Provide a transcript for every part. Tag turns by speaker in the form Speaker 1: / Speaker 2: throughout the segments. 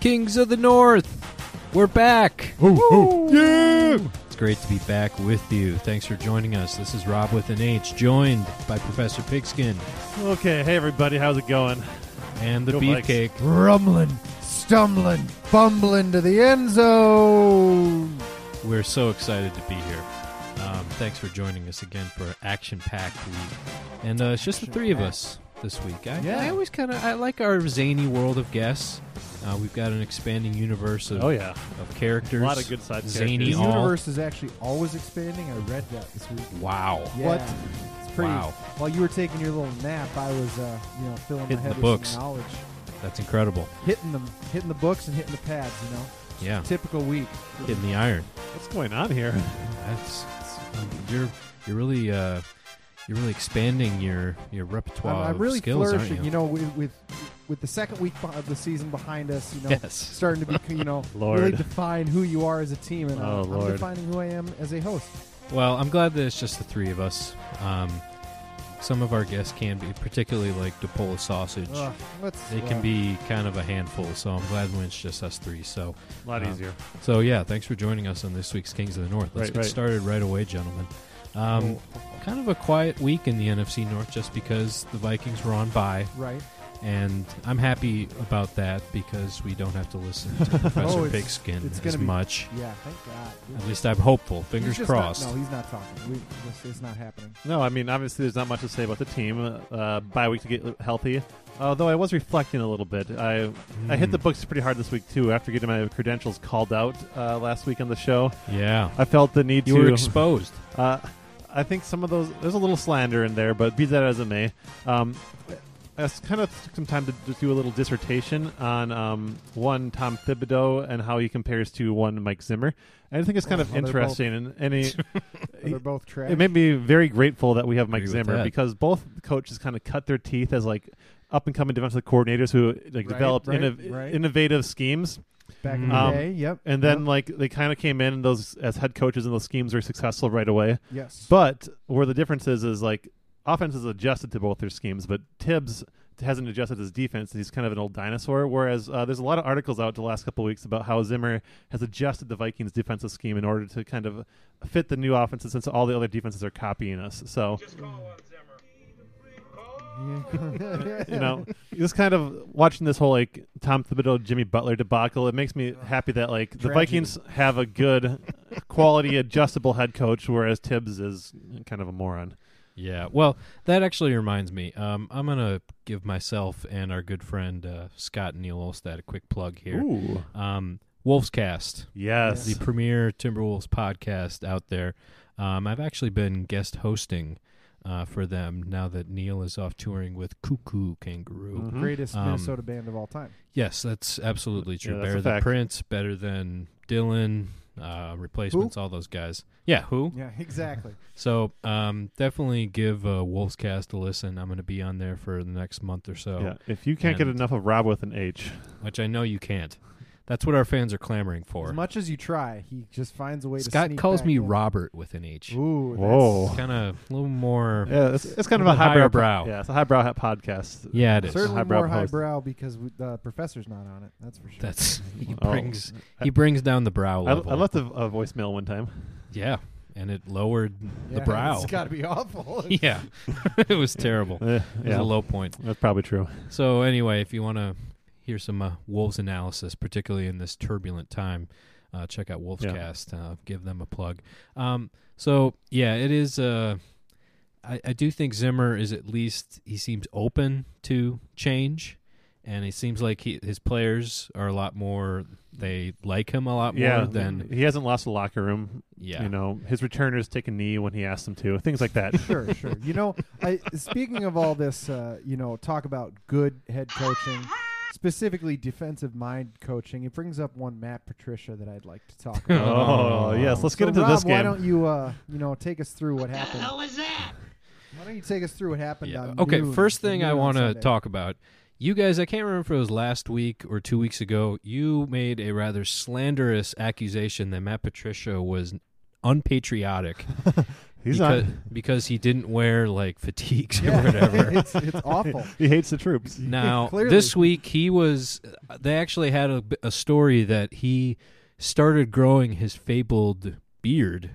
Speaker 1: Kings of the North. We're back.
Speaker 2: yeah!
Speaker 1: It's great to be back with you. Thanks for joining us. This is Rob with an H, joined by Professor Pigskin
Speaker 2: Okay, hey everybody, how's it going?
Speaker 1: and the
Speaker 2: Go Vikes.
Speaker 1: Beefcake.
Speaker 3: Rumbling, stumbling, fumbling to the end zone.
Speaker 1: We're so excited to be here. Um, thanks for joining us again for action packed week. And uh, it's just the three of us this week. I,
Speaker 2: Yeah.
Speaker 1: I always kind of I like our zany world of guests. Uh, we've got an expanding universe of,
Speaker 2: Oh yeah,
Speaker 1: of characters.
Speaker 2: a lot of good side
Speaker 1: Zany
Speaker 3: The
Speaker 2: characters.
Speaker 1: all-
Speaker 3: universe is actually always expanding. I read that this week.
Speaker 1: Wow.
Speaker 3: Yeah.
Speaker 2: What?
Speaker 3: It's pretty.
Speaker 1: Wow.
Speaker 3: While you were taking your little nap, I was, uh, you know, filling
Speaker 1: Hitting
Speaker 3: my
Speaker 1: the
Speaker 3: head with some
Speaker 1: books.
Speaker 3: knowledge,
Speaker 1: That's incredible.
Speaker 3: hitting them, hitting the books and hitting the pads. You know,
Speaker 1: Yeah.
Speaker 3: typical week.
Speaker 1: Hitting the iron.
Speaker 2: What's going on here?
Speaker 1: That's, um, you're you're really uh, you're really expanding your your
Speaker 3: I'm,
Speaker 1: repertoire.
Speaker 3: I'm
Speaker 1: of
Speaker 3: really
Speaker 1: skills, aren't
Speaker 3: flourishing. You? know, with, with with the second week be- of the season behind us, you know,
Speaker 1: Yes.
Speaker 3: starting to be, you know,
Speaker 2: Lord.
Speaker 3: really define who you are as a team, and uh,
Speaker 2: Oh,
Speaker 3: I'm
Speaker 2: Lord.
Speaker 3: defining who I am as a host.
Speaker 1: Well, I'm glad that it's just the three of us. Um, some of our guests can be, particularly like the Polish sausage.
Speaker 3: Ugh, let's,
Speaker 1: They
Speaker 3: uh,
Speaker 1: can be kind of a handful, so I'm glad when it's just us three. So,
Speaker 2: A lot
Speaker 1: Um,
Speaker 2: easier.
Speaker 1: so yeah, thanks for joining us on this week's Kings of the North. Let's
Speaker 2: Right,
Speaker 1: get
Speaker 2: right.
Speaker 1: started right away, gentlemen. Um, Kind of a quiet week in the NFC North, just because the Vikings were on bye.
Speaker 3: right.
Speaker 1: and I'm happy about that because we don't have to listen to Professor
Speaker 3: Oh, it's-
Speaker 1: Pigskin
Speaker 3: it's
Speaker 1: as
Speaker 3: gonna be-
Speaker 1: much.
Speaker 3: Yeah, thank God.
Speaker 1: At least I'm hopeful.
Speaker 3: He's
Speaker 1: Fingers
Speaker 3: just not-
Speaker 1: crossed.
Speaker 3: no, he's not talking. We, this, it's not happening.
Speaker 2: No, I mean obviously there's not much to say about the team. Uh, bye week to get healthy. Although I was reflecting a little bit, I I hit
Speaker 1: Hmm.
Speaker 2: the books pretty hard this week too. After getting my credentials called out uh, last week on the show,
Speaker 1: Mm. Yeah,
Speaker 2: I felt the need
Speaker 1: you
Speaker 2: to.
Speaker 1: were exposed.
Speaker 2: Uh, I think some of those there's a little slander in there, but be that as it may, um, I s- kind of took some time to d- do a little dissertation on um, one Tom Thibodeau and how he compares to one Mike Zimmer. And I think it's kind
Speaker 3: Oh,
Speaker 2: of
Speaker 3: well, they're
Speaker 2: interesting, and, and he,
Speaker 3: But They're both trash.
Speaker 2: it made me very grateful that we have Mike
Speaker 1: Agree with
Speaker 2: Zimmer
Speaker 1: that.
Speaker 2: because both coaches kind of cut their teeth as like up and coming defensive coordinators who like
Speaker 3: Right,
Speaker 2: developed
Speaker 3: right,
Speaker 2: innov-
Speaker 3: right.
Speaker 2: innovative schemes
Speaker 3: back in the
Speaker 2: um,
Speaker 3: day. Yep.
Speaker 2: and then like they kind of came in and those as head coaches and those schemes were successful right away
Speaker 3: yep. yes,
Speaker 2: but where the difference is is like offense is adjusted to both their schemes, but Tibbs hasn't adjusted his defense. He's kind of an old dinosaur. Whereas uh, there's a lot of articles out the last couple of weeks about how Zimmer has adjusted the Vikings' defensive scheme in order to kind of fit the new offenses, since all the other defenses are copying us. So
Speaker 1: Hmm?
Speaker 2: you know, just kind of watching this whole like Tom Thibodeau, Jimmy Butler debacle. It makes me happy that like the
Speaker 3: Tragedy.
Speaker 2: Vikings have a good, quality, adjustable head coach, whereas Tibbs is kind of a moron.
Speaker 1: Yeah, well, that actually reminds me. Um, I'm gonna give myself and our good friend uh, Scott Neil Olstad a quick plug here.
Speaker 2: Ooh.
Speaker 1: Um, Wolf's Cast,
Speaker 2: Yes.
Speaker 1: the premier Timberwolves podcast out there. Um, I've actually been guest hosting uh, for them now that Neil is off touring with Cuckoo Kangaroo.
Speaker 2: Mhm.
Speaker 3: greatest
Speaker 1: Um,
Speaker 3: Minnesota band of all time.
Speaker 1: Yes, that's absolutely true.
Speaker 2: Yeah, that's
Speaker 1: better
Speaker 2: a
Speaker 1: than
Speaker 2: fact.
Speaker 1: Prince, better than Dylan, uh, replacements, all those guys. Yeah, who?
Speaker 3: Yeah, exactly.
Speaker 1: So um, definitely give uh, Wolf's Cast a listen. I'm going to be on there for the next month or so,
Speaker 2: Yeah, if you can't get
Speaker 1: And-
Speaker 2: enough of Rob with an H,
Speaker 1: which I know you can't. That's what our fans are clamoring for.
Speaker 3: as much as you try, he just finds a way to.
Speaker 1: Scott
Speaker 3: sneak
Speaker 1: calls
Speaker 3: back
Speaker 1: me
Speaker 3: in.
Speaker 1: Robert with an H.
Speaker 3: Ooh,
Speaker 2: Whoa.
Speaker 1: Kind of a little more.
Speaker 2: yeah, it's, it's kind of a
Speaker 1: Little
Speaker 2: highbrow
Speaker 1: highbrow.
Speaker 2: Yeah, it's a highbrow hat podcast.
Speaker 1: Yeah, it
Speaker 3: that's
Speaker 1: is.
Speaker 3: certainly
Speaker 2: Highbrow
Speaker 3: more
Speaker 2: post.
Speaker 3: highbrow because we, the professor's not on it. That's for sure.
Speaker 1: That's he
Speaker 2: Oh.
Speaker 1: brings he brings down the brow
Speaker 2: I,
Speaker 1: level.
Speaker 2: I left a, a voicemail one time.
Speaker 1: yeah, and it lowered
Speaker 3: yeah,
Speaker 1: the brow.
Speaker 3: It's got to be awful.
Speaker 1: yeah, it was terrible.
Speaker 2: Eh,
Speaker 1: It was
Speaker 2: yeah,
Speaker 1: a low point.
Speaker 2: that's probably true.
Speaker 1: So anyway, if you want to hear some uh, Wolves analysis, particularly in this turbulent time, uh, check out Wolfscast.
Speaker 2: Yeah.
Speaker 1: Cast. Uh, give them a plug. Um, so yeah, it is. Uh, I, I do think Zimmer is at least he seems open to change, and it seems like he, his players are a lot more. They like him a lot
Speaker 2: Yeah,
Speaker 1: more than
Speaker 2: he hasn't lost the locker room.
Speaker 1: yeah.
Speaker 2: You know, his returners take a knee when he asks them to. Things like that.
Speaker 3: sure, sure. You know, I, speaking of all this, uh, you know, talk about good head coaching, specifically defensive mind coaching. It brings up one Matt Patricia that I'd like to talk
Speaker 2: oh,
Speaker 3: about.
Speaker 2: yes, let's get
Speaker 3: So,
Speaker 2: into
Speaker 3: Rob,
Speaker 2: this
Speaker 3: Why
Speaker 2: game.
Speaker 3: don't you, uh, you know, take us through what happened?
Speaker 4: was that?
Speaker 3: Why don't you take us through what happened?
Speaker 1: Yeah.
Speaker 3: On
Speaker 1: Okay,
Speaker 3: noon-
Speaker 1: first thing
Speaker 3: noon
Speaker 1: I
Speaker 3: on
Speaker 1: want to
Speaker 3: Sunday?
Speaker 1: talk about. You guys, I can't remember if it was last week or two weeks ago, you made a rather slanderous accusation that Matt Patricia was unpatriotic
Speaker 2: He's
Speaker 1: because,
Speaker 2: not.
Speaker 1: because he didn't wear like fatigues or
Speaker 3: Yeah.
Speaker 1: whatever.
Speaker 3: it's, it's awful.
Speaker 2: He hates the troops.
Speaker 1: now
Speaker 3: Clearly.
Speaker 1: this week he was. uh, They actually had a, b- a story that he started growing his fabled beard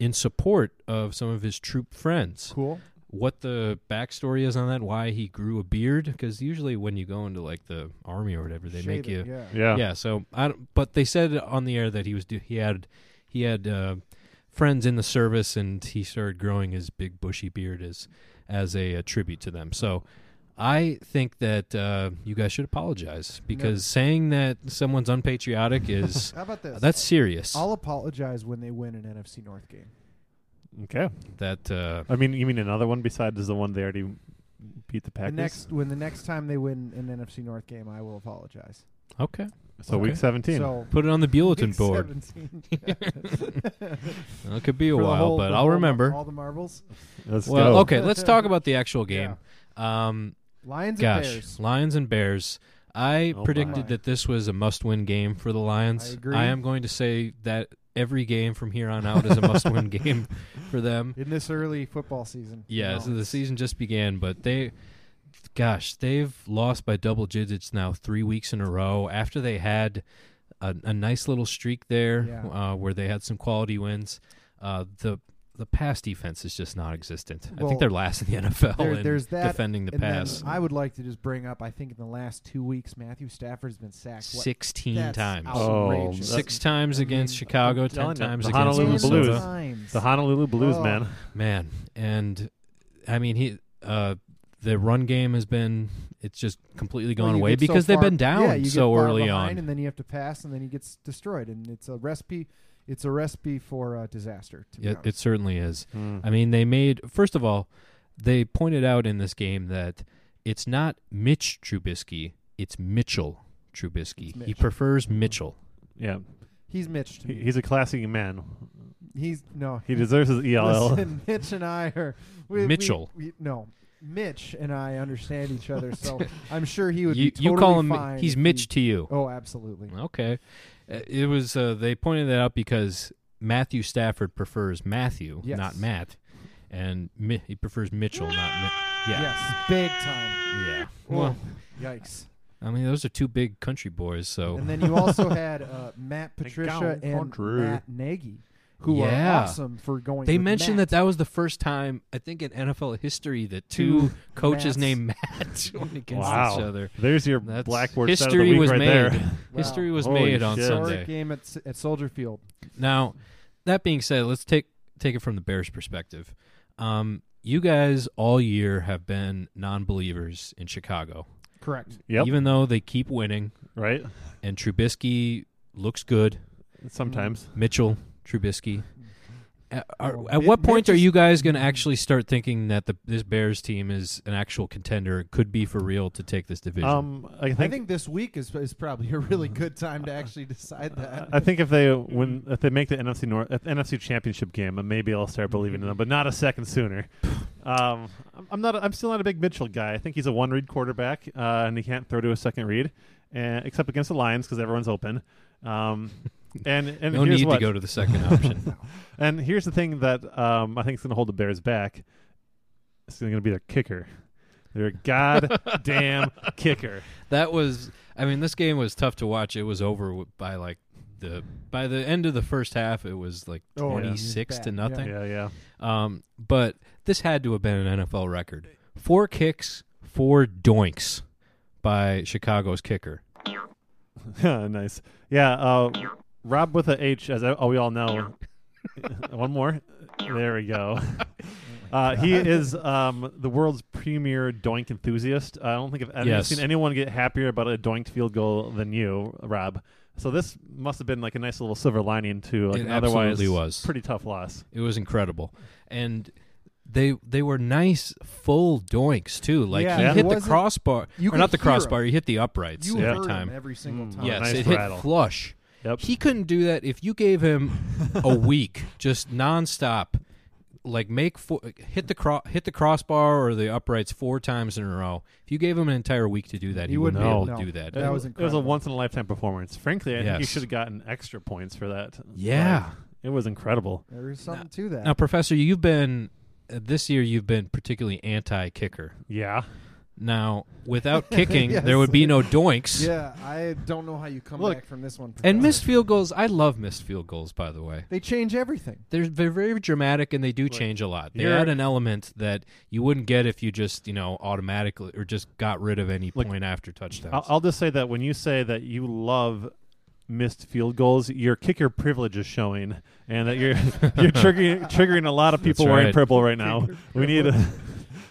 Speaker 1: in support of some of his troop friends.
Speaker 3: Cool.
Speaker 1: what the backstory is on that, why he grew a beard, because usually when you go into like the army or whatever, they
Speaker 3: Shave
Speaker 1: make
Speaker 3: it,
Speaker 1: you.
Speaker 3: Yeah.
Speaker 2: Yeah.
Speaker 1: So I don't, but they said on the air that he was do, he had he had uh, friends in the service and he started growing his big bushy beard as as a, uh tribute to them. So I think that uh, you guys should apologize because saying that someone's unpatriotic is
Speaker 3: How about this?
Speaker 1: that's serious.
Speaker 3: I'll apologize when they win an NFC North game.
Speaker 2: Okay.
Speaker 1: that uh,
Speaker 2: I mean, you mean another one besides the one they already beat the
Speaker 3: The
Speaker 2: Packers?
Speaker 3: next when the next time they win an NFC North game, I will apologize.
Speaker 1: okay,
Speaker 2: so
Speaker 1: Okay.
Speaker 2: week 17.
Speaker 3: So
Speaker 1: put it on the bulletin
Speaker 3: week
Speaker 1: board.
Speaker 3: 17.
Speaker 1: It could be a
Speaker 3: For the
Speaker 1: while,
Speaker 3: whole-
Speaker 1: but
Speaker 3: the
Speaker 1: I'll
Speaker 3: whole-
Speaker 1: remember.
Speaker 3: all the marbles.
Speaker 2: Let's
Speaker 1: well,
Speaker 2: go.
Speaker 1: okay, let's talk about the actual game. Um,
Speaker 3: Lions
Speaker 1: gosh,
Speaker 3: and Bears.
Speaker 1: Lions and Bears. I
Speaker 2: Oh,
Speaker 1: predicted
Speaker 3: my.
Speaker 1: that this was a must-win game for the Lions.
Speaker 3: I agree.
Speaker 1: am going to say that every game from here on out is a must-win game for them.
Speaker 3: in this early football season. you
Speaker 1: Yeah,
Speaker 3: know,
Speaker 1: so the
Speaker 3: it's-
Speaker 1: season just began, but they, gosh, they've lost by double digits now three weeks in a row. After they had a, a nice little streak there,
Speaker 3: Yeah.
Speaker 1: uh, where they had some quality wins, uh, the the pass defense is just non-existent. I
Speaker 3: Well,
Speaker 1: think they're last in the NFL
Speaker 3: there-
Speaker 1: in
Speaker 3: there's that,
Speaker 1: defending the
Speaker 3: and then
Speaker 1: pass
Speaker 3: I would like to just bring up. I think in the last two weeks, Matthew Stafford's been sacked what,
Speaker 1: sixteen
Speaker 3: that's
Speaker 1: times,
Speaker 2: out-
Speaker 3: outrageous.
Speaker 2: Oh,
Speaker 1: six times
Speaker 3: I
Speaker 1: against
Speaker 3: mean,
Speaker 1: Chicago,
Speaker 2: I'm
Speaker 1: ten
Speaker 2: telling you,
Speaker 1: times
Speaker 2: the
Speaker 1: against
Speaker 2: Honolulu
Speaker 1: Minnesota.
Speaker 2: Blues.
Speaker 3: Times.
Speaker 2: The Honolulu Blues,
Speaker 3: Oh.
Speaker 2: man.
Speaker 1: Man, and I mean he uh the run game has been it's just completely
Speaker 3: Well,
Speaker 1: gone
Speaker 3: you
Speaker 1: away
Speaker 3: get so
Speaker 1: because they've
Speaker 3: far-
Speaker 1: been down
Speaker 3: yeah, you
Speaker 1: so
Speaker 3: get far
Speaker 1: early
Speaker 3: behind,
Speaker 1: on.
Speaker 3: and then you have to pass, and then he gets destroyed, and it's a recipe. It's a recipe for uh, disaster. To be
Speaker 1: It,
Speaker 3: honest.
Speaker 1: it certainly is.
Speaker 2: Mm.
Speaker 1: I
Speaker 3: Mm-hmm.
Speaker 1: mean, they made first of all, they pointed out in this game that it's not Mitch Trubisky, it's Mitchell Trubisky.
Speaker 3: It's
Speaker 1: He
Speaker 3: Mitch. Mm-hmm.
Speaker 1: prefers Mitchell.
Speaker 2: Yeah.
Speaker 3: he's Mitch. To
Speaker 2: He-
Speaker 3: me.
Speaker 2: He's a classy man.
Speaker 3: he's no.
Speaker 2: He deserves his E ELL.
Speaker 3: Listen, Mitch and I are we- we-
Speaker 1: Mitchell.
Speaker 3: We, no, Mitch and I understand each other, so I'm sure he would
Speaker 1: You,
Speaker 3: be.
Speaker 1: you
Speaker 3: totally
Speaker 1: call him
Speaker 3: fine
Speaker 1: he's
Speaker 3: if he-
Speaker 1: Mitch to you.
Speaker 3: oh, absolutely.
Speaker 1: Okay. Uh, It was uh, they pointed that out because Matthew Stafford prefers Matthew,
Speaker 3: Yes.
Speaker 1: not Matt. And Mi- he prefers Mitchell, not Matt. Yeah.
Speaker 3: Yes, big time.
Speaker 1: Yeah.
Speaker 3: Well,
Speaker 1: Well,
Speaker 3: yikes.
Speaker 1: I mean, those are two big country boys, so
Speaker 3: And then you also had uh, Matt Patricia
Speaker 2: Down
Speaker 3: and
Speaker 2: country.
Speaker 3: Matt Nagy, who
Speaker 1: Yeah.
Speaker 3: are awesome for going.
Speaker 1: they
Speaker 3: with
Speaker 1: mentioned
Speaker 3: Matt.
Speaker 1: that that was the first time I think in NFL history that two
Speaker 3: Two
Speaker 1: coaches
Speaker 3: Matts.
Speaker 1: named Matt went against
Speaker 2: Wow.
Speaker 1: each other.
Speaker 2: There's your
Speaker 1: That's-
Speaker 2: blackboard stat of the
Speaker 1: history
Speaker 2: week
Speaker 1: was
Speaker 2: right
Speaker 1: made.
Speaker 2: there.
Speaker 3: Wow.
Speaker 1: History was
Speaker 2: Holy
Speaker 1: made on
Speaker 2: shit.
Speaker 1: Sunday.
Speaker 3: historic game at, S- at Soldier Field.
Speaker 1: Now, that being said, let's take take it from the Bears' perspective. Um, you guys all year have been non-believers in Chicago,
Speaker 3: Correct.
Speaker 2: Yep.
Speaker 1: even though they keep winning
Speaker 2: right?
Speaker 1: and Trubisky looks good.
Speaker 2: Sometimes.
Speaker 1: Mitchell Trubisky. At, are-
Speaker 3: Well,
Speaker 1: at
Speaker 3: Mi-
Speaker 1: what point
Speaker 3: Mitch
Speaker 1: are
Speaker 3: is-
Speaker 1: you guys going to actually start thinking that the this Bears team is an actual contender, could be for real to take this division?
Speaker 2: Um, I think,
Speaker 3: I think this week is is probably a really good time to actually decide that.
Speaker 2: uh, I think if they win, if they make the NFC North, if the NFC Championship game, uh, maybe I'll start believing in them, but not a second sooner. Um, I'm- I'm not. I'm still not a big Mitchell guy. I think he's a one read quarterback, uh, and he can't throw to a second read, and, except against the Lions because everyone's open. Um, and and
Speaker 1: no
Speaker 2: here's
Speaker 1: need
Speaker 2: what,
Speaker 1: to go to the second option.
Speaker 2: And here's the thing that um, I think is going to hold the Bears back. It's going to be their kicker. Their goddamn kicker.
Speaker 1: that was, I mean, this game was tough to watch. It was over w- by like the by the end of the first half. It was like
Speaker 3: Oh, yeah.
Speaker 1: twenty six
Speaker 3: Bad,
Speaker 1: to
Speaker 3: yeah.
Speaker 1: nothing.
Speaker 2: Yeah, yeah.
Speaker 1: Um, but this had to have been an NFL record. Four kicks, four doinks by Chicago's kicker.
Speaker 2: nice. Yeah. Uh, Rob with a H, as I- oh, we all know. One more. There we go.
Speaker 1: Oh
Speaker 2: Uh, he is um, the world's premier doink enthusiast. I don't think I've ever
Speaker 1: Yes.
Speaker 2: seen anyone get happier about a doinked field goal than you, Rob. So this must have been like a nice little silver lining to like
Speaker 1: It
Speaker 2: an otherwise
Speaker 1: absolutely was.
Speaker 2: pretty tough loss.
Speaker 1: It was incredible, and they they were nice full doinks too. Like
Speaker 3: Yeah,
Speaker 1: he
Speaker 2: Yeah.
Speaker 1: hit
Speaker 3: it
Speaker 1: the
Speaker 3: wasn't-
Speaker 1: crossbar,
Speaker 3: you
Speaker 1: or
Speaker 3: could
Speaker 1: not the
Speaker 3: hear
Speaker 1: crossbar.
Speaker 3: him.
Speaker 1: He hit the uprights
Speaker 3: you
Speaker 1: every
Speaker 2: Yeah.
Speaker 3: heard
Speaker 1: time.
Speaker 3: him every single
Speaker 2: Mm.
Speaker 3: time.
Speaker 1: yes,
Speaker 2: nice
Speaker 1: it hit
Speaker 2: rattle.
Speaker 1: flush.
Speaker 2: Yep.
Speaker 1: He couldn't do that if you gave him a week just nonstop like make four, hit the cro- hit the crossbar or the uprights four times in a row. If you gave him an entire week to do that, he,
Speaker 3: He
Speaker 1: wouldn't be
Speaker 2: wouldn't
Speaker 1: able
Speaker 2: be-
Speaker 1: to
Speaker 3: no.
Speaker 1: do that.
Speaker 3: That
Speaker 2: It-
Speaker 3: was
Speaker 2: It
Speaker 3: incredible.
Speaker 2: was a once in a lifetime performance. Frankly, I think he
Speaker 1: Yes.
Speaker 2: should have gotten extra points for that.
Speaker 1: yeah.
Speaker 2: Like, it was incredible.
Speaker 3: There's something to that.
Speaker 1: Now, Professor, you've been uh, this year. You've been particularly anti-kicker.
Speaker 2: Yeah,
Speaker 1: Now, without kicking,
Speaker 3: Yes.
Speaker 1: there would be no doinks.
Speaker 3: Yeah, I don't know how you come
Speaker 2: Look,
Speaker 3: back from this one.
Speaker 1: And
Speaker 3: Professor.
Speaker 1: missed field goals. I love missed field goals. By the way,
Speaker 3: They change everything.
Speaker 1: they're they're very dramatic and they do
Speaker 2: Right.
Speaker 1: change a lot. They
Speaker 2: You're-
Speaker 1: add an element that you wouldn't get if you just you know automatically or just got rid of any
Speaker 2: Like,
Speaker 1: point after touchdowns.
Speaker 2: I'll, I'll just say that when you say that you love missed field goals, your kicker privilege is showing, and that you're you're triggering triggering a lot of people wearing
Speaker 1: right.
Speaker 2: purple right now. we need. A,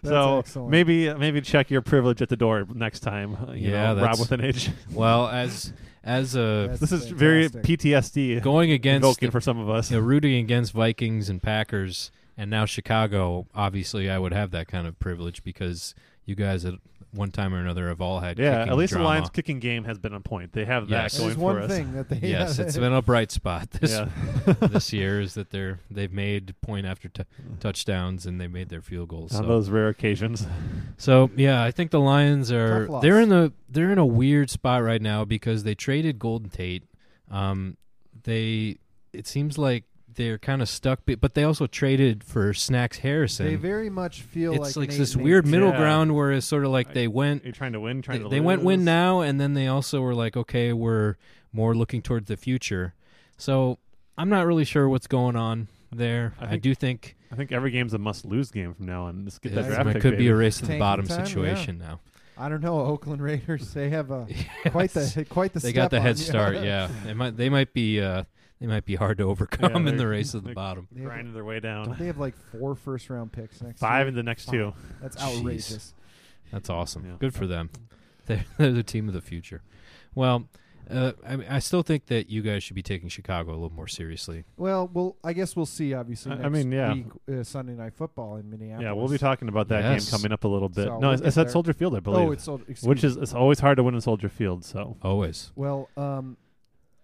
Speaker 3: That's
Speaker 2: so
Speaker 3: excellent.
Speaker 2: maybe maybe check your privilege at the door next time. uh, You
Speaker 1: Yeah,
Speaker 2: know, Rob
Speaker 1: that's-
Speaker 2: with an H.
Speaker 1: well, as as a
Speaker 3: That's
Speaker 2: this is
Speaker 3: fantastic.
Speaker 2: very PTSD
Speaker 1: going against
Speaker 2: evoking for some of us.
Speaker 1: you know, rooting against Vikings and Packers, and now Chicago. Obviously, I would have that kind of privilege because you guys at one time or another have all had
Speaker 2: Yeah,
Speaker 1: kicking
Speaker 2: at least
Speaker 1: drama.
Speaker 2: the Lions kicking game has been on point. They have that
Speaker 1: Yes.
Speaker 3: That
Speaker 2: going
Speaker 3: is
Speaker 2: for
Speaker 3: one
Speaker 2: us.
Speaker 3: thing that they.
Speaker 1: Yes, it's been a bright spot this
Speaker 2: Yeah.
Speaker 1: this year is that they're they've made point after t- touchdowns and they made their field goals.
Speaker 2: on
Speaker 1: So.
Speaker 2: those rare occasions.
Speaker 1: So yeah, I think the Lions are
Speaker 3: Tough loss.
Speaker 1: they're in the they're in a weird spot right now because they traded Golden Tate. Um, they it seems like they're kind of stuck, be- but they also traded for Snacks
Speaker 3: They
Speaker 1: Harrison.
Speaker 3: very much feel
Speaker 1: it's like
Speaker 3: like Nate
Speaker 1: this
Speaker 3: Nate-
Speaker 1: weird middle
Speaker 2: Yeah.
Speaker 1: ground where it's sort of like
Speaker 2: I-
Speaker 1: they went
Speaker 2: You're trying to win,
Speaker 1: they,
Speaker 2: trying to
Speaker 1: they went win
Speaker 2: lose.
Speaker 1: now, and then they also were like, okay, we're more looking toward the future. So I'm not really sure what's going on there.
Speaker 2: I
Speaker 1: I,
Speaker 2: think-
Speaker 1: do think
Speaker 2: I think every game's a must-lose game from now on. Just get that
Speaker 3: Yeah.
Speaker 1: it's-
Speaker 2: draft
Speaker 1: it
Speaker 2: pick,
Speaker 1: could be
Speaker 2: baby.
Speaker 1: a race to the
Speaker 3: Tanking
Speaker 1: bottom
Speaker 3: time, yeah.
Speaker 1: situation now.
Speaker 3: I don't know. Oakland Raiders. They have a quite the quite the.
Speaker 1: they got
Speaker 3: step
Speaker 1: the
Speaker 3: on
Speaker 1: head
Speaker 3: you.
Speaker 1: start. Yeah, they might they might be uh, they might be hard to overcome in
Speaker 2: they're-
Speaker 1: the race of the
Speaker 2: they're-
Speaker 1: bottom.
Speaker 3: They have-
Speaker 2: grinding their way
Speaker 3: don't
Speaker 2: down.
Speaker 3: they have like four first round picks next?
Speaker 2: Five
Speaker 3: year?
Speaker 2: in the next
Speaker 3: Five.
Speaker 2: two.
Speaker 3: That's
Speaker 1: Jeez.
Speaker 3: outrageous.
Speaker 1: That's awesome.
Speaker 2: Yeah.
Speaker 1: Good for them. They're, they're the team of the future. Well, uh, I, mean, I still think that you guys should be taking Chicago a little more seriously.
Speaker 3: Well, well, I guess we'll see. Obviously,
Speaker 2: I- I
Speaker 3: next
Speaker 2: mean, yeah.
Speaker 3: week, uh, Sunday night football in Minneapolis.
Speaker 2: Yeah, we'll be talking about that
Speaker 1: Yes.
Speaker 2: game coming up a little bit.
Speaker 3: So
Speaker 2: no,
Speaker 3: we'll
Speaker 2: it's,
Speaker 3: get
Speaker 2: it's at
Speaker 3: there.
Speaker 2: Soldier Field, I believe.
Speaker 3: Oh, it's sold. excuse
Speaker 2: which
Speaker 3: me.
Speaker 2: is it's always hard to win in Soldier Field. So
Speaker 1: Always.
Speaker 3: well, um,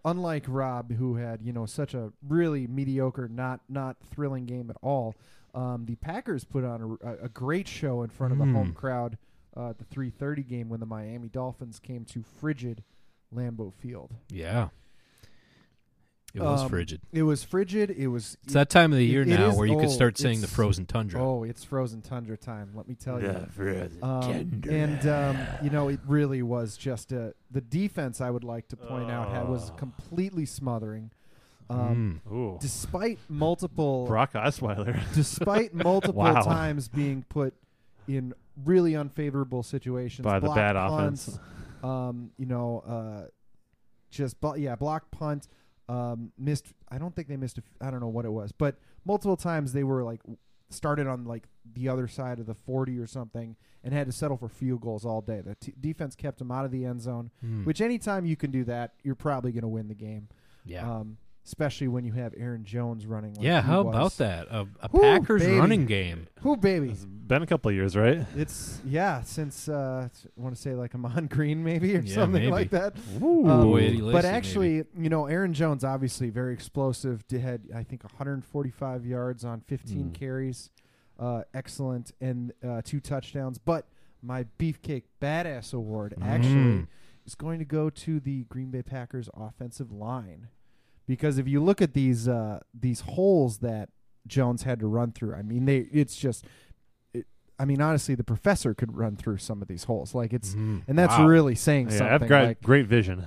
Speaker 3: unlike Rob, who had you know such a really mediocre, not not thrilling game at all, um, the Packers put on a, a- a great show in front of the home
Speaker 1: Mm.
Speaker 3: crowd uh, at the 3:30 game when the Miami Dolphins came to frigid Lambeau Field.
Speaker 1: Yeah. It was
Speaker 3: Um,
Speaker 1: frigid.
Speaker 3: It was frigid. It was.
Speaker 1: It's that time of the
Speaker 3: it-
Speaker 1: year
Speaker 3: it
Speaker 1: now
Speaker 3: is
Speaker 1: where you could
Speaker 3: old.
Speaker 1: start seeing the
Speaker 3: It's-
Speaker 1: frozen tundra.
Speaker 3: oh, it's frozen tundra time. Let me tell you.
Speaker 2: yeah,
Speaker 3: Um, and um, you know, it really was just a the defense. I would like to point out had, was
Speaker 2: Oh.
Speaker 3: completely smothering. Um,
Speaker 1: Mm.
Speaker 2: ooh,
Speaker 3: Despite multiple,
Speaker 2: Brock Osweiler.
Speaker 3: despite multiple
Speaker 2: Wow.
Speaker 3: times being put in really unfavorable situations
Speaker 2: By the
Speaker 3: blocked
Speaker 2: bad
Speaker 3: punts,
Speaker 2: offense.
Speaker 3: Um, you know, uh, just blo- yeah, block punt. Um, missed. I don't think they missed. A f- I don't know what it was, but multiple times they were like w- started on like the other side of the forty or something, and had to settle for field goals all day. The t- defense kept them out of the end zone.
Speaker 2: Hmm.
Speaker 1: Mm.
Speaker 3: Which anytime you can do that, you're probably going to win the game.
Speaker 1: yeah.
Speaker 3: Um, especially when you have Aaron Jones running. Like
Speaker 1: yeah,
Speaker 3: he
Speaker 1: how
Speaker 3: was.
Speaker 1: about that? A, a
Speaker 3: Whew,
Speaker 1: Packers
Speaker 3: baby.
Speaker 1: running game.
Speaker 3: Who baby?
Speaker 2: It's been a couple of years, right?
Speaker 3: It's yeah, since uh, I want to say like Amon Green maybe or
Speaker 1: Yeah,
Speaker 3: something
Speaker 1: maybe.
Speaker 3: like that.
Speaker 2: Ooh,
Speaker 3: Um,
Speaker 1: Boy, Eddie Lacy,
Speaker 3: but actually, you know, Aaron Jones obviously very explosive. Did had I think 145 yards on 15
Speaker 1: Hmm.
Speaker 2: Mm.
Speaker 3: carries, uh, excellent, and uh, two touchdowns. But my beefcake badass award actually
Speaker 1: Mm.
Speaker 3: is going to go to the Green Bay Packers offensive line because if you look at these uh, these holes that Jones had to run through, I mean, they it's just. it- I mean, honestly, the professor could run through some of these holes. Like it's,
Speaker 1: Mhm.
Speaker 3: and that's
Speaker 1: Wow.
Speaker 3: really saying
Speaker 2: Mm-hmm. yeah,
Speaker 3: something.
Speaker 2: I've got
Speaker 3: like,
Speaker 2: great vision.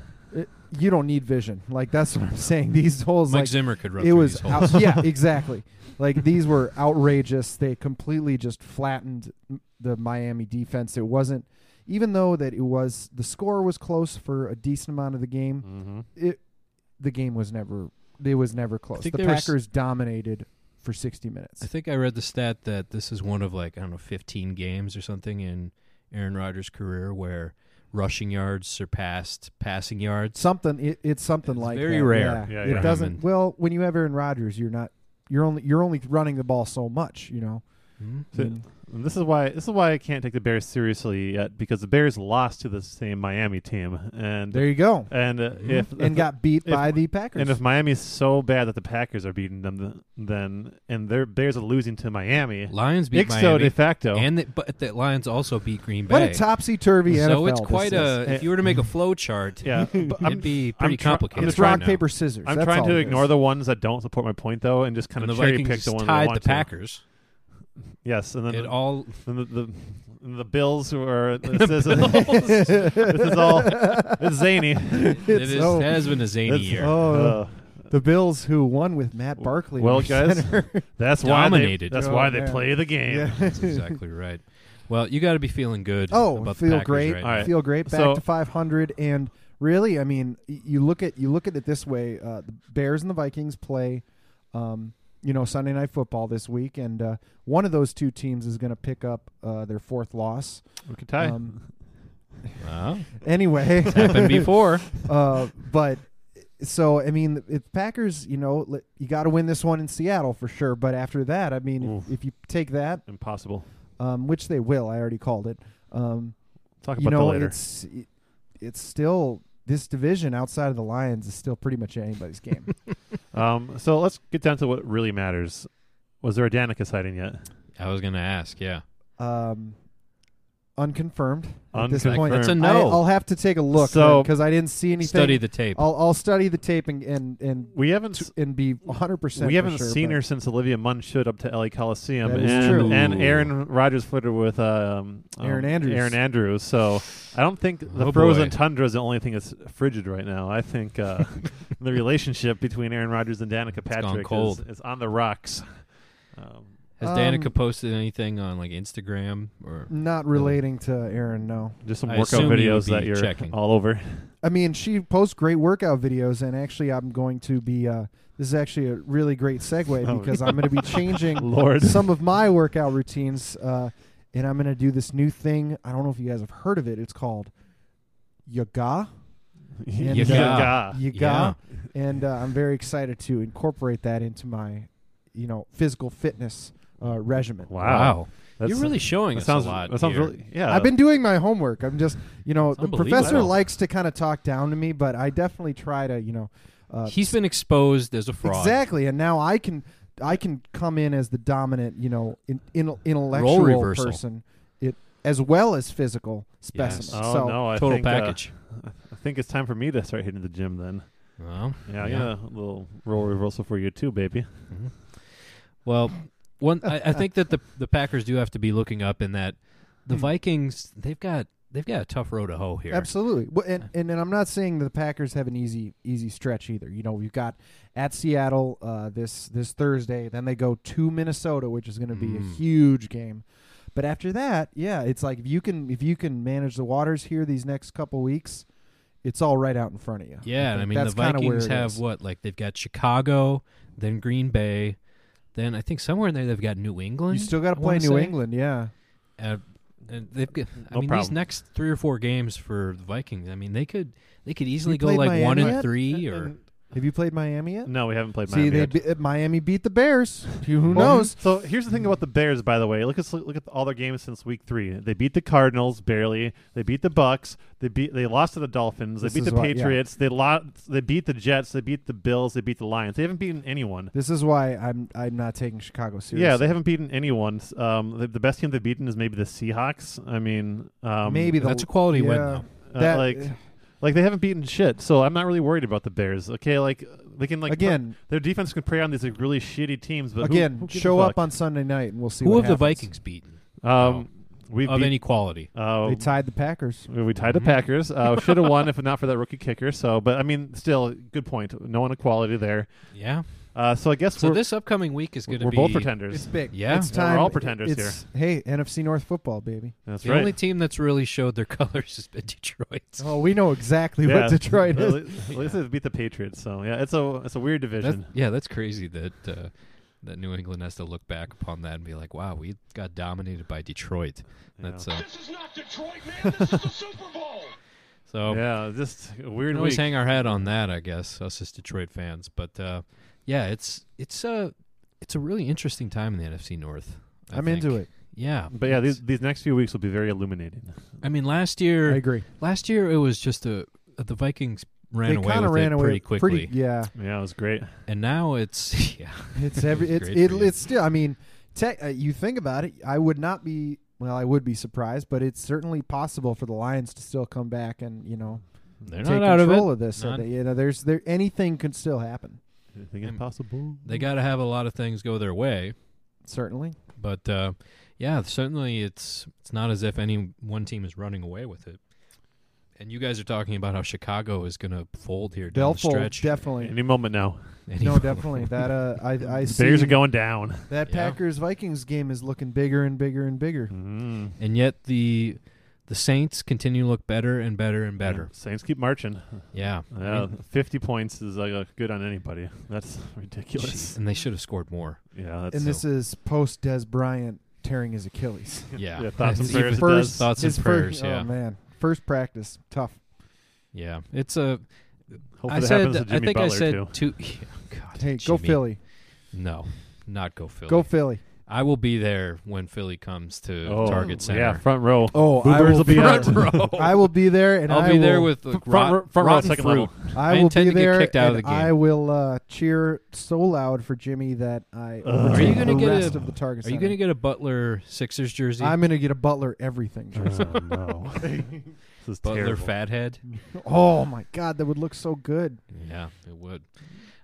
Speaker 3: you don't need vision. Like that's what I'm saying. These holes,
Speaker 1: Mike
Speaker 3: like
Speaker 1: Zimmer could run
Speaker 3: it
Speaker 1: through these
Speaker 3: was,
Speaker 1: holes.
Speaker 3: out- yeah, exactly. Like these were outrageous. They completely just flattened m- the Miami defense. It wasn't, even though that it was the score was close for a decent amount of the game.
Speaker 2: Mm-hmm.
Speaker 3: It, the game was never, it was never close. The
Speaker 1: think they were s-
Speaker 3: Packers dominated for 60 minutes.
Speaker 1: I think I read the stat that this is one of like I don't know 15 games or something in Aaron Rodgers' career where rushing yards surpassed passing yards.
Speaker 3: Something it, it's something
Speaker 1: It's
Speaker 3: like
Speaker 1: very
Speaker 3: that.
Speaker 1: rare Mm-hmm.
Speaker 3: Yeah.
Speaker 2: Yeah,
Speaker 3: it
Speaker 2: yeah.
Speaker 1: And-
Speaker 3: doesn't. Well, when you have Aaron Rodgers, you're not. You're only you're only running the ball so much, you know.
Speaker 1: Hmm?
Speaker 2: So-
Speaker 3: I mean,
Speaker 2: And this is why this is why I can't take the Bears seriously yet because the Bears lost to the same Miami team, and
Speaker 3: There you go.
Speaker 2: and uh,
Speaker 1: Mhm.
Speaker 2: if
Speaker 3: Mm-hmm. And
Speaker 2: if-
Speaker 3: got beat
Speaker 2: if-
Speaker 3: by the Packers.
Speaker 2: and if Miami's so bad that the Packers are beating them, th- then and their Bears are losing to Miami,
Speaker 1: Lions beat
Speaker 2: ixo de
Speaker 1: Miami,
Speaker 2: facto.
Speaker 1: and the, but the Lions also beat Green Bay.
Speaker 3: what a topsy turvy NFL.
Speaker 1: so it's
Speaker 3: this
Speaker 1: quite
Speaker 3: is.
Speaker 1: a. If you were to make a flow chart,
Speaker 2: yeah, but I'm-
Speaker 1: it'd be pretty
Speaker 2: I'm try- I'm
Speaker 1: complicated.
Speaker 3: It's
Speaker 2: just trying
Speaker 3: rock
Speaker 1: right now.
Speaker 3: paper scissors.
Speaker 2: I'm
Speaker 3: That's
Speaker 2: trying
Speaker 3: all
Speaker 2: to
Speaker 3: it
Speaker 2: ignore
Speaker 3: is.
Speaker 2: the ones that don't support my point though, and just kind
Speaker 1: And
Speaker 2: of
Speaker 1: the
Speaker 2: cherry
Speaker 1: Vikings
Speaker 2: pick the ones that
Speaker 1: tied
Speaker 2: want
Speaker 1: the
Speaker 2: to.
Speaker 1: Packers.
Speaker 2: Yes, and then
Speaker 1: It all
Speaker 2: and the, the and the Bills who are this is this is all it's zany.
Speaker 1: it
Speaker 3: It's
Speaker 1: is,
Speaker 3: so-
Speaker 1: has been a zany
Speaker 2: That's-
Speaker 1: year.
Speaker 3: Oh,
Speaker 2: Uh,
Speaker 3: the Bills who won with Matt Barkley.
Speaker 2: Well,
Speaker 3: under
Speaker 2: guys,
Speaker 3: center.
Speaker 2: that's
Speaker 1: Dominated.
Speaker 2: why they, that's
Speaker 3: Oh,
Speaker 2: why they
Speaker 3: man.
Speaker 2: play the game.
Speaker 3: Yeah.
Speaker 1: That's exactly right. Well, you got to be feeling good.
Speaker 3: oh,
Speaker 1: about the
Speaker 3: feel
Speaker 1: Packers
Speaker 3: great,
Speaker 1: Right
Speaker 2: All right.
Speaker 1: now.
Speaker 3: feel great. Back
Speaker 2: So-
Speaker 3: to 500, and really, I mean, y- you look at you look at it this way: uh, the Bears and the Vikings play, um, you know, Sunday Night Football this week, and uh, one of those two teams is going to pick up uh, their fourth loss.
Speaker 2: We could tie.
Speaker 3: Um,
Speaker 1: Wow.
Speaker 3: anyway,
Speaker 1: happened before.
Speaker 3: uh, but so I mean, if Packers, you know, li- you got to win this one in Seattle for sure. But after that, I mean,
Speaker 2: Oof.
Speaker 3: if, if you take that,
Speaker 2: Impossible.
Speaker 3: um, which they will, I already called it. Um,
Speaker 2: Talk about
Speaker 3: you know,
Speaker 2: that later.
Speaker 3: it's it, it's still this division outside of the Lions is still pretty much anybody's game.
Speaker 2: Um, so let's get down to what really matters. Was there a Danica sighting yet?
Speaker 1: I was going to ask. Yeah.
Speaker 3: um, unconfirmed at this
Speaker 2: Unconfirmed.
Speaker 3: point.
Speaker 1: That's a
Speaker 2: Confirmed.
Speaker 3: I,
Speaker 1: no.
Speaker 3: will have to take a look
Speaker 2: So-
Speaker 3: because I didn't see anything.
Speaker 1: Study the tape.
Speaker 3: I'll, I'll study the tape and and and,
Speaker 2: We haven't
Speaker 3: and be 100. percent
Speaker 2: we haven't
Speaker 3: sure,
Speaker 2: seen
Speaker 3: but-
Speaker 2: her since Olivia Munn showed up to LA Coliseum,
Speaker 3: That
Speaker 2: and
Speaker 3: is true.
Speaker 2: and
Speaker 1: Ooh.
Speaker 2: Aaron Rodgers flirted with um, um,
Speaker 3: Aaron Andrews.
Speaker 2: Aaron Andrews. So I don't think the
Speaker 1: Oh,
Speaker 2: frozen
Speaker 1: boy.
Speaker 2: tundra is the only thing that's frigid right now. I think uh, the relationship between Aaron Rodgers and
Speaker 1: gone
Speaker 2: Danica Patrick is,
Speaker 1: cold.
Speaker 2: is on the rocks. Um,
Speaker 1: Has
Speaker 3: Um,
Speaker 1: Danica posted anything on like Instagram or?
Speaker 3: Not
Speaker 1: Really?
Speaker 3: relating to Aaron, no.
Speaker 2: just some
Speaker 1: I
Speaker 2: workout
Speaker 1: assume you would
Speaker 2: videos that
Speaker 1: be
Speaker 2: you're
Speaker 1: checking.
Speaker 2: all over.
Speaker 3: I mean, she posts great workout videos, and actually, I'm going to be. Uh, this is actually a really great segue
Speaker 2: Oh.
Speaker 3: because I'm going to be changing
Speaker 2: Lord,
Speaker 3: some of my workout routines, uh, and I'm going to do this new thing. I don't know if you guys have heard of it. It's called yoga. And, uh,
Speaker 1: Yaga.
Speaker 2: Yaga.
Speaker 3: Yoga, and uh, I'm very excited to incorporate that into my, you know, physical fitness uh, regimen.
Speaker 2: Wow, That's-
Speaker 1: You're really showing
Speaker 2: that
Speaker 1: us
Speaker 2: sounds
Speaker 1: a lot.
Speaker 2: That sounds
Speaker 1: here.
Speaker 2: really yeah.
Speaker 3: I've been doing my homework. I'm just, you know,
Speaker 1: It's
Speaker 3: the professor
Speaker 1: unbelievable.
Speaker 3: likes to kind of talk down to me, but I definitely try to, you know, uh,
Speaker 1: He's been exposed as a fraud.
Speaker 3: exactly. And now I can, I can come in as the dominant, you know, in, in,
Speaker 1: Role
Speaker 3: intellectual
Speaker 1: reversal.
Speaker 3: person, it as well as physical specimen.
Speaker 2: Oh
Speaker 3: so
Speaker 2: no, I
Speaker 1: Total
Speaker 2: think, uh,
Speaker 1: package.
Speaker 2: I think it's time for me to start hitting the gym then.
Speaker 1: Well,
Speaker 2: Yeah, yeah, a little role reversal for you too, baby.
Speaker 1: mm-hmm. Well, one I, I think that the the Packers do have to be looking up in that the
Speaker 3: Hmm.
Speaker 1: Vikings they've got they've got a tough road to hoe here.
Speaker 3: absolutely. Well, and, and and I'm not saying that the Packers have an easy easy stretch either. You know, we've got at Seattle uh, this this Thursday, then they go to Minnesota, which is going to be
Speaker 1: Mm.
Speaker 3: a huge game. But after that, yeah, it's like if you can if you can manage the waters here these next couple weeks, it's all right out in front of you.
Speaker 1: Yeah, and I
Speaker 3: think
Speaker 1: mean the
Speaker 3: that's kinda where
Speaker 1: Vikings
Speaker 3: it
Speaker 1: have
Speaker 3: is.
Speaker 1: what like they've got Chicago, then Green Bay, then I think somewhere in there they've got New England.
Speaker 3: You still got
Speaker 1: I
Speaker 3: to
Speaker 1: wanna
Speaker 3: play New
Speaker 1: say.
Speaker 3: England, yeah.
Speaker 1: Uh, and they've got, I
Speaker 2: No
Speaker 1: mean these
Speaker 2: problem.
Speaker 1: next three or four games for the Vikings. I mean they could they could easily
Speaker 3: you
Speaker 1: go
Speaker 3: played
Speaker 1: like one
Speaker 3: Miami
Speaker 1: and
Speaker 3: yet?
Speaker 1: three or
Speaker 3: Have you played Miami yet?
Speaker 2: No, we haven't played
Speaker 3: See,
Speaker 2: Miami.
Speaker 3: they
Speaker 2: yet.
Speaker 3: be, Miami beat the Bears. Who
Speaker 2: Well,
Speaker 3: knows?
Speaker 2: So here's the thing about the Bears, by the way. Look at look at all their games since week three. They beat the Cardinals barely. They beat the Bucks. They beat they lost to the Dolphins. They
Speaker 3: This
Speaker 2: beat
Speaker 3: is
Speaker 2: the
Speaker 3: what- yeah.
Speaker 2: Patriots. They lost. They beat the Jets. They beat the Bills. They beat the Lions. They haven't beaten anyone.
Speaker 3: This is why I'm I'm not taking Chicago seriously.
Speaker 2: Yeah, they haven't beaten anyone. Um, the, the best team they've beaten is maybe the Seahawks. I mean, um,
Speaker 3: maybe the,
Speaker 1: that's a quality win
Speaker 3: yeah.
Speaker 1: though.
Speaker 2: uh,
Speaker 3: that-
Speaker 2: like like they haven't beaten shit. So I'm not really worried about the Bears. Okay, like they can like
Speaker 3: again,
Speaker 2: Their defense can prey on these like, really shitty teams, but who-
Speaker 3: again,
Speaker 2: who gives a
Speaker 3: show up
Speaker 2: fuck?
Speaker 3: on Sunday night and we'll see.
Speaker 1: Who
Speaker 3: what
Speaker 1: have the
Speaker 3: happens.
Speaker 1: Vikings beaten
Speaker 2: Um, we
Speaker 1: Oh. of
Speaker 2: beat-
Speaker 1: any quality?
Speaker 2: uh,
Speaker 3: They tied the Packers.
Speaker 2: we we tied the
Speaker 1: Mhm.
Speaker 2: Packers. Uh, Should have won if not for that rookie kicker. So, but I mean, still, good point. No inequality there.
Speaker 1: Yeah.
Speaker 2: Uh, so I guess
Speaker 1: So
Speaker 2: we're
Speaker 1: this upcoming week is going to
Speaker 2: we're
Speaker 1: be
Speaker 2: both
Speaker 3: It's
Speaker 2: pretenders.
Speaker 3: big.
Speaker 1: Yeah.
Speaker 3: it's
Speaker 2: Yeah, we're
Speaker 3: time.
Speaker 2: all pretenders
Speaker 3: it's, Hey, NFC North football, baby.
Speaker 2: That's
Speaker 1: the
Speaker 2: right.
Speaker 1: only team that's really showed their colors has been Detroit.
Speaker 3: Oh, we know exactly
Speaker 2: yeah.
Speaker 3: what Detroit
Speaker 2: At
Speaker 3: is.
Speaker 2: least- At least they beat the Patriots. So yeah, it's a it's a weird
Speaker 1: That's-
Speaker 2: division.
Speaker 1: yeah, that's crazy that uh, that New England has to look back upon that and be like, "Wow, we got dominated by Detroit."
Speaker 2: Yeah.
Speaker 1: That's uh,
Speaker 4: This is not Detroit, man. This is the Super Bowl.
Speaker 1: so.
Speaker 2: yeah, just a
Speaker 1: We
Speaker 2: weird.
Speaker 1: can always
Speaker 2: Week.
Speaker 1: hang our hat on that, I guess, us as Detroit fans. But uh, yeah, it's it's a it's a really interesting time in the NFC North. I
Speaker 3: I'm
Speaker 1: think.
Speaker 3: into it.
Speaker 1: Yeah.
Speaker 2: But yeah, these these next few weeks will be very illuminating.
Speaker 1: I mean, last
Speaker 3: I
Speaker 1: year,
Speaker 3: agree.
Speaker 1: last year it was just a uh, the Vikings ran
Speaker 3: they
Speaker 1: away
Speaker 3: kind
Speaker 1: with
Speaker 3: of ran
Speaker 1: it
Speaker 3: away
Speaker 1: pretty quickly,
Speaker 3: yeah,
Speaker 2: Yeah, it was great.
Speaker 1: and now it's yeah.
Speaker 3: it's every. It's
Speaker 1: Great
Speaker 3: it,
Speaker 1: for you.
Speaker 3: it's still. I mean, te- uh, you think about it. I would not be. Well, I would be surprised, but it's certainly possible for the Lions to still come back and you know
Speaker 1: They're
Speaker 3: take
Speaker 1: not out of
Speaker 3: control
Speaker 1: it.
Speaker 3: of this. So
Speaker 1: Not-
Speaker 3: that, you know, there's there anything could still happen.
Speaker 2: Anything
Speaker 1: I'm-
Speaker 2: impossible.
Speaker 1: They got to have a lot of things go their way,
Speaker 3: Certainly,
Speaker 1: but uh, yeah, certainly it's it's not as if any one team is running away with it. And you guys are talking about how Chicago is going to fold here down
Speaker 3: They'll
Speaker 1: the
Speaker 3: fold,
Speaker 1: stretch.
Speaker 3: definitely.
Speaker 2: any moment now.
Speaker 1: Any-
Speaker 3: No, definitely that. Uh, I I
Speaker 2: The
Speaker 3: see
Speaker 2: Bears are going down.
Speaker 3: that
Speaker 1: Yeah.
Speaker 3: Packers Vikings game is looking bigger and bigger and bigger.
Speaker 2: Mm.
Speaker 1: and yet the the Saints continue to look better and better and
Speaker 2: Yeah,
Speaker 1: better.
Speaker 2: Saints keep marching.
Speaker 1: Yeah, I
Speaker 2: Yeah,
Speaker 1: mean,
Speaker 2: fifty points is like uh, good on anybody. That's ridiculous.
Speaker 1: geez, and they should have scored more.
Speaker 2: Yeah, that's
Speaker 3: and this is post Des Bryant tearing his Achilles.
Speaker 1: Yeah,
Speaker 2: Yeah, thoughts and
Speaker 1: It's even-
Speaker 2: prayers. it
Speaker 3: first-
Speaker 2: does.
Speaker 1: thoughts and
Speaker 3: His
Speaker 1: prayers.
Speaker 3: first,
Speaker 1: yeah,
Speaker 3: Oh man, first practice tough.
Speaker 1: yeah. It's a
Speaker 2: Hopefully
Speaker 1: I
Speaker 2: that
Speaker 1: said,
Speaker 2: happens to
Speaker 1: I
Speaker 2: Jimmy
Speaker 1: think
Speaker 2: Butler
Speaker 1: I said
Speaker 2: too.
Speaker 1: two. Yeah, God,
Speaker 3: Hey,
Speaker 1: Jimmy.
Speaker 3: go Philly,
Speaker 1: No, not go Philly.
Speaker 3: go Philly.
Speaker 1: I will be there when Philly comes to Target Center.
Speaker 2: Oh, Yeah, front row.
Speaker 3: Oh, I
Speaker 2: Boobers
Speaker 3: will
Speaker 2: will be
Speaker 1: Front
Speaker 2: out.
Speaker 1: row.
Speaker 3: I will be there, and
Speaker 1: I'll
Speaker 3: I
Speaker 1: be there
Speaker 3: will-
Speaker 1: with like,
Speaker 2: Front row-
Speaker 1: rot,
Speaker 2: front row,
Speaker 1: rotten
Speaker 2: second
Speaker 1: fruit.
Speaker 2: level.
Speaker 1: I
Speaker 3: I will
Speaker 1: intend
Speaker 3: be
Speaker 1: to get
Speaker 3: there.
Speaker 1: kicked out of
Speaker 3: and
Speaker 1: the game.
Speaker 3: I will uh, cheer so loud for Jimmy that I.
Speaker 2: Ugh. Are you
Speaker 3: overtake
Speaker 1: gonna
Speaker 3: the
Speaker 1: get a-
Speaker 3: rest of the target?
Speaker 1: Are you
Speaker 3: Center.
Speaker 1: going to get a Butler Sixers jersey?
Speaker 3: I'm gonna get a Butler everything jersey.
Speaker 2: Oh, no. this is
Speaker 1: Butler
Speaker 2: terrible.
Speaker 1: fathead.
Speaker 3: oh my god, that would look so good.
Speaker 1: Yeah, it would.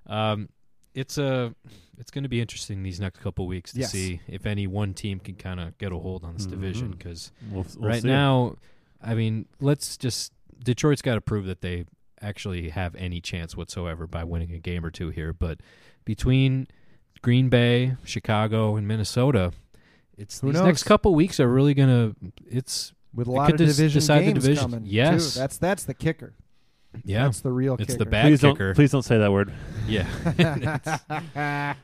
Speaker 1: Um, it's a. It's going to be interesting these next couple weeks to
Speaker 3: Yes. Mm-hmm.
Speaker 1: see if any one team can kind of get a hold on this division
Speaker 2: Mhm.
Speaker 1: because
Speaker 2: We'll, we'll
Speaker 1: right
Speaker 2: see.
Speaker 1: now, I mean, let's just Detroit's got to prove that they actually have any chance whatsoever by winning a game or two here. But between Green Bay, Chicago, and Minnesota, it's
Speaker 3: Who
Speaker 1: these
Speaker 3: knows?
Speaker 1: next couple weeks are really gonna. It's
Speaker 3: With a
Speaker 1: It
Speaker 3: lot
Speaker 1: could
Speaker 3: of
Speaker 1: des-
Speaker 3: division
Speaker 1: decide the
Speaker 3: games
Speaker 1: division.
Speaker 3: coming. too.
Speaker 1: Yes.
Speaker 3: that's that's the kicker.
Speaker 1: yeah,
Speaker 3: That's the real.
Speaker 1: it's
Speaker 3: kicker.
Speaker 1: the bad
Speaker 2: please don't,
Speaker 1: kicker.
Speaker 2: please don't say that word.
Speaker 1: Yeah, It's-
Speaker 2: I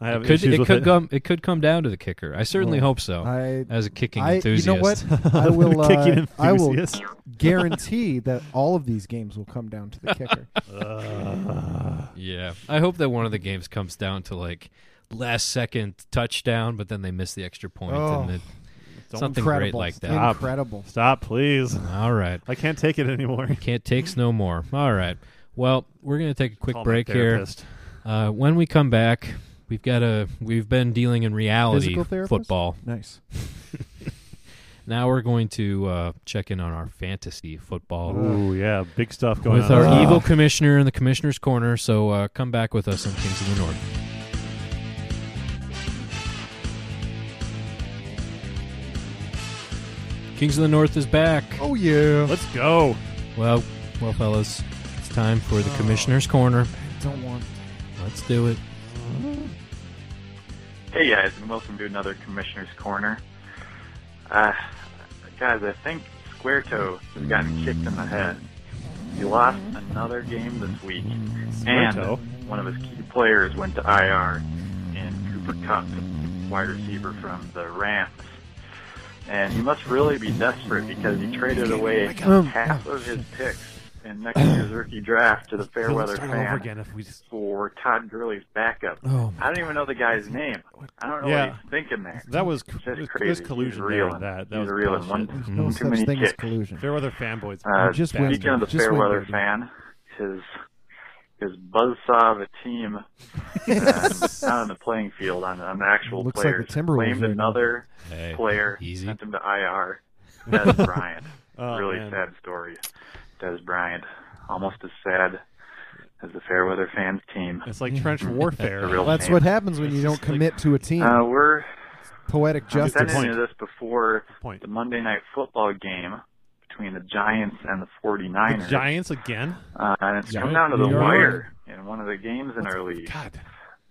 Speaker 2: have
Speaker 1: it could
Speaker 2: issues
Speaker 1: it
Speaker 2: with
Speaker 1: could
Speaker 2: it.
Speaker 1: come it could come down to the kicker. I certainly
Speaker 3: Well,
Speaker 1: hope so.
Speaker 3: Oh. I
Speaker 1: as a kicking
Speaker 3: I- you
Speaker 1: enthusiast,
Speaker 3: know what? I will.
Speaker 2: Kicking
Speaker 3: Uh, I will
Speaker 2: enthusiast.
Speaker 3: guarantee that all of these games will come down to the kicker.
Speaker 2: Ugh.
Speaker 1: Yeah, I hope that one of the games comes down to like last second touchdown, but then they miss the extra point
Speaker 3: Oh.
Speaker 1: and it,
Speaker 2: Don't
Speaker 1: something great
Speaker 3: Incredible.
Speaker 1: like that.
Speaker 2: Ah.
Speaker 3: Incredible.
Speaker 2: Stop, please.
Speaker 1: All right.
Speaker 2: I can't take it anymore.
Speaker 1: Can't takes no more. All right. Well, we're going to take a quick
Speaker 2: Call my
Speaker 1: break here.
Speaker 2: therapist.
Speaker 1: Uh, when we come back, we've got a we've been dealing in reality
Speaker 3: Physical therapist?
Speaker 1: football.
Speaker 3: Nice.
Speaker 1: Now we're going to uh, check in on our fantasy football
Speaker 2: Ooh, yeah, big stuff going
Speaker 1: Oh. with
Speaker 2: on.
Speaker 1: our
Speaker 2: Ah.
Speaker 1: evil commissioner in the commissioner's corner. So uh, come back with us on Kings of the North. Kings of the North is back.
Speaker 3: Oh yeah.
Speaker 2: Let's go.
Speaker 1: Well, well, fellas, it's time for the commissioner's corner.
Speaker 3: Don't want.
Speaker 1: Let's do it.
Speaker 5: Hey guys, and welcome to another Commissioner's Corner. Uh, guys, I think Square Toe has gotten kicked in the head. He lost another game this week, and
Speaker 2: Toe?
Speaker 5: one of his key players went to IR in Cooper Cup, wide receiver from the Rams. And he must really be desperate because he traded away half of his picks in next year's rookie draft to the
Speaker 2: Let's
Speaker 5: Fairweather
Speaker 2: start all over
Speaker 5: Fan
Speaker 2: again if we just-
Speaker 5: for Todd Gurley's backup.
Speaker 3: Oh
Speaker 5: I don't even know the guy's name. I don't know
Speaker 2: Yeah.
Speaker 5: what he's thinking there.
Speaker 2: That was,
Speaker 5: It's
Speaker 2: it was,
Speaker 5: just
Speaker 2: it was
Speaker 5: crazy.
Speaker 2: collusion
Speaker 5: he's
Speaker 2: there.
Speaker 5: reeling.
Speaker 2: on That that
Speaker 5: he's
Speaker 2: was
Speaker 5: reeling.
Speaker 2: bullshit.
Speaker 5: One,
Speaker 3: no
Speaker 5: Mm-hmm. too
Speaker 3: such
Speaker 5: many
Speaker 3: thing as
Speaker 5: kicks.
Speaker 3: collusion.
Speaker 2: Fairweather fanboys.
Speaker 5: Uh,
Speaker 3: just
Speaker 2: bastards.
Speaker 5: speaking of the
Speaker 3: Just wait,
Speaker 5: Fairweather
Speaker 3: Brady.
Speaker 5: fan, his his buzzsaw of a team uh, not on the playing field on, on the actual
Speaker 3: Looks like
Speaker 5: players
Speaker 3: the Timberwolves
Speaker 5: claimed
Speaker 3: right now.
Speaker 5: another
Speaker 1: Hey,
Speaker 5: player,
Speaker 1: easy.
Speaker 5: sent him to IR. Des Bryant,
Speaker 2: Oh,
Speaker 5: really
Speaker 2: man.
Speaker 5: sad story. Des Bryant, almost as sad as the Fairweather fans team.
Speaker 2: It's like trench warfare.
Speaker 5: A real
Speaker 3: That's
Speaker 5: shame.
Speaker 3: what happens when you don't
Speaker 2: It's like-
Speaker 3: commit to a team.
Speaker 5: Uh, we're
Speaker 3: Poetic
Speaker 5: Just
Speaker 3: justice.
Speaker 2: point.
Speaker 5: into this before
Speaker 2: Point.
Speaker 5: the Monday night football game between the Giants and the
Speaker 2: The
Speaker 5: 49ers.
Speaker 2: Giants again.
Speaker 5: Uh, and it's
Speaker 1: Yeah.
Speaker 5: come down to the
Speaker 3: New York.
Speaker 5: wire in one of the games in our league.
Speaker 2: God,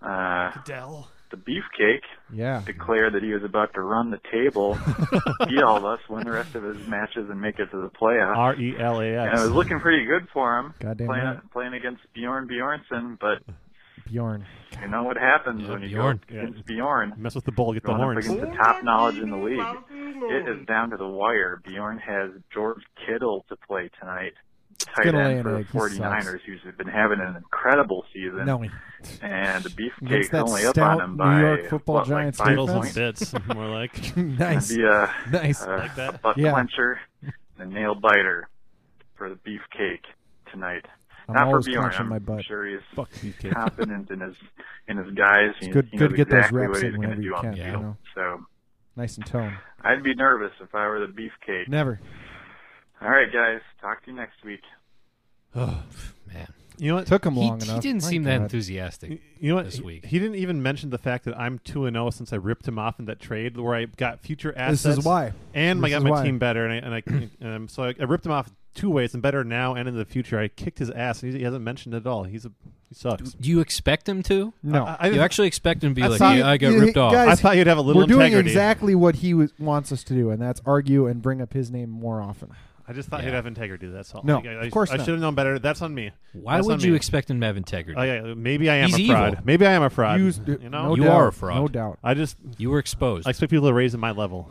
Speaker 5: Uh,
Speaker 2: Adele.
Speaker 5: the Beefcake
Speaker 3: Yeah.
Speaker 5: declared that he was about to run the table, beat all of us, win the rest of his matches, and make it to the playoffs.
Speaker 2: R e l a
Speaker 5: And it was
Speaker 2: x.
Speaker 5: looking pretty good for him,
Speaker 3: Goddamn
Speaker 5: playing,
Speaker 3: right.
Speaker 5: playing against Bjorn Bjornsson, but
Speaker 3: Bjorn.
Speaker 5: you know what happens
Speaker 1: Yeah,
Speaker 5: when you
Speaker 1: Bjorn.
Speaker 5: go up against
Speaker 2: Yeah.
Speaker 5: Bjorn.
Speaker 2: Mess with the ball, get the
Speaker 5: going up
Speaker 2: horns.
Speaker 5: against the top knowledge in the league. It is down to the wire. Bjorn has George Kittle to play tonight. tight
Speaker 3: gonna lay
Speaker 5: end
Speaker 3: an
Speaker 5: for
Speaker 3: egg. He
Speaker 5: the 49ers,
Speaker 3: sucks.
Speaker 5: who's been having an incredible season.
Speaker 3: No, he-
Speaker 5: And the
Speaker 3: Against
Speaker 5: Beefcake's
Speaker 3: that
Speaker 5: only up
Speaker 3: stout
Speaker 5: on him
Speaker 3: New
Speaker 5: by
Speaker 3: York football
Speaker 5: what,
Speaker 3: Giants
Speaker 5: like five
Speaker 2: Riddles and
Speaker 5: points.
Speaker 2: bits, more like.
Speaker 3: nice,
Speaker 5: Be uh, a,
Speaker 3: nice.
Speaker 5: a
Speaker 2: Like that.
Speaker 5: butt
Speaker 3: Yeah.
Speaker 5: clencher, the nail biter for the Beefcake tonight.
Speaker 3: I'm
Speaker 5: Not for
Speaker 3: always
Speaker 5: Bjorn.
Speaker 3: clenching
Speaker 5: I'm
Speaker 3: my butt.
Speaker 5: sure he's
Speaker 2: Fuck you, kid.
Speaker 5: confident in his in his guys. He,
Speaker 3: good-
Speaker 5: he
Speaker 3: good
Speaker 5: knows
Speaker 3: to get those
Speaker 5: exactly
Speaker 3: reps
Speaker 5: what
Speaker 3: in
Speaker 5: he's going
Speaker 3: whenever
Speaker 5: to
Speaker 3: you
Speaker 5: do on
Speaker 3: can,
Speaker 5: the
Speaker 3: you
Speaker 5: field.
Speaker 3: know?
Speaker 5: So
Speaker 3: nice and tone.
Speaker 5: I'd be nervous if I were the Beefcake.
Speaker 3: Never.
Speaker 5: All right, guys. Talk to you next week.
Speaker 2: Ugh.
Speaker 1: Man,
Speaker 2: you know what?
Speaker 3: Took him
Speaker 1: he,
Speaker 3: long
Speaker 1: he
Speaker 3: enough.
Speaker 1: didn't
Speaker 3: My
Speaker 1: seem that
Speaker 3: God.
Speaker 1: enthusiastic.
Speaker 2: You know what?
Speaker 1: this
Speaker 2: He-
Speaker 1: week.
Speaker 2: He didn't even mention the fact that I'm two and zero since I ripped him off in that trade where I got future assets.
Speaker 3: This is why.
Speaker 2: and I
Speaker 3: This
Speaker 2: got
Speaker 3: is
Speaker 2: my
Speaker 3: why.
Speaker 2: team better, and I and I um, so I, I ripped him off two ways and better now and in the future. I kicked his ass, and he, he hasn't mentioned it at all. He's a he sucks.
Speaker 1: Do you expect him to?
Speaker 3: No,
Speaker 2: I, I,
Speaker 1: you actually expect him to be
Speaker 2: I
Speaker 1: like,
Speaker 2: thought-
Speaker 1: yeah, I got
Speaker 3: you-
Speaker 1: ripped off.
Speaker 3: guys-
Speaker 2: I thought you'd have a little
Speaker 3: we're doing
Speaker 2: integrity.
Speaker 3: exactly what he was, wants us to do, and that's argue and bring up his name more often.
Speaker 2: I just thought
Speaker 1: Yeah.
Speaker 2: he'd have integrity. That's all.
Speaker 3: No,
Speaker 2: Like, I, I-
Speaker 3: of course
Speaker 2: I
Speaker 3: not.
Speaker 2: should have known better. That's on me.
Speaker 1: Why
Speaker 2: That's
Speaker 1: would
Speaker 2: on
Speaker 1: you
Speaker 2: me.
Speaker 1: expect him to have integrity?
Speaker 2: Oh, yeah, maybe I am
Speaker 1: He's
Speaker 2: a fraud.
Speaker 1: evil.
Speaker 2: Maybe I am a fraud.
Speaker 3: You,
Speaker 2: You, know,
Speaker 3: no
Speaker 1: You
Speaker 3: doubt,
Speaker 1: are a fraud.
Speaker 3: no doubt.
Speaker 2: I just
Speaker 1: you were exposed.
Speaker 2: I expect people to raise my level.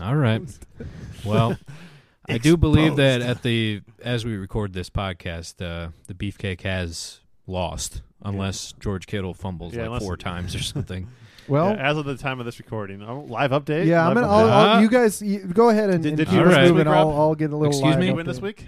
Speaker 1: All right. Well, I do believe that at the as we record this podcast, uh, the beefcake has lost unless George Kittle fumbles
Speaker 2: Yeah,
Speaker 1: like
Speaker 2: unless-
Speaker 1: four times or something.
Speaker 3: Well,
Speaker 2: Yeah, as of the time of this recording, Oh, live update.
Speaker 3: Yeah, I'm
Speaker 2: Live
Speaker 3: gonna.
Speaker 2: update.
Speaker 3: I'll, I'll,
Speaker 1: Ah.
Speaker 3: you guys, you, go ahead and,
Speaker 2: Did-
Speaker 3: and
Speaker 2: did
Speaker 3: keep
Speaker 1: you
Speaker 3: us
Speaker 1: win this
Speaker 3: moving.
Speaker 2: week,
Speaker 3: I'll,
Speaker 2: Rob?
Speaker 3: I'll get a little.
Speaker 1: Excuse
Speaker 3: live
Speaker 1: me?
Speaker 2: Did
Speaker 1: I'll
Speaker 2: you
Speaker 3: update.
Speaker 2: win this week?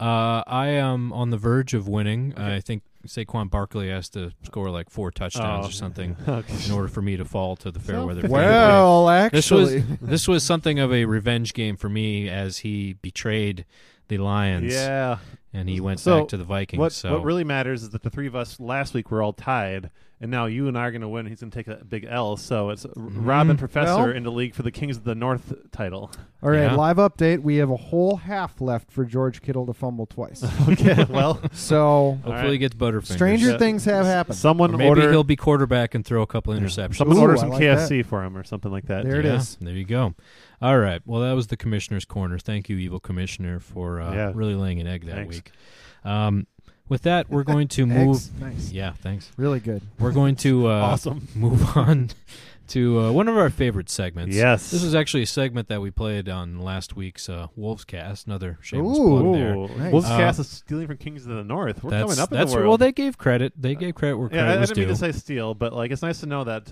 Speaker 1: Uh, I am on the verge of winning. I think Saquon Barkley has to score like four touchdowns
Speaker 2: Oh.
Speaker 1: or something
Speaker 2: Okay.
Speaker 1: in order for me to fall to the fair weather. favorite.
Speaker 3: Well,
Speaker 1: this
Speaker 3: actually,
Speaker 1: was this was something of a revenge game for me as he betrayed the Lions
Speaker 2: Yeah.
Speaker 1: and he went
Speaker 2: So,
Speaker 1: back to the Vikings.
Speaker 2: What
Speaker 1: so
Speaker 2: what really matters is that the three of us last week were all tied, and now you and I are going to win. He's going to take a big L. So it's
Speaker 1: Mm-hmm.
Speaker 2: Rob and Professor
Speaker 3: Well-
Speaker 2: in the league for the Kings of the North title.
Speaker 3: all right.
Speaker 1: Yeah.
Speaker 3: Live update. We have a whole half left for George Kittle to fumble twice.
Speaker 2: Okay. well,
Speaker 3: so
Speaker 1: hopefully
Speaker 2: right.
Speaker 1: he gets Butterfingers.
Speaker 3: stranger
Speaker 2: Yeah.
Speaker 3: things have happened.
Speaker 1: Or
Speaker 2: someone
Speaker 1: maybe
Speaker 2: order
Speaker 1: he'll be quarterback and throw a couple interceptions.
Speaker 2: someone
Speaker 3: Ooh,
Speaker 2: order
Speaker 3: I
Speaker 2: some
Speaker 3: like
Speaker 2: KFC for him or something like that.
Speaker 3: There it
Speaker 1: Yeah,
Speaker 3: is.
Speaker 1: There you go. All right. Well, that was the commissioner's corner. Thank you, evil commissioner, for uh,
Speaker 2: Yeah.
Speaker 1: really laying an egg that
Speaker 2: Thanks.
Speaker 1: week. Um, with that, we're going to move.
Speaker 3: Eggs? Nice.
Speaker 1: Yeah, thanks.
Speaker 3: Really good.
Speaker 1: We're going to uh,
Speaker 2: Awesome.
Speaker 1: move on to uh, one of our favorite segments.
Speaker 2: Yes.
Speaker 1: This is actually a segment that we played on last week's uh, Wolves Cast. Another shameless
Speaker 3: Ooh.
Speaker 1: plug there.
Speaker 2: Ooh,
Speaker 3: Nice.
Speaker 2: Wolves
Speaker 1: Uh,
Speaker 2: cast is stealing from Kings of the North. We're
Speaker 1: that's
Speaker 2: coming up in
Speaker 1: that's
Speaker 2: the world.
Speaker 1: well, they gave credit. They gave credit where
Speaker 2: yeah,
Speaker 1: credit
Speaker 2: I, I
Speaker 1: was
Speaker 2: didn't mean
Speaker 1: due.
Speaker 2: to say steal, but like it's nice to know that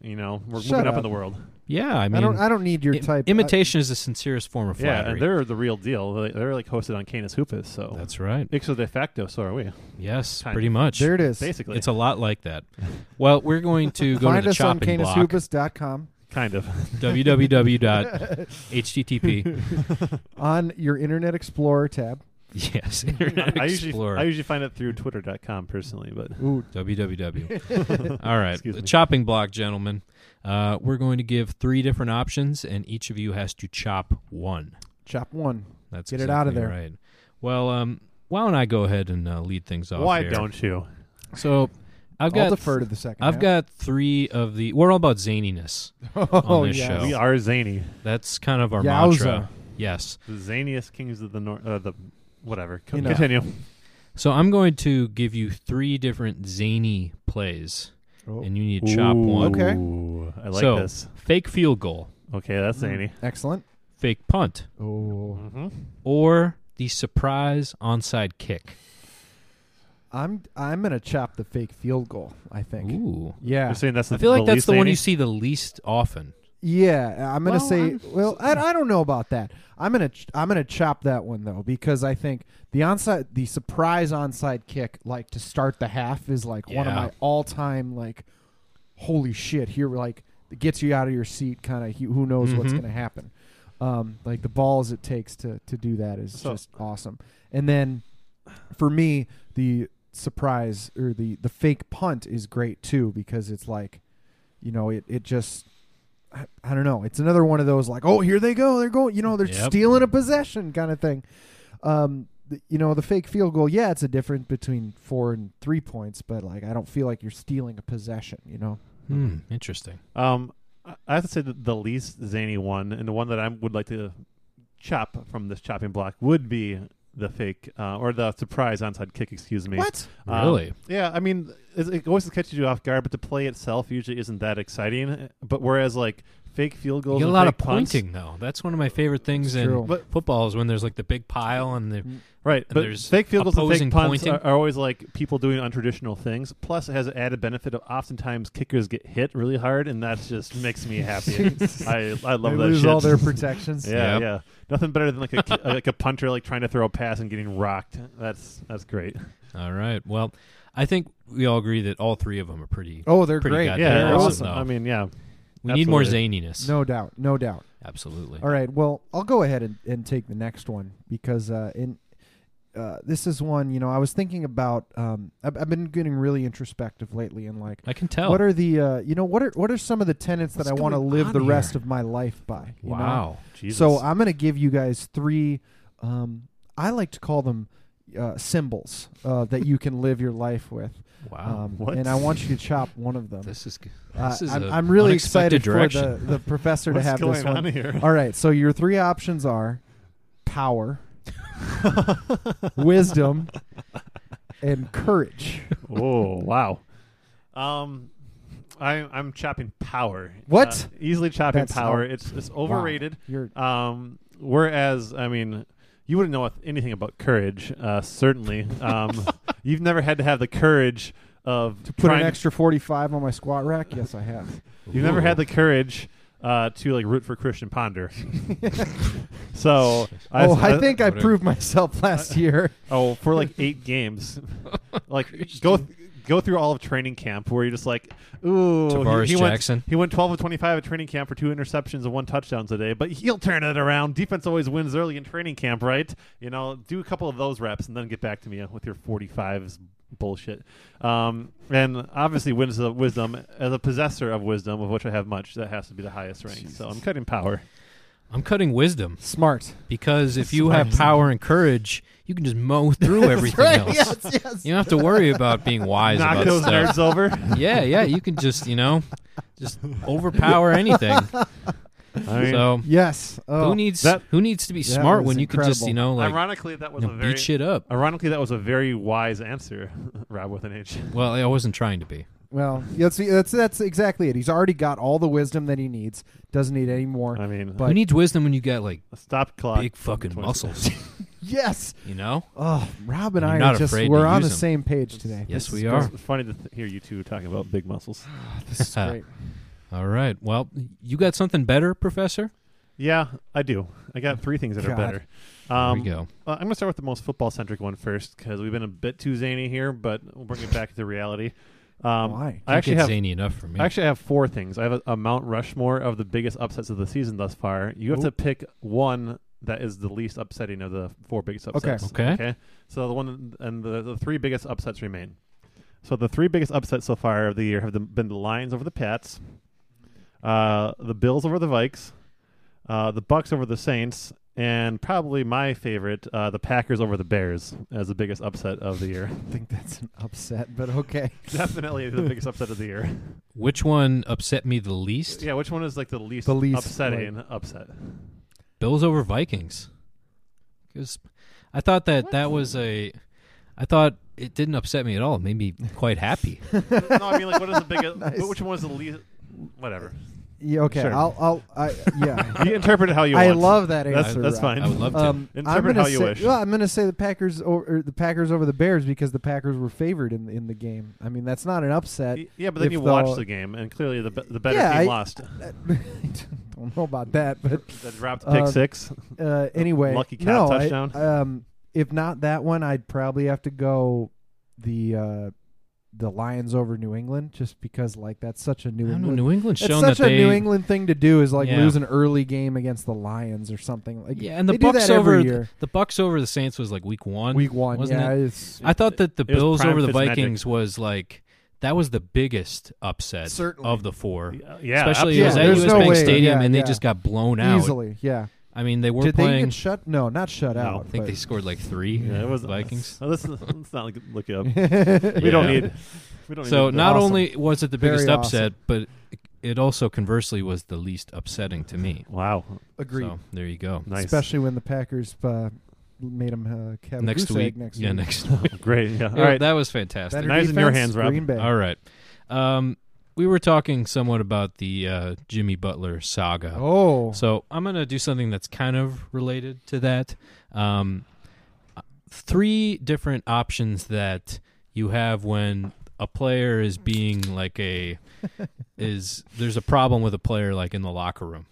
Speaker 2: you know we're
Speaker 3: Shut
Speaker 2: moving up.
Speaker 3: up.
Speaker 2: in the world.
Speaker 1: yeah, I mean,
Speaker 3: I don't. I don't need your
Speaker 1: im-
Speaker 3: type.
Speaker 1: imitation is the sincerest form of
Speaker 2: Yeah,
Speaker 1: flattery.
Speaker 2: and they're the real deal. They- They're like hosted on Canis Hoopus, so
Speaker 1: that's right.
Speaker 2: ixo de facto. So are we,
Speaker 1: Yes,
Speaker 2: Kind
Speaker 1: pretty
Speaker 2: of.
Speaker 1: much.
Speaker 3: I, there it is.
Speaker 2: basically.
Speaker 1: It's a lot like that. Well, we're going to go
Speaker 3: Find
Speaker 1: to the
Speaker 3: us on
Speaker 1: chopping block.
Speaker 3: canashoopus.com
Speaker 2: kind of.
Speaker 1: www.http.
Speaker 3: on your Internet Explorer tab.
Speaker 1: yes, Internet
Speaker 2: I usually
Speaker 1: Explorer.
Speaker 2: I usually find it through Twitter.com personally, but
Speaker 3: Ooh,
Speaker 1: www. All right,
Speaker 2: Excuse
Speaker 1: the
Speaker 2: me.
Speaker 1: chopping block, gentlemen. Uh, we're going to give three different options, and each of you has to chop one.
Speaker 3: chop one.
Speaker 1: That's
Speaker 3: Get it
Speaker 1: exactly
Speaker 3: out of there.
Speaker 1: Right. Well, um, why don't I go ahead and uh, lead things off?
Speaker 2: why
Speaker 1: here.
Speaker 2: don't you?
Speaker 1: So, I've
Speaker 3: I'll
Speaker 1: got
Speaker 3: defer to the second.
Speaker 1: I've
Speaker 3: half.
Speaker 1: got three of the. We're all about zaniness.
Speaker 3: oh,
Speaker 1: this
Speaker 3: yes.
Speaker 1: show.
Speaker 2: We are zany,
Speaker 1: That's kind of our
Speaker 3: Yowza.
Speaker 1: mantra. Yes.
Speaker 2: the zaniest kings of the north. Uh, the whatever. Co-
Speaker 3: You know.
Speaker 2: Continue.
Speaker 1: So I'm going to give you three different zany plays,
Speaker 3: Oh,
Speaker 1: and you need to chop one.
Speaker 3: Okay. Mm.
Speaker 2: Ooh, I like
Speaker 1: so
Speaker 2: this.
Speaker 1: fake field goal,
Speaker 2: Okay, that's zany.
Speaker 3: Excellent.
Speaker 1: fake punt,
Speaker 3: Oh,
Speaker 2: Mm-hmm.
Speaker 1: or the surprise onside kick.
Speaker 3: I'm I'm gonna chop the fake field goal. I think.
Speaker 1: Ooh.
Speaker 3: Yeah,
Speaker 2: You're saying that's the,
Speaker 1: I feel like
Speaker 2: the
Speaker 1: that's
Speaker 2: least
Speaker 1: the one
Speaker 2: zany?
Speaker 1: you see the least often.
Speaker 3: yeah. I'm gonna
Speaker 2: Well,
Speaker 3: say.
Speaker 2: I'm-
Speaker 3: well, I, I don't know about that. I'm gonna ch- I'm gonna chop that one though because I think the onside the surprise onside kick like to start the half is like one of
Speaker 1: Yeah.
Speaker 3: my all time like holy shit here like it gets you out of your seat kind of who knows what's
Speaker 1: Mhm.
Speaker 2: Mm-hmm.
Speaker 3: gonna happen. Um, like the balls it takes to to do that is
Speaker 2: So-
Speaker 3: just awesome. And then for me the surprise or the the fake punt is great too because it's like you know it it just I, I don't know it's another one of those like oh here they go they're going you know they're
Speaker 1: Yep.
Speaker 3: stealing a possession kind of thing um th- you know the fake field goal yeah it's a difference between 4 and 3 points but like I don't feel like you're stealing a possession you know
Speaker 1: Hmm, interesting.
Speaker 2: Um, I- I have to say that the least zany one, and the one that I would like to chop from this chopping block, would be the fake uh, or the surprise onside kick. Excuse me.
Speaker 3: What?
Speaker 2: Um,
Speaker 1: Really?
Speaker 2: Yeah. I mean, it, it always catches you off guard, but the play itself usually isn't that exciting. But whereas like fake field
Speaker 1: You
Speaker 2: goals.
Speaker 1: get a
Speaker 2: and
Speaker 1: lot
Speaker 2: fake
Speaker 1: of
Speaker 2: punts.
Speaker 1: pointing though. That's one of my favorite things
Speaker 3: It's
Speaker 1: in
Speaker 3: true.
Speaker 2: But- Mm.
Speaker 1: football is when there's like the big pile and the
Speaker 2: Right,
Speaker 1: And
Speaker 2: but
Speaker 1: there's
Speaker 2: fake field goals and
Speaker 1: opposing
Speaker 2: fake punts
Speaker 1: pointing.
Speaker 2: are, are always like people doing untraditional things. Plus, it has an added benefit of oftentimes kickers get hit really hard, and that just makes me happy. I I love that
Speaker 3: they lose
Speaker 2: shit.
Speaker 3: all their protections.
Speaker 2: yeah,
Speaker 1: Yep.
Speaker 2: yeah. Nothing better than like a ki- like a punter like trying to throw a pass and getting rocked. That's that's great.
Speaker 1: All right. Well, I think we all agree that all three of them are pretty.
Speaker 3: Oh, they're
Speaker 1: Pretty
Speaker 3: great.
Speaker 1: goddamn
Speaker 2: Yeah,
Speaker 1: they're
Speaker 2: it was-
Speaker 1: awesome, though.
Speaker 2: I mean, yeah.
Speaker 1: we need more
Speaker 2: absolutely.
Speaker 1: zaniness.
Speaker 3: No doubt. No doubt.
Speaker 1: Absolutely.
Speaker 3: All right. Well, I'll go ahead and, and take the next one because uh, in uh, this is one you know I was thinking about. Um, I've, I've been getting really introspective lately and like,
Speaker 1: I can tell.
Speaker 3: what are the uh, you know what are what are some of the tenets that
Speaker 1: Oh. What's
Speaker 3: I want to
Speaker 1: going
Speaker 3: live
Speaker 1: on
Speaker 3: the
Speaker 1: here?
Speaker 3: rest of my life by? you know?
Speaker 1: wow.
Speaker 2: Jesus.
Speaker 3: So I'm going to give you guys three. Um, I like to call them uh, symbols uh, that you can live your life with,
Speaker 1: Wow.
Speaker 3: um,
Speaker 2: what?
Speaker 3: and I want you to chop one of them.
Speaker 1: this is. g-
Speaker 3: Uh,
Speaker 1: This is
Speaker 3: I'm,
Speaker 1: a
Speaker 3: I'm really
Speaker 1: unexpected
Speaker 3: excited
Speaker 1: direction.
Speaker 3: for the, the professor to
Speaker 2: What's
Speaker 3: have
Speaker 2: going
Speaker 3: this
Speaker 2: on
Speaker 3: one.
Speaker 2: here?
Speaker 3: All right, so your three options are power, wisdom, and courage.
Speaker 2: oh wow. Um, I I'm chopping power.
Speaker 3: What?
Speaker 2: Uh, easily chopping
Speaker 3: That's
Speaker 2: power.
Speaker 3: how-
Speaker 2: it's it's
Speaker 3: Wow.
Speaker 2: overrated.
Speaker 3: You're
Speaker 2: Um, whereas, I mean, you wouldn't know anything about courage, uh, certainly. Um, you've never had to have the courage of
Speaker 3: put an
Speaker 2: trying-
Speaker 3: extra 45 on my squat rack. Yes, I have.
Speaker 2: You've never had the courage uh, to like root for Christian Ponder. so,
Speaker 3: oh, I, think I
Speaker 1: whatever.
Speaker 3: proved myself last year.
Speaker 2: Oh, for like eight games, like go go through all of training camp where you're just like, ooh, he-
Speaker 1: Tavares
Speaker 2: he, went-
Speaker 1: Jackson.
Speaker 2: he went 12 of 25 at training camp for two interceptions and one touchdown today, but he'll turn it around. Defense always wins early in training camp, right? You know, do a couple of those reps and then get back to me with your 45s bullshit. Um, and obviously, wins the wisdom as a possessor of wisdom, of which I have much. That has to be the highest rank. So I'm cutting power.
Speaker 1: I'm cutting wisdom
Speaker 3: Smart.
Speaker 1: because if you have power and courage, you can just mow through everything else.
Speaker 3: Yes, yes.
Speaker 1: You don't have to worry about being wise
Speaker 2: Knock
Speaker 1: about
Speaker 2: those
Speaker 1: stuff.
Speaker 2: nerds over.
Speaker 1: Yeah, yeah. You can just you know just overpower anything.
Speaker 2: I mean,
Speaker 1: So
Speaker 3: Yes. Oh.
Speaker 1: who needs
Speaker 2: that-
Speaker 1: who needs to be
Speaker 3: that
Speaker 1: smart
Speaker 3: was
Speaker 1: when you can just
Speaker 3: incredible.
Speaker 1: you know like
Speaker 2: ironically, that was
Speaker 1: you
Speaker 2: a
Speaker 1: know,
Speaker 2: very
Speaker 1: beat shit up?
Speaker 2: Ironically, that was a very wise answer, Rob with an H.
Speaker 1: Well, I wasn't trying to be.
Speaker 3: Well, that's, that's that's exactly it. He's already got all the wisdom that he needs. Doesn't need any more.
Speaker 2: I mean,
Speaker 3: But-
Speaker 1: Who needs wisdom when you got like
Speaker 2: a stop clock.
Speaker 1: big fucking
Speaker 2: 20
Speaker 1: muscles?
Speaker 3: yes.
Speaker 1: You know?
Speaker 3: Oh, Rob and
Speaker 1: You're
Speaker 3: I
Speaker 1: not
Speaker 3: are just
Speaker 1: afraid to
Speaker 3: we're on the
Speaker 1: use 'em.
Speaker 3: same page today.
Speaker 1: Yes,
Speaker 3: This
Speaker 1: we
Speaker 3: is
Speaker 1: are.
Speaker 2: It's funny to th- hear you two talking about big muscles.
Speaker 3: great. This is great.
Speaker 1: All right. Well, you got something better, Professor?
Speaker 2: Yeah, I do. I got three things that are
Speaker 3: God.
Speaker 2: better.
Speaker 1: There
Speaker 2: Um,
Speaker 1: we go.
Speaker 2: uh, I'm going to start with the most football centric one first because we've been a bit too zany here, but we'll bring it back to reality. Um,
Speaker 3: Why?
Speaker 2: I actually
Speaker 1: get
Speaker 2: have
Speaker 1: zany enough for me.
Speaker 2: I actually have four things. I have a, a Mount Rushmore of the biggest upsets of the season thus far. You have
Speaker 3: Ooh.
Speaker 2: to pick one that is the least upsetting of the four biggest upsets.
Speaker 1: Okay.
Speaker 2: Okay. So the one and the, the three biggest upsets remain. So the three biggest upsets so far of the year have the, been the Lions over the Pats, uh, the Bills over the Vikes, uh, the Bucks over the Saints, and probably my favorite, uh, the Packers over the Bears as the biggest upset of the year.
Speaker 3: I think that's an upset, but okay.
Speaker 2: Definitely the biggest upset of the year.
Speaker 1: Which one upset me the least?
Speaker 2: Yeah, which one is like the least,
Speaker 3: The least,
Speaker 2: upsetting upset?
Speaker 1: Bills over Vikings. 'Cause I thought that that was a I thought it didn't upset me at all. It made me quite happy.
Speaker 2: no, I mean like what is the biggest?
Speaker 3: Nice.
Speaker 2: Which one was the least? Whatever.
Speaker 3: Yeah, okay.
Speaker 2: Sure.
Speaker 3: I'll I'll I yeah.
Speaker 2: You interpret it how you want.
Speaker 3: I love that answer.
Speaker 2: That's that's
Speaker 3: Rob.
Speaker 2: fine.
Speaker 1: I would love to.
Speaker 3: Um, I'm
Speaker 2: Interpret
Speaker 3: gonna
Speaker 2: how you
Speaker 3: say,
Speaker 2: wish.
Speaker 3: Well, I'm going to say the Packers over or the Packers over the Bears because the Packers were favored in in the game. I mean, that's not an upset.
Speaker 2: Y- Yeah, but then
Speaker 3: if
Speaker 2: you
Speaker 3: the-
Speaker 2: watch the game, and clearly the be- the better
Speaker 3: Yeah,
Speaker 2: team
Speaker 3: I-
Speaker 2: lost.
Speaker 3: Don't know about that, but
Speaker 2: That dropped pick
Speaker 3: Uh,
Speaker 2: six.
Speaker 3: uh, anyway,
Speaker 2: Lucky cat
Speaker 3: no, I-
Speaker 2: touchdown.
Speaker 3: um, if not that one, I'd probably have to go the uh, the Lions over New England, just because like that's such a
Speaker 1: I
Speaker 3: New
Speaker 1: don't know,
Speaker 3: England.
Speaker 1: New England's
Speaker 3: it's
Speaker 1: shown
Speaker 3: such
Speaker 1: that
Speaker 3: a
Speaker 1: they
Speaker 3: New England thing to do is like
Speaker 1: Yeah.
Speaker 3: lose an early game against the Lions or something. Like
Speaker 1: Yeah, and the
Speaker 3: they do
Speaker 1: Bucks
Speaker 3: that every
Speaker 1: over
Speaker 3: year.
Speaker 1: the Bucks over the Saints was like week 1.
Speaker 3: week one.
Speaker 1: wasn't
Speaker 3: yeah,
Speaker 1: it?
Speaker 3: it's
Speaker 1: I thought that the
Speaker 2: It was
Speaker 1: Bills
Speaker 2: prime
Speaker 1: over the
Speaker 2: Fitzmagic.
Speaker 1: Vikings was like that was the biggest upset
Speaker 3: Certainly.
Speaker 1: of the four.
Speaker 2: Yeah,
Speaker 1: Especially
Speaker 2: absolutely.
Speaker 1: it was
Speaker 3: Yeah,
Speaker 1: at
Speaker 3: there's
Speaker 1: US
Speaker 3: no
Speaker 1: Bank
Speaker 3: way.
Speaker 1: Stadium
Speaker 3: Yeah,
Speaker 1: and
Speaker 3: yeah.
Speaker 1: they just got blown out.
Speaker 3: easily. Yeah,
Speaker 1: I mean, they were
Speaker 3: did they
Speaker 1: playing
Speaker 3: even shut? No, not shut
Speaker 2: No,
Speaker 1: I
Speaker 3: out.
Speaker 1: think they scored like 3
Speaker 2: Yeah, it was
Speaker 1: Vikings.
Speaker 2: Oh, let's, let's not look it up.
Speaker 3: but-
Speaker 2: We don't
Speaker 1: Yeah.
Speaker 2: need. We don't
Speaker 1: So
Speaker 2: need
Speaker 1: not
Speaker 3: Awesome.
Speaker 1: only was it the
Speaker 3: Very
Speaker 1: biggest upset, but it also conversely was the least upsetting to me.
Speaker 2: Wow,
Speaker 3: Agreed.
Speaker 1: So there you go.
Speaker 2: nice,
Speaker 3: Especially when the Packers uh, made them uh, have a
Speaker 1: next
Speaker 3: goose
Speaker 1: week,
Speaker 3: egg next
Speaker 1: yeah,
Speaker 3: week.
Speaker 1: next week.
Speaker 2: great. Yeah, all
Speaker 1: Yeah,
Speaker 2: right. Oh,
Speaker 1: that was fantastic.
Speaker 3: Better
Speaker 2: Knives in your
Speaker 3: defense,
Speaker 2: hands, Rob.
Speaker 3: Green Bay.
Speaker 1: All right. Um, we were talking somewhat about the uh, Jimmy Butler saga.
Speaker 3: Oh,
Speaker 1: So I'm going to do something that's kind of related to that. Um, three different options that you have when a player is being like a is there's a problem with a player like in the locker room.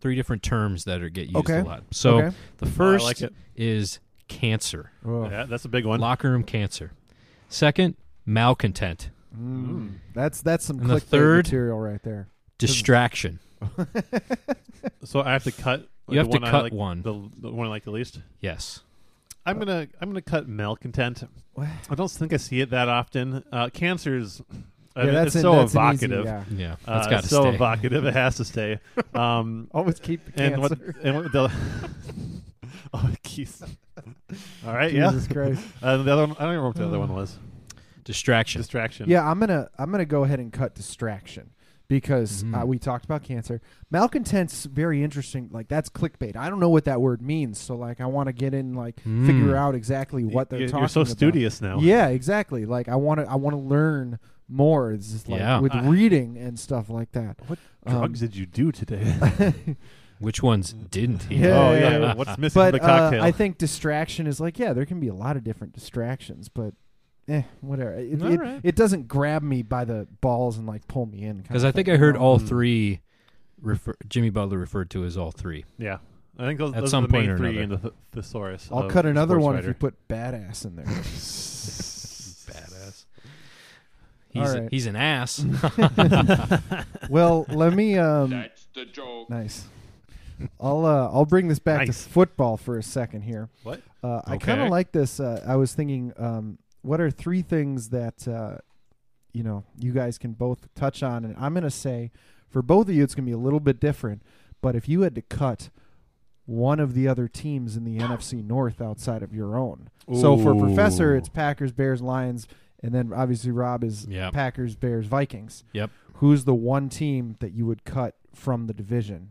Speaker 1: Three different terms that are get used
Speaker 3: Okay.
Speaker 1: a lot. So
Speaker 3: Okay.
Speaker 1: the first
Speaker 2: Oh, like it.
Speaker 1: is cancer,
Speaker 3: Oh.
Speaker 2: Yeah, that's a big one.
Speaker 1: locker room cancer. Second, malcontent,
Speaker 3: Mm. that's that's some
Speaker 1: And the
Speaker 3: clickbait
Speaker 1: third-
Speaker 3: material right there.
Speaker 1: distraction.
Speaker 2: So I have to cut.
Speaker 1: You have
Speaker 2: the
Speaker 1: to
Speaker 2: one I
Speaker 1: cut
Speaker 2: like,
Speaker 1: one.
Speaker 2: The, the one I like the least.
Speaker 1: Yes.
Speaker 2: I'm gonna I'm gonna cut malcontent.
Speaker 3: What?
Speaker 2: I don't think I see it that often. Uh, cancer's I
Speaker 3: yeah,
Speaker 2: mean,
Speaker 3: that's
Speaker 2: it's
Speaker 3: an-
Speaker 2: so
Speaker 3: that's an easy-
Speaker 2: evocative.
Speaker 3: yeah.
Speaker 1: Yeah.
Speaker 2: Uh,
Speaker 1: That's got to
Speaker 2: it's so
Speaker 1: stay.
Speaker 2: evocative. It has to stay. Um,
Speaker 3: Always keep the
Speaker 2: and what
Speaker 3: cancer.
Speaker 2: and what the oh Keith. All right,
Speaker 3: Jesus
Speaker 2: yeah.
Speaker 3: Christ.
Speaker 2: Uh, the other one, I don't remember what the other one was.
Speaker 1: Distraction.
Speaker 2: Distraction.
Speaker 3: Yeah, I'm gonna I'm gonna go ahead and cut distraction because
Speaker 1: Mhm.
Speaker 2: Mm-hmm.
Speaker 3: uh, we talked about cancer. Malcontent's very interesting. Like that's clickbait. I don't know what that word means, so like I want to get in like figure
Speaker 1: Mm.
Speaker 3: out exactly what they're
Speaker 2: you're,
Speaker 3: talking.
Speaker 2: you're so
Speaker 3: about.
Speaker 2: studious now.
Speaker 3: Yeah, exactly. Like I want to I want to learn more. It's just like
Speaker 1: Yeah.
Speaker 3: with
Speaker 2: I-
Speaker 3: reading and stuff like that.
Speaker 2: What
Speaker 3: Um,
Speaker 2: drugs did you do today?
Speaker 1: Which ones didn't he?
Speaker 3: Yeah,
Speaker 2: oh
Speaker 3: yeah,
Speaker 2: yeah.
Speaker 3: yeah.
Speaker 2: What's missing
Speaker 3: but
Speaker 2: from the
Speaker 3: uh,
Speaker 2: cocktail?
Speaker 3: I think distraction is like yeah, there can be a lot of different distractions, but. Eh, whatever. It,
Speaker 1: All
Speaker 3: it,
Speaker 1: right.
Speaker 3: it doesn't grab me by the balls and like pull me in. kind
Speaker 1: Because
Speaker 3: of
Speaker 1: I think
Speaker 3: thing.
Speaker 1: I heard
Speaker 3: Um,
Speaker 1: all three. Refer, Jimmy Butler referred to as all three.
Speaker 2: yeah. I think those,
Speaker 1: At
Speaker 2: those
Speaker 1: some
Speaker 2: are the
Speaker 1: point
Speaker 2: main
Speaker 1: or
Speaker 2: three in
Speaker 1: another.
Speaker 2: the th- thesaurus.
Speaker 3: I'll
Speaker 2: of
Speaker 3: cut another
Speaker 2: sports
Speaker 3: one
Speaker 2: writer.
Speaker 3: if you put badass in there.
Speaker 1: Badass. He's
Speaker 3: All right.
Speaker 1: he's an ass.
Speaker 3: well, let me. Um,
Speaker 4: That's the joke.
Speaker 3: nice. I'll uh, I'll bring this back
Speaker 2: Nice.
Speaker 3: to football for a second here.
Speaker 2: What?
Speaker 3: Uh, I kind of
Speaker 2: Okay.
Speaker 3: like this. Uh, I was thinking, um, what are three things that uh, you know you guys can both touch on? And I'm gonna say, for both of you, it's gonna be a little bit different. But if you had to cut one of the other teams in the NFC North outside of your own, so for
Speaker 2: Ooh.
Speaker 3: Professor, it's Packers, Bears, Lions, and then obviously Rob is
Speaker 1: Yep.
Speaker 3: Packers, Bears, Vikings.
Speaker 1: Yep.
Speaker 3: Who's the one team that you would cut from the division?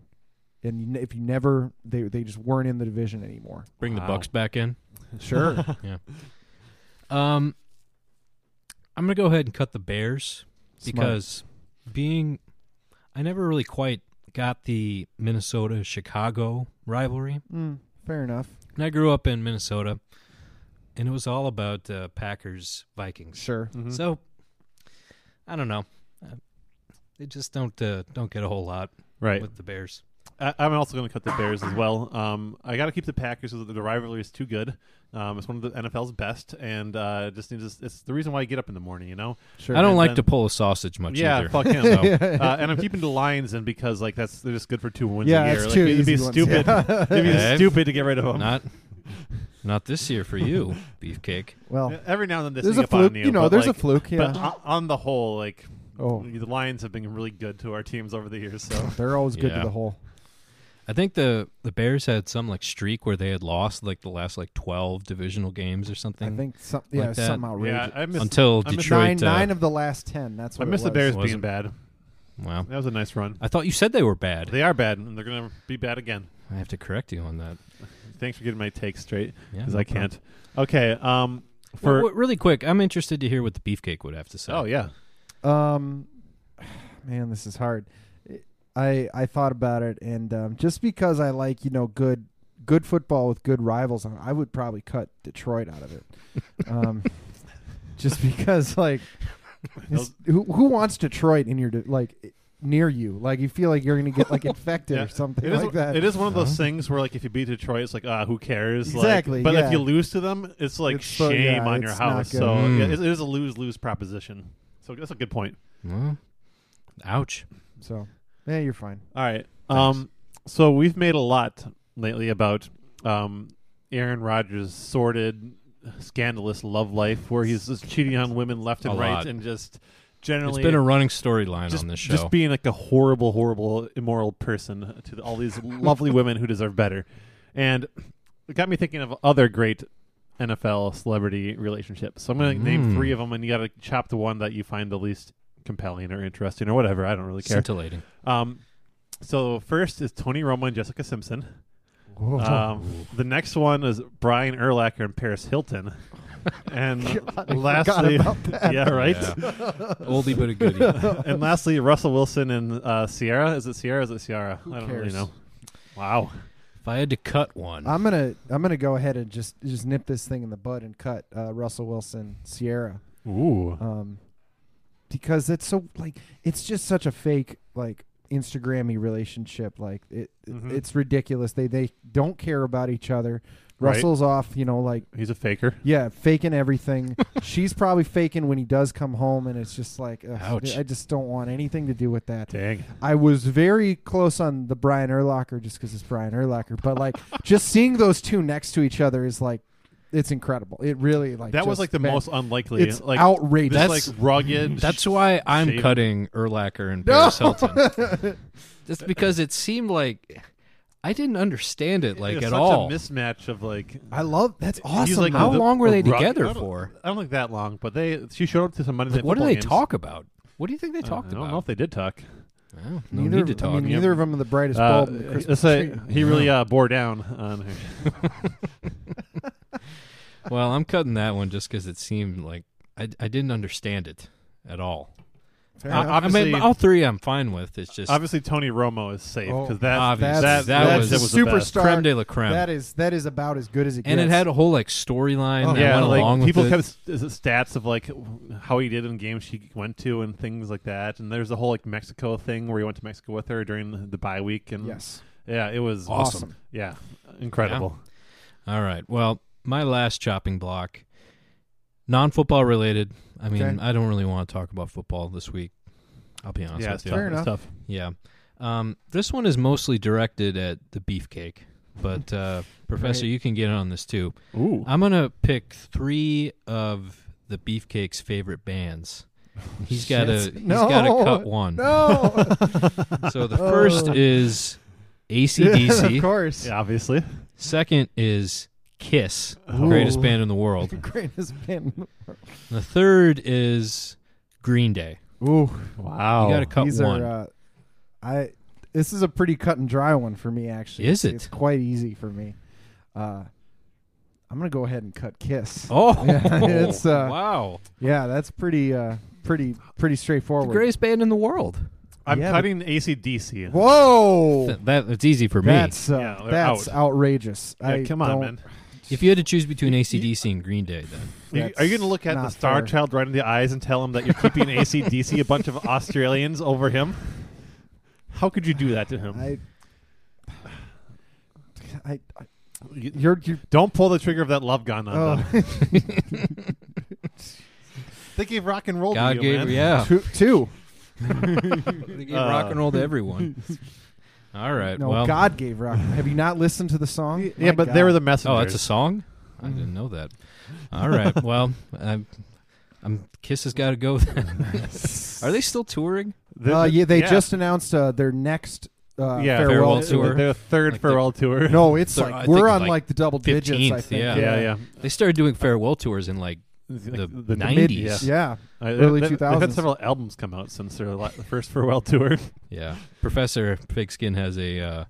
Speaker 3: And you, ne- if you never, they they just weren't in the division anymore.
Speaker 1: Bring the
Speaker 2: Wow.
Speaker 1: Bucks back in.
Speaker 3: Sure.
Speaker 1: Um, I'm gonna go ahead and cut the Bears because being, I never really quite got the Minnesota Chicago rivalry.
Speaker 3: mm, fair enough.
Speaker 1: And I grew up in Minnesota, and it was all about uh, Packers Vikings.
Speaker 3: Sure.
Speaker 2: Mhm.
Speaker 1: So, I don't know. Uh, They just don't uh, don't get a whole lot
Speaker 2: right.
Speaker 1: with the Bears.
Speaker 2: I, I'm also going to cut the Bears as well. Um, I got to keep the Packers because the rivalry is too good. Um, it's one of the NFL's best, and uh, just needs. It's the reason why I get up in the morning. You know.
Speaker 3: Sure.
Speaker 1: I don't
Speaker 2: And
Speaker 1: like
Speaker 2: then-
Speaker 1: to pull a sausage much
Speaker 2: yeah,
Speaker 1: either.
Speaker 2: fuck him. though. uh, and I'm keeping the Lions in because like that's they're just good for two wins
Speaker 3: Yeah,
Speaker 2: a year.
Speaker 3: it's
Speaker 2: like,
Speaker 3: two
Speaker 2: it'd be
Speaker 3: easy ones.
Speaker 2: stupid. it'd be
Speaker 1: Yeah.
Speaker 2: stupid to get rid of them.
Speaker 1: Not not this year for you, beefcake.
Speaker 3: Well,
Speaker 2: Every now and then they
Speaker 3: there's
Speaker 2: sneak
Speaker 3: a
Speaker 2: up on
Speaker 3: fluke.
Speaker 2: you,
Speaker 3: You, know,
Speaker 2: but,
Speaker 3: there's
Speaker 2: like,
Speaker 3: a fluke. Yeah.
Speaker 2: But o- on the whole, like
Speaker 3: oh,
Speaker 2: the Lions have been really good to our teams over the years. So
Speaker 3: they're always good
Speaker 1: Yeah.
Speaker 3: to the hole.
Speaker 1: I think the the Bears had some like streak where they had lost like the last like twelve divisional games or
Speaker 3: I
Speaker 1: something.
Speaker 3: think some, yeah,
Speaker 1: that.
Speaker 3: something
Speaker 2: yeah,
Speaker 3: outrageous.
Speaker 2: I miss
Speaker 1: until
Speaker 2: I miss
Speaker 1: Detroit.
Speaker 3: nine,
Speaker 1: uh,
Speaker 3: nine of the last ten. That's
Speaker 2: I
Speaker 3: what it
Speaker 2: miss the
Speaker 3: was.
Speaker 2: Bears being
Speaker 1: Wasn't-
Speaker 2: bad.
Speaker 1: wow,
Speaker 2: That was a nice run.
Speaker 1: I thought you said they were bad.
Speaker 2: They are bad, and they're going to be bad again.
Speaker 1: I have to correct you on that.
Speaker 2: Thanks for getting my take straight
Speaker 1: Yeah,
Speaker 2: because
Speaker 1: no
Speaker 2: I
Speaker 1: problem.
Speaker 2: can't. Okay. Um.
Speaker 1: Well,
Speaker 2: For
Speaker 1: well, really quick, I'm interested to hear what the beefcake would have to say.
Speaker 2: oh yeah,
Speaker 3: Um, man, this is hard. I I thought about it, and um, just because I like you know good good football with good rivals, on, I would probably cut Detroit out of it. Um, just because like it's- who who wants Detroit in your di- like near you? Like you feel like you're gonna get like infected
Speaker 2: Yeah.
Speaker 3: or something
Speaker 2: it is.
Speaker 3: like that.
Speaker 2: It is one of those things where like if you beat Detroit, it's like ah, who cares? Like,
Speaker 3: Exactly,
Speaker 2: but
Speaker 3: yeah.
Speaker 2: if you lose to them, it's like
Speaker 3: It's
Speaker 2: shame
Speaker 3: so- yeah,
Speaker 2: on your
Speaker 3: it's not
Speaker 2: house.
Speaker 3: good.
Speaker 2: So
Speaker 1: Mm.
Speaker 2: yeah, it, it is a lose lose proposition. So that's a good point.
Speaker 1: Well, ouch.
Speaker 3: So yeah, you're fine.
Speaker 2: All right. Um. So we've made a lot lately about um Aaron Rodgers' sordid, scandalous love life, where he's just cheating on women left and
Speaker 1: A
Speaker 2: right,
Speaker 1: lot.
Speaker 2: and just
Speaker 1: It's
Speaker 2: generally
Speaker 1: been a running storyline
Speaker 2: just,
Speaker 1: on this show.
Speaker 2: just being like a horrible, horrible, immoral person to the, all these lovely women who deserve better. And it got me thinking of other great NFL celebrity relationships. So I'm going to name
Speaker 1: Mm.
Speaker 2: three of them, and you got to chop the one that you find the least compelling or interesting or whatever. I don't really care.
Speaker 1: Scintillating.
Speaker 2: Um, so first is Tony Romo and Jessica Simpson.
Speaker 3: Whoa.
Speaker 2: Um, the next one is Brian Urlacher and Paris Hilton. And
Speaker 3: God, I
Speaker 2: lastly,
Speaker 3: forgot about that.
Speaker 2: yeah, right.
Speaker 1: Yeah. Oldie but a goodie.
Speaker 2: and lastly, Russell Wilson and uh, Sierra. Is it Sierra? Is it Sierra? I don't really
Speaker 3: cares?
Speaker 2: know. Wow.
Speaker 1: If I had to cut one,
Speaker 3: I'm gonna I'm gonna go ahead and just just nip this thing in the bud and cut uh, Russell Wilson Sierra
Speaker 2: Ooh.
Speaker 3: um, because it's so like it's just such a fake like Instagrammy relationship. Like it, it-
Speaker 2: Mhm.
Speaker 3: it's ridiculous. They they don't care about each other.
Speaker 2: Right.
Speaker 3: Russell's off, you know, like
Speaker 2: He's a faker.
Speaker 3: yeah, faking everything. She's probably faking when he does come home, and it's just like, ugh,
Speaker 1: Ouch.
Speaker 3: I just don't want anything to do with that.
Speaker 2: Dang.
Speaker 3: I was very close on the Brian Erlocker just because it's Brian Erlocker, but like just seeing those two next to each other is like, it's incredible. It really like
Speaker 2: That was
Speaker 3: just
Speaker 2: like the
Speaker 3: been-
Speaker 2: most unlikely.
Speaker 3: It's
Speaker 2: like
Speaker 3: outrageous.
Speaker 2: This,
Speaker 1: That's-
Speaker 2: like rugged.
Speaker 1: that's why I'm
Speaker 2: Shave.
Speaker 1: cutting Erlacher and Paris Hilton. Just because it seemed like I didn't understand it like
Speaker 2: it's
Speaker 1: at
Speaker 2: such
Speaker 1: all.
Speaker 2: A mismatch of like.
Speaker 3: I love that's
Speaker 2: He's
Speaker 3: awesome.
Speaker 2: like
Speaker 1: How
Speaker 2: the-
Speaker 1: long were
Speaker 2: a
Speaker 1: they
Speaker 2: rugged-
Speaker 1: together
Speaker 2: I don't-
Speaker 1: for?
Speaker 2: I don't think that long, but they. She showed up to some Monday night.
Speaker 1: what do
Speaker 2: Football
Speaker 1: they
Speaker 2: games.
Speaker 1: talk about? What do you think they talked
Speaker 2: I don't
Speaker 1: about?
Speaker 2: know if they did talk.
Speaker 1: Well, no
Speaker 3: neither,
Speaker 1: need to talk.
Speaker 3: I mean,
Speaker 2: yeah.
Speaker 3: neither of them are the brightest
Speaker 2: Uh,
Speaker 3: bulb in the
Speaker 2: let's
Speaker 3: Christmas
Speaker 2: say
Speaker 3: tree.
Speaker 2: he really uh, bore down on her.
Speaker 1: well, I'm cutting that one just because it seemed like I, I didn't understand it at all.
Speaker 3: Fair
Speaker 2: Uh,
Speaker 3: enough.
Speaker 1: I mean,
Speaker 2: obviously-
Speaker 1: all three I'm fine with. It's just
Speaker 2: Obviously, Tony Romo is safe
Speaker 3: Oh,
Speaker 2: because that,
Speaker 1: obviously.
Speaker 2: that,
Speaker 1: That
Speaker 2: that
Speaker 1: was-
Speaker 2: was, the best.
Speaker 3: superstar.
Speaker 1: creme de la creme.
Speaker 3: that is that is about as good as it
Speaker 1: and
Speaker 3: gets.
Speaker 1: it had a whole like storyline
Speaker 3: Oh,
Speaker 1: that
Speaker 2: yeah,
Speaker 1: went
Speaker 2: like
Speaker 1: along with
Speaker 2: people
Speaker 1: it.
Speaker 2: kept s- is it stats of like w- how he did in games she went to and things like that. And there's the whole like Mexico thing where he went to Mexico with her during the bye week. And
Speaker 3: yes.
Speaker 2: yeah, it was
Speaker 3: Awesome.
Speaker 2: Yeah, incredible.
Speaker 1: All right. Well, my last chopping block, non-football related. I mean,
Speaker 3: Okay.
Speaker 1: I don't really want to talk about football this week. I'll be honest
Speaker 2: Yeah,
Speaker 1: with
Speaker 2: it's
Speaker 1: you.
Speaker 2: tough.
Speaker 3: Fair
Speaker 2: it's
Speaker 3: enough.
Speaker 2: tough.
Speaker 1: Yeah. Um, this one is mostly directed at the beefcake, but uh, Professor,
Speaker 3: Right.
Speaker 1: you can get in on this too.
Speaker 2: Ooh,
Speaker 1: I'm gonna pick three of the beefcake's favorite bands. He's got to
Speaker 3: Oh, Shit.
Speaker 1: he's
Speaker 3: No.
Speaker 1: got to cut one.
Speaker 3: No.
Speaker 1: So the first
Speaker 3: Oh.
Speaker 1: is
Speaker 3: Yes, of
Speaker 1: ACDC.
Speaker 3: course.
Speaker 2: yeah, obviously.
Speaker 1: Second is Kiss, greatest
Speaker 3: Ooh.
Speaker 1: band in the world.
Speaker 3: Greatest band.
Speaker 1: The third is Green Day.
Speaker 3: Ooh.
Speaker 2: Wow.
Speaker 1: You got to cut
Speaker 3: These
Speaker 1: one.
Speaker 3: are. Uh, I. This is a pretty cut and dry one for me. Actually,
Speaker 1: Is it?
Speaker 3: It's quite easy for me. Uh, I'm gonna go ahead and cut Kiss.
Speaker 1: oh,
Speaker 3: Yeah, it's, uh,
Speaker 1: wow!
Speaker 3: Yeah, that's pretty. Uh, pretty. Pretty straightforward.
Speaker 1: greatest band in the world.
Speaker 2: I'm
Speaker 3: Yeah, but-
Speaker 2: cutting ACDC.
Speaker 3: Whoa.
Speaker 1: Th- that it's easy for me.
Speaker 3: That's uh,
Speaker 2: Yeah, they're
Speaker 3: that's
Speaker 2: out.
Speaker 3: outrageous.
Speaker 2: Yeah,
Speaker 3: I
Speaker 2: come on,
Speaker 3: don't-
Speaker 2: man.
Speaker 1: if you had to choose between ACDC and Green Day, then
Speaker 2: Are you,
Speaker 3: That's
Speaker 2: are you going to look at the
Speaker 3: not
Speaker 2: star
Speaker 3: fair.
Speaker 2: child right in the eyes and tell him that you're keeping ACDC a bunch of Australians over him? How could you do that to him?
Speaker 3: I, I, I
Speaker 2: You-
Speaker 3: you're, you're
Speaker 2: don't pull the trigger of that love gun on them.
Speaker 3: oh,
Speaker 2: They gave rock and roll
Speaker 1: God
Speaker 2: to you,
Speaker 1: gave
Speaker 2: man.
Speaker 1: yeah,
Speaker 3: two, two.
Speaker 1: they gave
Speaker 2: Uh,
Speaker 1: rock and roll to everyone. All right,
Speaker 3: No,
Speaker 1: well,
Speaker 3: God gave rock. Have you not listened to the song?
Speaker 2: Yeah,
Speaker 3: My
Speaker 2: but
Speaker 3: God.
Speaker 2: they were the messengers.
Speaker 1: oh, that's a song. I
Speaker 3: Mm.
Speaker 1: didn't know that. All right, well, I'm, I'm Kiss has got to go. Then are they still touring?
Speaker 2: They're
Speaker 3: Uh,
Speaker 2: the-
Speaker 3: yeah, they just announced uh, their next uh,
Speaker 2: yeah,
Speaker 1: farewell
Speaker 3: farewell,
Speaker 1: tour.
Speaker 2: Their, their third
Speaker 1: Like the-
Speaker 2: farewell tour.
Speaker 3: No, it's
Speaker 1: They're- I
Speaker 3: like
Speaker 1: think
Speaker 3: we're
Speaker 1: it's
Speaker 3: on
Speaker 1: like
Speaker 3: like, the double digits. I
Speaker 1: 15th,
Speaker 3: think.
Speaker 1: yeah.
Speaker 2: yeah, yeah.
Speaker 1: They started doing farewell tours in like the,
Speaker 2: Like the mid-
Speaker 1: '90s.
Speaker 2: yeah.
Speaker 3: yeah.
Speaker 2: I-
Speaker 3: Early
Speaker 2: they've- They've had
Speaker 3: 2000s.
Speaker 2: several albums come out since their la- first farewell tour.
Speaker 1: Yeah, Professor Pigskin has a uh,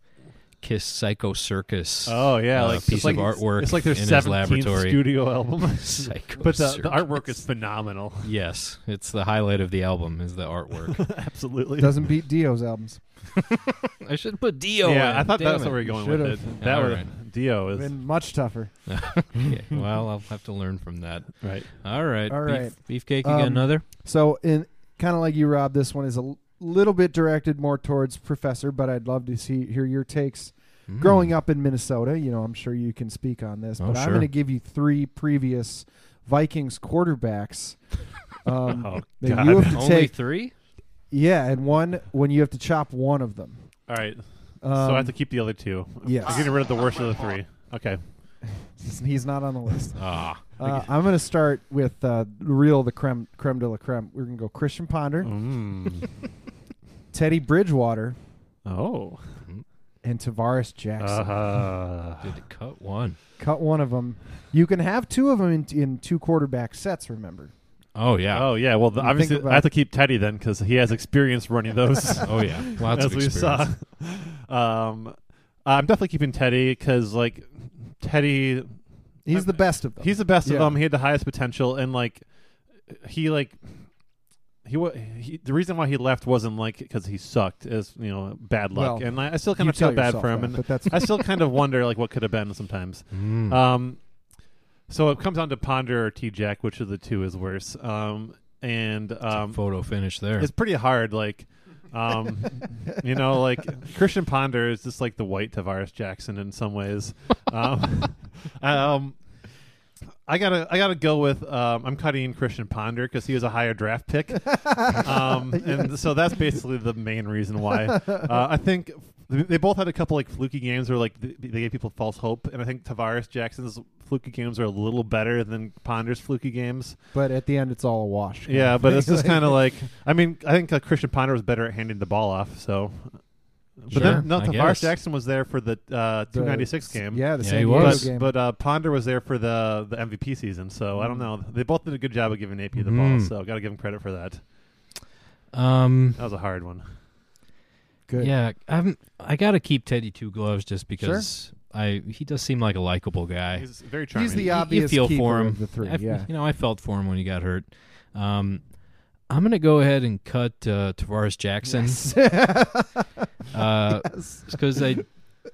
Speaker 1: Kiss Psycho Circus.
Speaker 2: Oh yeah,
Speaker 1: uh,
Speaker 2: like it's
Speaker 1: piece
Speaker 2: like,
Speaker 1: of artwork.
Speaker 2: It's like their
Speaker 1: in his
Speaker 2: 17th
Speaker 1: laboratory.
Speaker 2: studio album.
Speaker 1: Psycho
Speaker 2: but the, the
Speaker 1: Circus.
Speaker 2: artwork is phenomenal.
Speaker 1: Yes, it's the highlight of the album is the artwork.
Speaker 2: Absolutely.
Speaker 3: Doesn't beat Dio's albums.
Speaker 1: I should put Dio.
Speaker 2: yeah,
Speaker 1: in,
Speaker 2: I thought
Speaker 1: damn
Speaker 2: that's
Speaker 1: it.
Speaker 2: where we are going with
Speaker 3: Should've.
Speaker 2: it. That
Speaker 1: All
Speaker 2: was
Speaker 1: right.
Speaker 2: Dio is
Speaker 3: Been much tougher.
Speaker 1: okay, well, I'll have to learn from that.
Speaker 2: right.
Speaker 1: All right,
Speaker 3: All right.
Speaker 1: Beef, beefcake. You got
Speaker 3: Um,
Speaker 1: another?
Speaker 3: So, in kind of like you, Rob, this one is a l- little bit directed more towards Professor, but I'd love to see hear your takes. Hmm. Growing
Speaker 2: Hmm.
Speaker 3: up in Minnesota, you know, I'm sure you can speak on this,
Speaker 1: Oh,
Speaker 3: but I'm
Speaker 1: sure.
Speaker 3: going to give you three previous Vikings quarterbacks. Um,
Speaker 2: Oh,
Speaker 3: that
Speaker 2: God.
Speaker 3: you have to
Speaker 1: Mm. only
Speaker 3: take,
Speaker 1: three.
Speaker 3: yeah, and one when you have to chop one of them.
Speaker 2: All right.
Speaker 3: Um,
Speaker 2: so I have to keep the other two.
Speaker 3: yes.
Speaker 2: I'm getting rid of the worst of the three. Okay.
Speaker 3: He's- He's not on the list.
Speaker 1: Ah,
Speaker 3: Uh, I'm going to start with uh, real the creme creme de la creme. We're going to go Christian Ponder,
Speaker 1: Mm-hmm.
Speaker 2: Mm.
Speaker 3: Teddy Bridgewater,
Speaker 2: oh.
Speaker 3: and Tavares Jackson.
Speaker 2: Uh-huh.
Speaker 1: Mm-hmm. did it cut one?
Speaker 3: Cut one of them. You can have two of them in, in two quarterback sets. Remember?
Speaker 1: Oh yeah.
Speaker 2: Oh yeah. Well, the,
Speaker 3: You
Speaker 2: obviously
Speaker 3: think
Speaker 2: I have
Speaker 3: about-
Speaker 2: to keep Teddy then because he has experience running those.
Speaker 1: Oh, yeah. Lots
Speaker 2: as
Speaker 1: of
Speaker 2: we
Speaker 1: experience.
Speaker 2: saw. Um, I'm definitely keeping Teddy because like Teddy
Speaker 3: He's the best of them.
Speaker 2: He's the best
Speaker 3: Yeah.
Speaker 2: of them. He had the highest potential, and like he like he, wa- he the reason why he left wasn't like because he sucked as you know bad luck,
Speaker 3: Well,
Speaker 2: and I, I still kind
Speaker 3: you
Speaker 2: of feel
Speaker 3: tell
Speaker 2: bad
Speaker 3: yourself
Speaker 2: for him,
Speaker 3: that,
Speaker 2: and
Speaker 3: but that's
Speaker 2: I still kind of wonder like what could have been sometimes.
Speaker 1: Mm.
Speaker 2: Um, so it comes down to Ponder or T Jack, which of the two is worse? Um, and um,
Speaker 1: photo finish there.
Speaker 2: it's pretty hard. Like, um, you know, like Christian Ponder is just like the white Tavares Jackson in some ways. Um, um, I gotta, I gotta go with. Um, I'm cutting Christian Ponder because he was a higher draft pick, um, and so that's basically the main reason why. Uh, I think th- they both had a couple like fluky games where like th- they gave people false hope, and I think Tavares Jackson's fluky games are a little better than Ponder's fluky games.
Speaker 3: but at the end, it's all a wash. kind
Speaker 2: Yeah,
Speaker 3: of
Speaker 2: but
Speaker 3: thing.
Speaker 2: it's just kind of like I mean I think uh, Christian Ponder was better at handing the ball off. So, but
Speaker 1: Sure,
Speaker 2: then no,
Speaker 1: I
Speaker 2: Tavares
Speaker 1: guess.
Speaker 2: Jackson was there for the uh,
Speaker 3: The-
Speaker 2: two ninety six game.
Speaker 3: Yeah, the
Speaker 1: Yeah,
Speaker 3: San
Speaker 1: he
Speaker 3: Diego
Speaker 1: was.
Speaker 2: but
Speaker 3: game.
Speaker 2: but uh, Ponder was there for the the MVP season. So I don't know. They both did a good job of giving AP the ball.
Speaker 1: Mhm.
Speaker 2: So got to give him credit for that.
Speaker 1: um,
Speaker 2: That was a hard one.
Speaker 3: Good.
Speaker 1: yeah, I'm, I gotta keep Teddy Two Gloves just because I he does seem like a likable guy.
Speaker 2: He's very charming.
Speaker 3: he's the
Speaker 1: you
Speaker 3: obvious
Speaker 1: feel
Speaker 3: keeper
Speaker 1: for him.
Speaker 3: of the three.
Speaker 1: I f-
Speaker 3: yeah,
Speaker 1: You know, I felt for him when he got hurt. Um, I'm going to go ahead and cut uh, Tavares Jackson. Because I,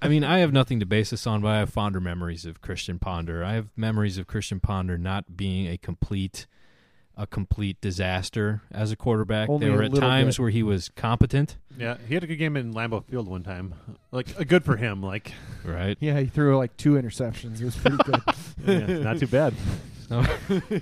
Speaker 1: I mean, I have nothing to base this on, but I have fonder memories of Christian Ponder. I have memories of Christian Ponder not being a complete, a complete disaster as a quarterback.
Speaker 3: Only
Speaker 1: there
Speaker 3: a
Speaker 1: were at
Speaker 3: little
Speaker 1: times
Speaker 3: bit.
Speaker 1: where he was competent,
Speaker 2: yeah, he had a good game in Lambeau Field one time. Like uh, good for him. Like
Speaker 1: right?
Speaker 3: yeah, he threw like two interceptions. It was pretty good.
Speaker 2: yeah, not too bad.
Speaker 1: So-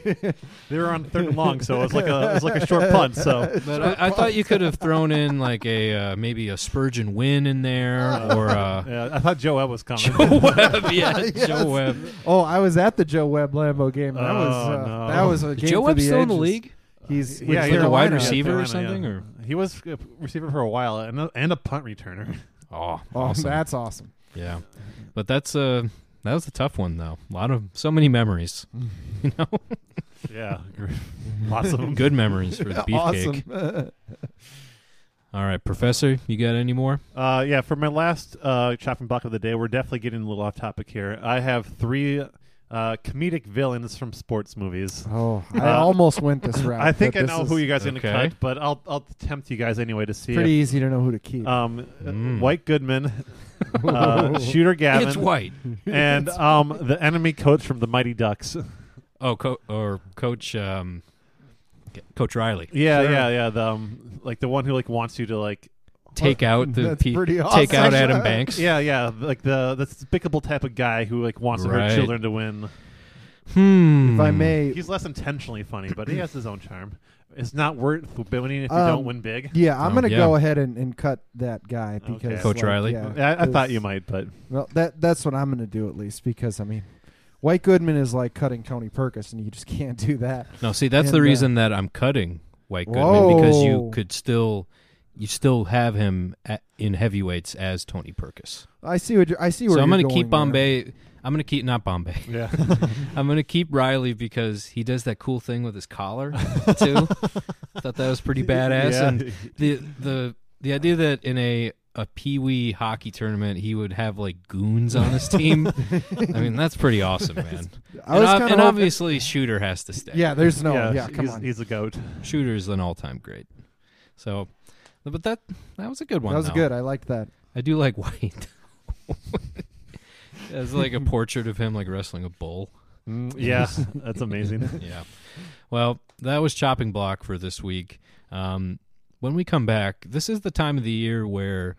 Speaker 2: They were on third and long, so it was like a it was like a short punt. So
Speaker 1: But I, I thought you could have thrown in like a uh, maybe a Spurgeon win in there or uh,
Speaker 2: yeah, I thought Joe Webb was coming.
Speaker 1: Joe Webb, yeah,
Speaker 3: Yes.
Speaker 1: Joe Webb.
Speaker 3: oh, I was at the Joe Webb Lambo game. That was
Speaker 2: Oh,
Speaker 3: uh,
Speaker 2: no. Uh,
Speaker 3: that was a game.
Speaker 1: Joe
Speaker 3: for
Speaker 1: Webb's
Speaker 3: the
Speaker 1: still in the
Speaker 3: ages.
Speaker 1: league.
Speaker 3: He's
Speaker 2: Yeah,
Speaker 3: with
Speaker 2: he's
Speaker 1: a
Speaker 3: Carolina.
Speaker 1: wide
Speaker 2: Yeah,
Speaker 1: receiver or
Speaker 2: Carolina,
Speaker 1: something, or-
Speaker 2: he was a receiver for a while and a, and a punt returner.
Speaker 1: Oh,
Speaker 3: Oh,
Speaker 1: awesome.
Speaker 3: that's awesome.
Speaker 1: Yeah, but that's uh that was a tough one though. A lot of so many memories, you know,
Speaker 2: yeah, lots of them.
Speaker 1: good memories for the beefcake.
Speaker 3: Awesome.
Speaker 1: All right, Professor, you got any more?
Speaker 2: Uh, yeah, for my last uh, chopping block of the day, we're definitely getting a little off topic here. I have three uh, comedic villains from sports movies.
Speaker 3: oh, I
Speaker 2: Uh,
Speaker 3: almost went this route.
Speaker 2: I think I
Speaker 3: but this
Speaker 2: know
Speaker 3: is
Speaker 2: who you guys are
Speaker 1: Okay.
Speaker 2: going to cut, but I'll I'll tempt you guys anyway to see.
Speaker 3: Pretty
Speaker 2: if-
Speaker 3: easy to know who to keep.
Speaker 2: um,
Speaker 1: Mm.
Speaker 2: White Goodman, uh, Shooter Gavin,
Speaker 1: It's White.
Speaker 2: and um, the enemy coach from the Mighty Ducks.
Speaker 1: Oh, co- or Coach um, C- Coach Riley.
Speaker 2: Yeah,
Speaker 3: Sure.
Speaker 2: yeah, yeah. The um, like the one who like wants you to like
Speaker 1: Take out the
Speaker 3: That's
Speaker 1: pe-
Speaker 3: pretty
Speaker 1: take
Speaker 3: awesome.
Speaker 1: out Adam Banks.
Speaker 2: yeah, yeah, like the the despicable type of guy who like wants
Speaker 1: Right.
Speaker 2: her children to win.
Speaker 1: Hmm.
Speaker 3: if I may,
Speaker 2: He's less intentionally funny, but he has his own charm. It's not worth winning if you
Speaker 3: Um,
Speaker 2: don't win big.
Speaker 3: yeah, I'm
Speaker 1: Oh,
Speaker 3: gonna
Speaker 1: yeah.
Speaker 3: go ahead and, and cut that guy
Speaker 2: Okay.
Speaker 3: because
Speaker 2: Coach
Speaker 3: like,
Speaker 1: Riley?
Speaker 3: yeah,
Speaker 2: I, I thought
Speaker 3: this-
Speaker 2: you might, but
Speaker 3: Well, that that's what I'm going to do at least because I mean, White Goodman is like cutting Tony Perkis, and you just can't do that.
Speaker 1: No, see, that's
Speaker 3: And,
Speaker 1: the
Speaker 3: uh,
Speaker 1: reason that I'm cutting White Goodman because you
Speaker 3: Whoa.
Speaker 1: could still you still have him at, in heavyweights as Tony Perkis.
Speaker 3: I see what you're, I see where.
Speaker 1: So I'm
Speaker 3: you're
Speaker 1: gonna keep
Speaker 3: going there.
Speaker 1: Bombay. I'm gonna keep not Bombay.
Speaker 2: yeah,
Speaker 1: I'm gonna keep Riley because he does that cool thing with his collar too. Thought that was pretty badass.
Speaker 2: Yeah.
Speaker 1: And the the the idea that in a a peewee hockey tournament he would have like goons on his team. I mean that's pretty awesome, man.
Speaker 3: I
Speaker 1: and ob-
Speaker 3: was kinda
Speaker 1: and
Speaker 3: hoping-
Speaker 1: obviously Shooter has to stay.
Speaker 3: Yeah, there's no. Yeah, come
Speaker 2: he's,
Speaker 3: on.
Speaker 2: he's a goat.
Speaker 1: Shooter's an all time great. So, but that that was a good one.
Speaker 3: that was
Speaker 1: though.
Speaker 3: good. I liked that.
Speaker 1: I do like White. As like a portrait of him like wrestling a bull.
Speaker 2: Mm, yeah, that's amazing.
Speaker 1: yeah. Well, that was chopping block for this week. Um, when we come back, this is the time of the year where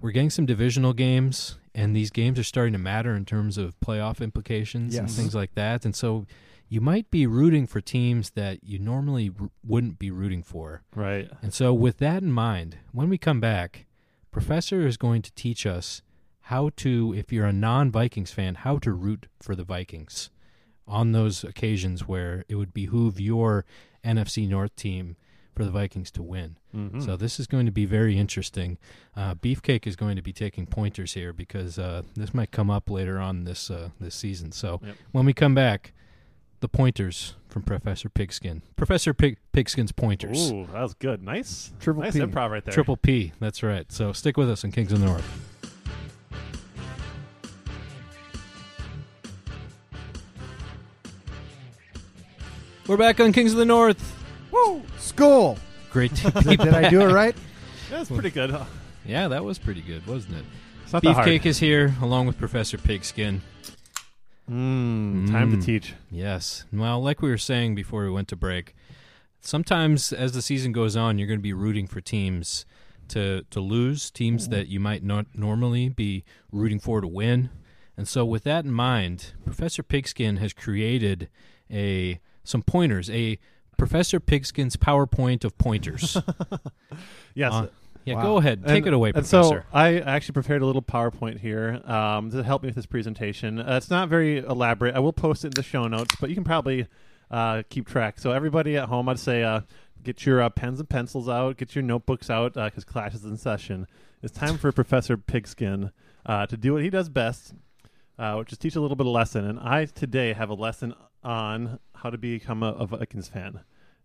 Speaker 1: we're getting some divisional games, and these games are starting to matter in terms of playoff implications and
Speaker 3: Yes.
Speaker 1: things like that. And so you might be rooting for teams that you normally r- wouldn't be rooting for.
Speaker 2: Right.
Speaker 1: And so, with that in mind, when we come back, Professor is going to teach us how to, if you're a non Vikings fan, how to root for the Vikings on those occasions where it would behoove your NFC North team for the Vikings to win. So, this is going to be very interesting. Uh, Beefcake is going to be taking pointers here because uh, this might come up later on this, uh, this season. So,
Speaker 2: Yep.
Speaker 1: when we come back, the pointers from Professor Pigskin. Professor Pig- Pigskin's pointers.
Speaker 2: Ooh, that was good. Nice.
Speaker 3: Triple
Speaker 2: nice
Speaker 3: P.
Speaker 2: improv right there.
Speaker 1: Triple P. That's right. So stick with us on Kings of the North. We're back on Kings of the North.
Speaker 3: Woo! School.
Speaker 1: Great to be
Speaker 3: Did, did I do it
Speaker 1: back.
Speaker 3: right?
Speaker 2: That's pretty good. huh?
Speaker 1: Yeah, that was pretty good, wasn't it?
Speaker 2: It's not that hard.
Speaker 1: Beefcake is here along with Professor Pigskin.
Speaker 2: Mm, time
Speaker 1: Mm.
Speaker 2: to teach.
Speaker 1: Yes. Well, like we were saying before we went to break, sometimes as the season goes on, you're going to be rooting for teams to to lose, teams that you might not normally be rooting for to win. And so, with that in mind, Professor Pigskin has created a some pointers, a Professor Pigskin's PowerPoint of pointers.
Speaker 2: Yes.
Speaker 1: Uh, yeah,
Speaker 3: Wow.
Speaker 1: go ahead, take
Speaker 2: And-
Speaker 1: it away,
Speaker 2: and
Speaker 1: Professor.
Speaker 2: So I actually prepared a little PowerPoint here um, to help me with this presentation. Uh, it's not very elaborate. I will post it in the show notes, but you can probably uh, keep track. So everybody at home, I'd say uh, get your uh, pens and pencils out, get your notebooks out because class is in session. It's time for Professor Pigskin uh, to do what he does best, uh, which is teach a little bit of lesson. And I today have a lesson on how to become a, a Vikings fan.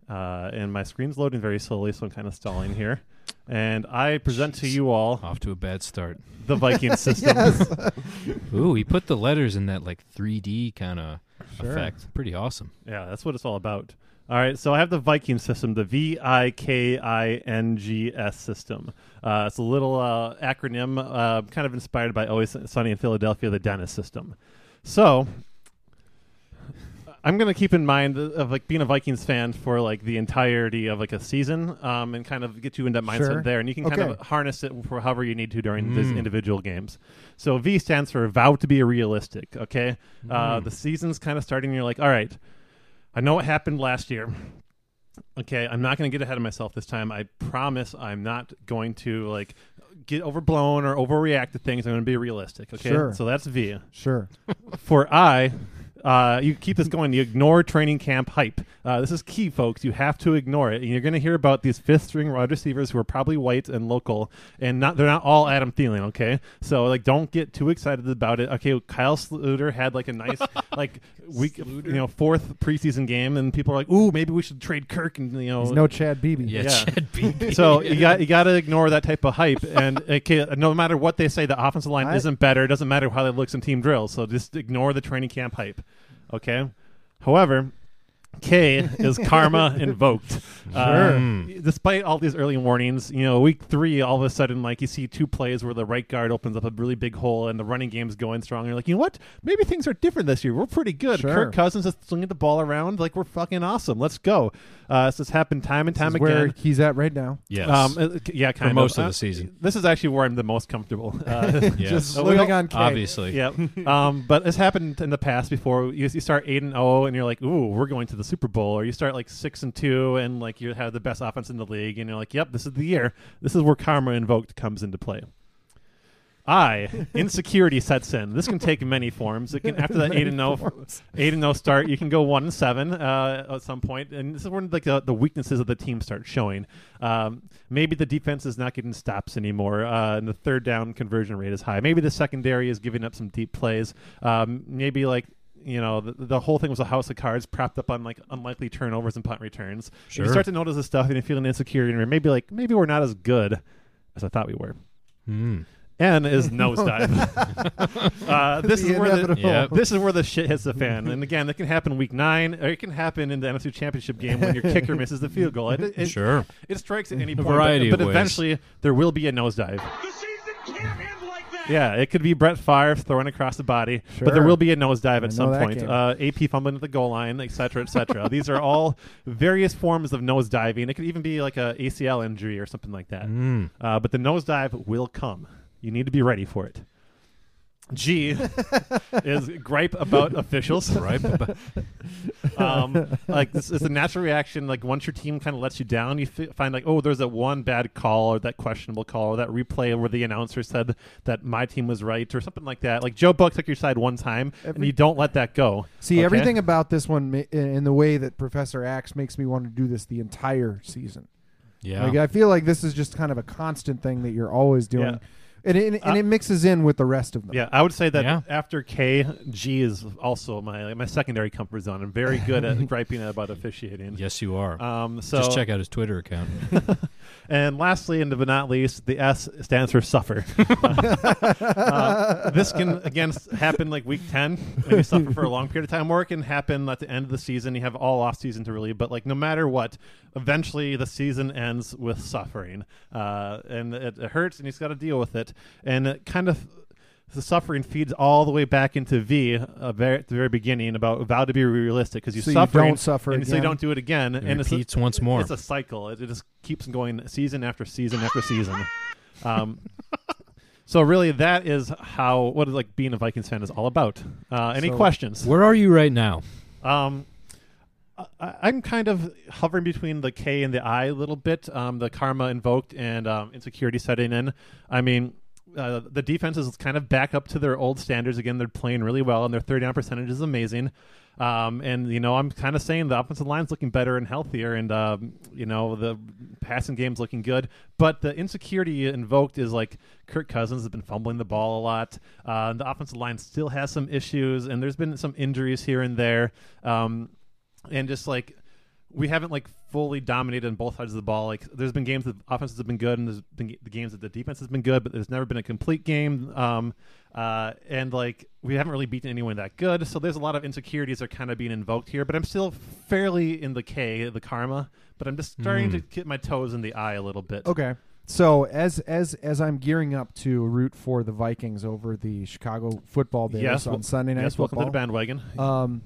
Speaker 2: Uh, and my screen's loading very slowly, so I'm kind of stalling here. And I present to
Speaker 1: Jeez.
Speaker 2: you all
Speaker 1: Off to a bad start.
Speaker 2: the Viking system.
Speaker 3: Yes.
Speaker 1: Ooh, he put the letters in that like 3D kind of
Speaker 3: Sure.
Speaker 1: effect. Pretty awesome.
Speaker 2: Yeah, that's what it's all about. All right, so I have the Viking system, the V I K I N G S system. Uh, it's a little uh, acronym, uh, kind of inspired by Always Sunny in Philadelphia, the Dennis system. So I'm going to keep in mind of like being a Vikings fan for like the entirety of like a season, um, and kind of get you in that mindset
Speaker 3: Sure.
Speaker 2: there, and you can kind
Speaker 3: Okay. Hmm.
Speaker 2: of harness it for however you need to during these
Speaker 1: Mm.
Speaker 2: individual games. So V stands for vow to be realistic. Okay, uh,
Speaker 3: Hmm.
Speaker 1: Mm.
Speaker 2: the season's kind of starting. And you're like, all right, I know what happened last year. Okay, I'm not going to get ahead of myself this time. I promise I'm not going to like get overblown or overreact to things. I'm going to be realistic. Okay,
Speaker 3: Sure.
Speaker 2: so that's V
Speaker 3: Sure.
Speaker 2: for I. Uh, you keep this going. You ignore training camp hype. Uh, this is key, folks. You have to ignore it. And you're going to hear about these fifth-string wide receivers who are probably white and local, and not they're not all Adam Thielen. Okay, so like don't get too excited about it. Okay, Kyle Sluter had like a nice like week, you know, fourth preseason game, and people are like, "Ooh, maybe we should trade Kirk." And you know,
Speaker 3: He's no Chad Beebe.
Speaker 1: Yeah,
Speaker 2: Yeah.
Speaker 1: Chad Beebe.
Speaker 2: so you got you got to ignore that type of hype, and it can't- no matter what they say, the offensive line
Speaker 3: I-
Speaker 2: isn't better. It doesn't matter how they look in team drills. So just ignore the training camp hype. Okay. However, K is karma invoked. Uh, despite all these early warnings, you know, week three, all of a sudden, like you see two plays where the right guard opens up a really big hole and the running game's going strong. You're like, you know what? Maybe things are different this year. We're pretty good.
Speaker 3: Sure.
Speaker 2: Kirk Cousins is slinging the ball around like we're fucking awesome. Let's go. Uh, so it's happened time and
Speaker 3: This
Speaker 2: time
Speaker 3: is
Speaker 2: again.
Speaker 3: where he's at right now.
Speaker 1: Yes.
Speaker 2: Um, uh, c- yeah, kind of.
Speaker 1: most of
Speaker 2: Uh,
Speaker 1: the season.
Speaker 2: This is actually where I'm the most comfortable. Uh,
Speaker 1: Yes.
Speaker 3: Just
Speaker 2: Oh, we
Speaker 3: living
Speaker 2: all-
Speaker 3: on K.
Speaker 1: Obviously.
Speaker 2: yeah. Um, but it's happened in the past before. You, you start eight and zero, and you're like, "Ooh, we're going to the Super Bowl," or you start like six and two, and like you have the best offense in the league, and you're like, "Yep, this is the year." This is where karma invoked comes into play. I insecurity sets in. This can take many forms. It can after that eight and zero, eight and zero start, you can go one and seven uh, at some point, and this is when like the, the weaknesses of the team start showing. Um, maybe the defense is not getting stops anymore, uh, and the third down conversion rate is high. Maybe the secondary is giving up some deep plays. Um, maybe like. You know, the, the whole thing was a house of cards propped up on like unlikely turnovers and punt returns. And
Speaker 1: Sure.
Speaker 2: You start to notice this stuff and you're feeling insecure and you're maybe like, maybe we're not as good as I thought we were.
Speaker 1: Mm.
Speaker 2: N is nosedive. uh, this
Speaker 3: The
Speaker 2: is where the
Speaker 3: inevitable.
Speaker 1: Yep.
Speaker 2: this is where the shit hits the fan. And again, that can happen week nine, or it can happen in the NFC Championship game when your kicker misses the field goal. It, it,
Speaker 1: Sure.
Speaker 2: it strikes at any point,
Speaker 1: variety
Speaker 2: but,
Speaker 1: of
Speaker 2: but
Speaker 1: ways.
Speaker 2: eventually there will be a nosedive.
Speaker 4: The season can't end like that.
Speaker 2: Yeah, it could be Brett Favre thrown across the body, but there
Speaker 3: Sure.
Speaker 2: will be a nosedive
Speaker 3: I
Speaker 2: at some
Speaker 3: know that
Speaker 2: point.
Speaker 3: game.
Speaker 2: Uh, AP fumbling at the goal line, et cetera, et cetera. These are all various forms of nosediving. It could even be like a ACL injury or something like that.
Speaker 1: Mm.
Speaker 2: Uh, but the nosedive will come. You need to be ready for it. G is gripe about officials.
Speaker 1: Right. But-
Speaker 2: Um, like this is a natural reaction. Like once your team kind of lets you down, you f- find like, oh, there's that one bad call or that questionable call or that replay where the announcer said that my team was right or something like that. Like Joe Buck took your side one time, and
Speaker 3: Every-
Speaker 2: you don't let that go.
Speaker 3: See,
Speaker 2: Okay?
Speaker 3: everything about this one ma- in in the way that Professor Axe makes me want to do this the entire season.
Speaker 1: yeah.
Speaker 3: Like I feel like this is just kind of a constant thing that you're always doing.
Speaker 2: Yeah.
Speaker 3: and it, and it mixes in with the rest of them.
Speaker 2: Yeah, I would say that
Speaker 1: Yeah.
Speaker 2: after K, G is also my my secondary comfort zone. I'm very good at griping about officiating.
Speaker 1: Yes, you are.
Speaker 3: Uh,
Speaker 2: Um, so
Speaker 1: Just check out his Twitter account.
Speaker 2: And lastly, and but not least, the S stands for suffer. Uh, this can again s- happen like week ten when you suffer for a long period of time, or it can happen at the end of the season. You have all off season to really, but like no matter what, eventually the season ends with suffering, uh, and it, it hurts, and he's got to deal with it, and it kind of. The suffering feeds all the way back into V uh, very, at the very beginning about vow to be realistic because you
Speaker 3: So you
Speaker 2: suffer
Speaker 3: don't suffer
Speaker 2: and so you
Speaker 3: again.
Speaker 2: don't do it again
Speaker 1: It
Speaker 2: and it's a-
Speaker 1: repeats once more.
Speaker 2: it's a cycle. It, it just keeps going season after season after season. Um, so really, that is how what like being a Vikings fan is all about. Uh, any
Speaker 3: So-
Speaker 2: questions?
Speaker 1: Where are you right now?
Speaker 2: Um, I, I'm kind of hovering between the K and the I a little bit. Um, the karma invoked and um, insecurity setting in. I mean. Uh, the defense is kind of back up to their old standards again. They're playing really well, and their third down percentage is amazing. Um, and you know, I'm kind of saying the offensive line's looking better and healthier, and um, you know, the passing game's looking good. But the insecurity invoked is like Kirk Cousins has been fumbling the ball a lot. Uh, the offensive line still has some issues, and there's been some injuries here and there. Um, and just like we haven't like fully dominated on both sides of the ball. Like there's been games that the offenses have been good, and there's been g- the games that the defense has been good, but there's never been a complete game. Um, uh, and like we haven't really beaten anyone that good, so there's a lot of insecurities that are kind of being invoked here. But I'm still fairly in the K, the karma. But I'm just starting to get my toes in the eye a little bit.
Speaker 3: Hmm. Okay. So as as as I'm gearing up to root for the Vikings over the Chicago Football Bears
Speaker 2: Yes,
Speaker 3: on
Speaker 2: wel-
Speaker 3: Sunday night
Speaker 2: yes, welcome
Speaker 3: football,
Speaker 2: to the bandwagon.
Speaker 3: Um,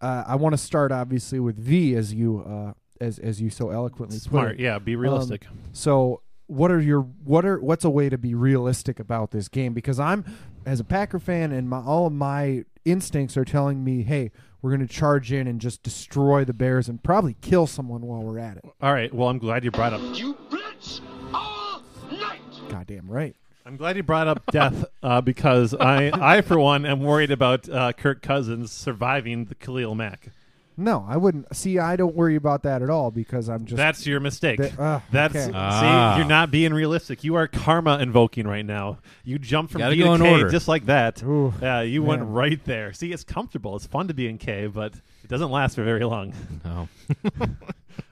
Speaker 3: uh, I want to start obviously with V as you uh, as as you so eloquently
Speaker 2: Smart,
Speaker 3: put it. Um,
Speaker 2: yeah. Be realistic.
Speaker 3: So what are your what are what's a way to be realistic about this game? Because I'm as a Packer fan, and my all of my instincts are telling me, hey, we're going to charge in and just destroy the Bears and probably kill someone while we're at it.
Speaker 2: All right. Well, I'm glad you brought up
Speaker 4: You blitz all night.
Speaker 3: Goddamn right.
Speaker 2: I'm glad you brought up death uh, because I, I for one, am worried about uh, Kirk Cousins surviving the Khalil Mack.
Speaker 3: No, I wouldn't. See, I don't worry about that at all because I'm just
Speaker 2: That's your mistake.
Speaker 3: That- ah,
Speaker 2: That's
Speaker 3: okay.
Speaker 2: see,
Speaker 1: Ah.
Speaker 2: you're not being realistic. You are karma invoking right now. You jump from
Speaker 1: Gotta
Speaker 2: B
Speaker 1: go
Speaker 2: to
Speaker 1: in
Speaker 2: K
Speaker 1: order.
Speaker 2: just like that.
Speaker 3: Ooh,
Speaker 2: yeah, you went
Speaker 3: man.
Speaker 2: right there. See, it's comfortable. It's fun to be in K, but it doesn't last for very long.
Speaker 1: No.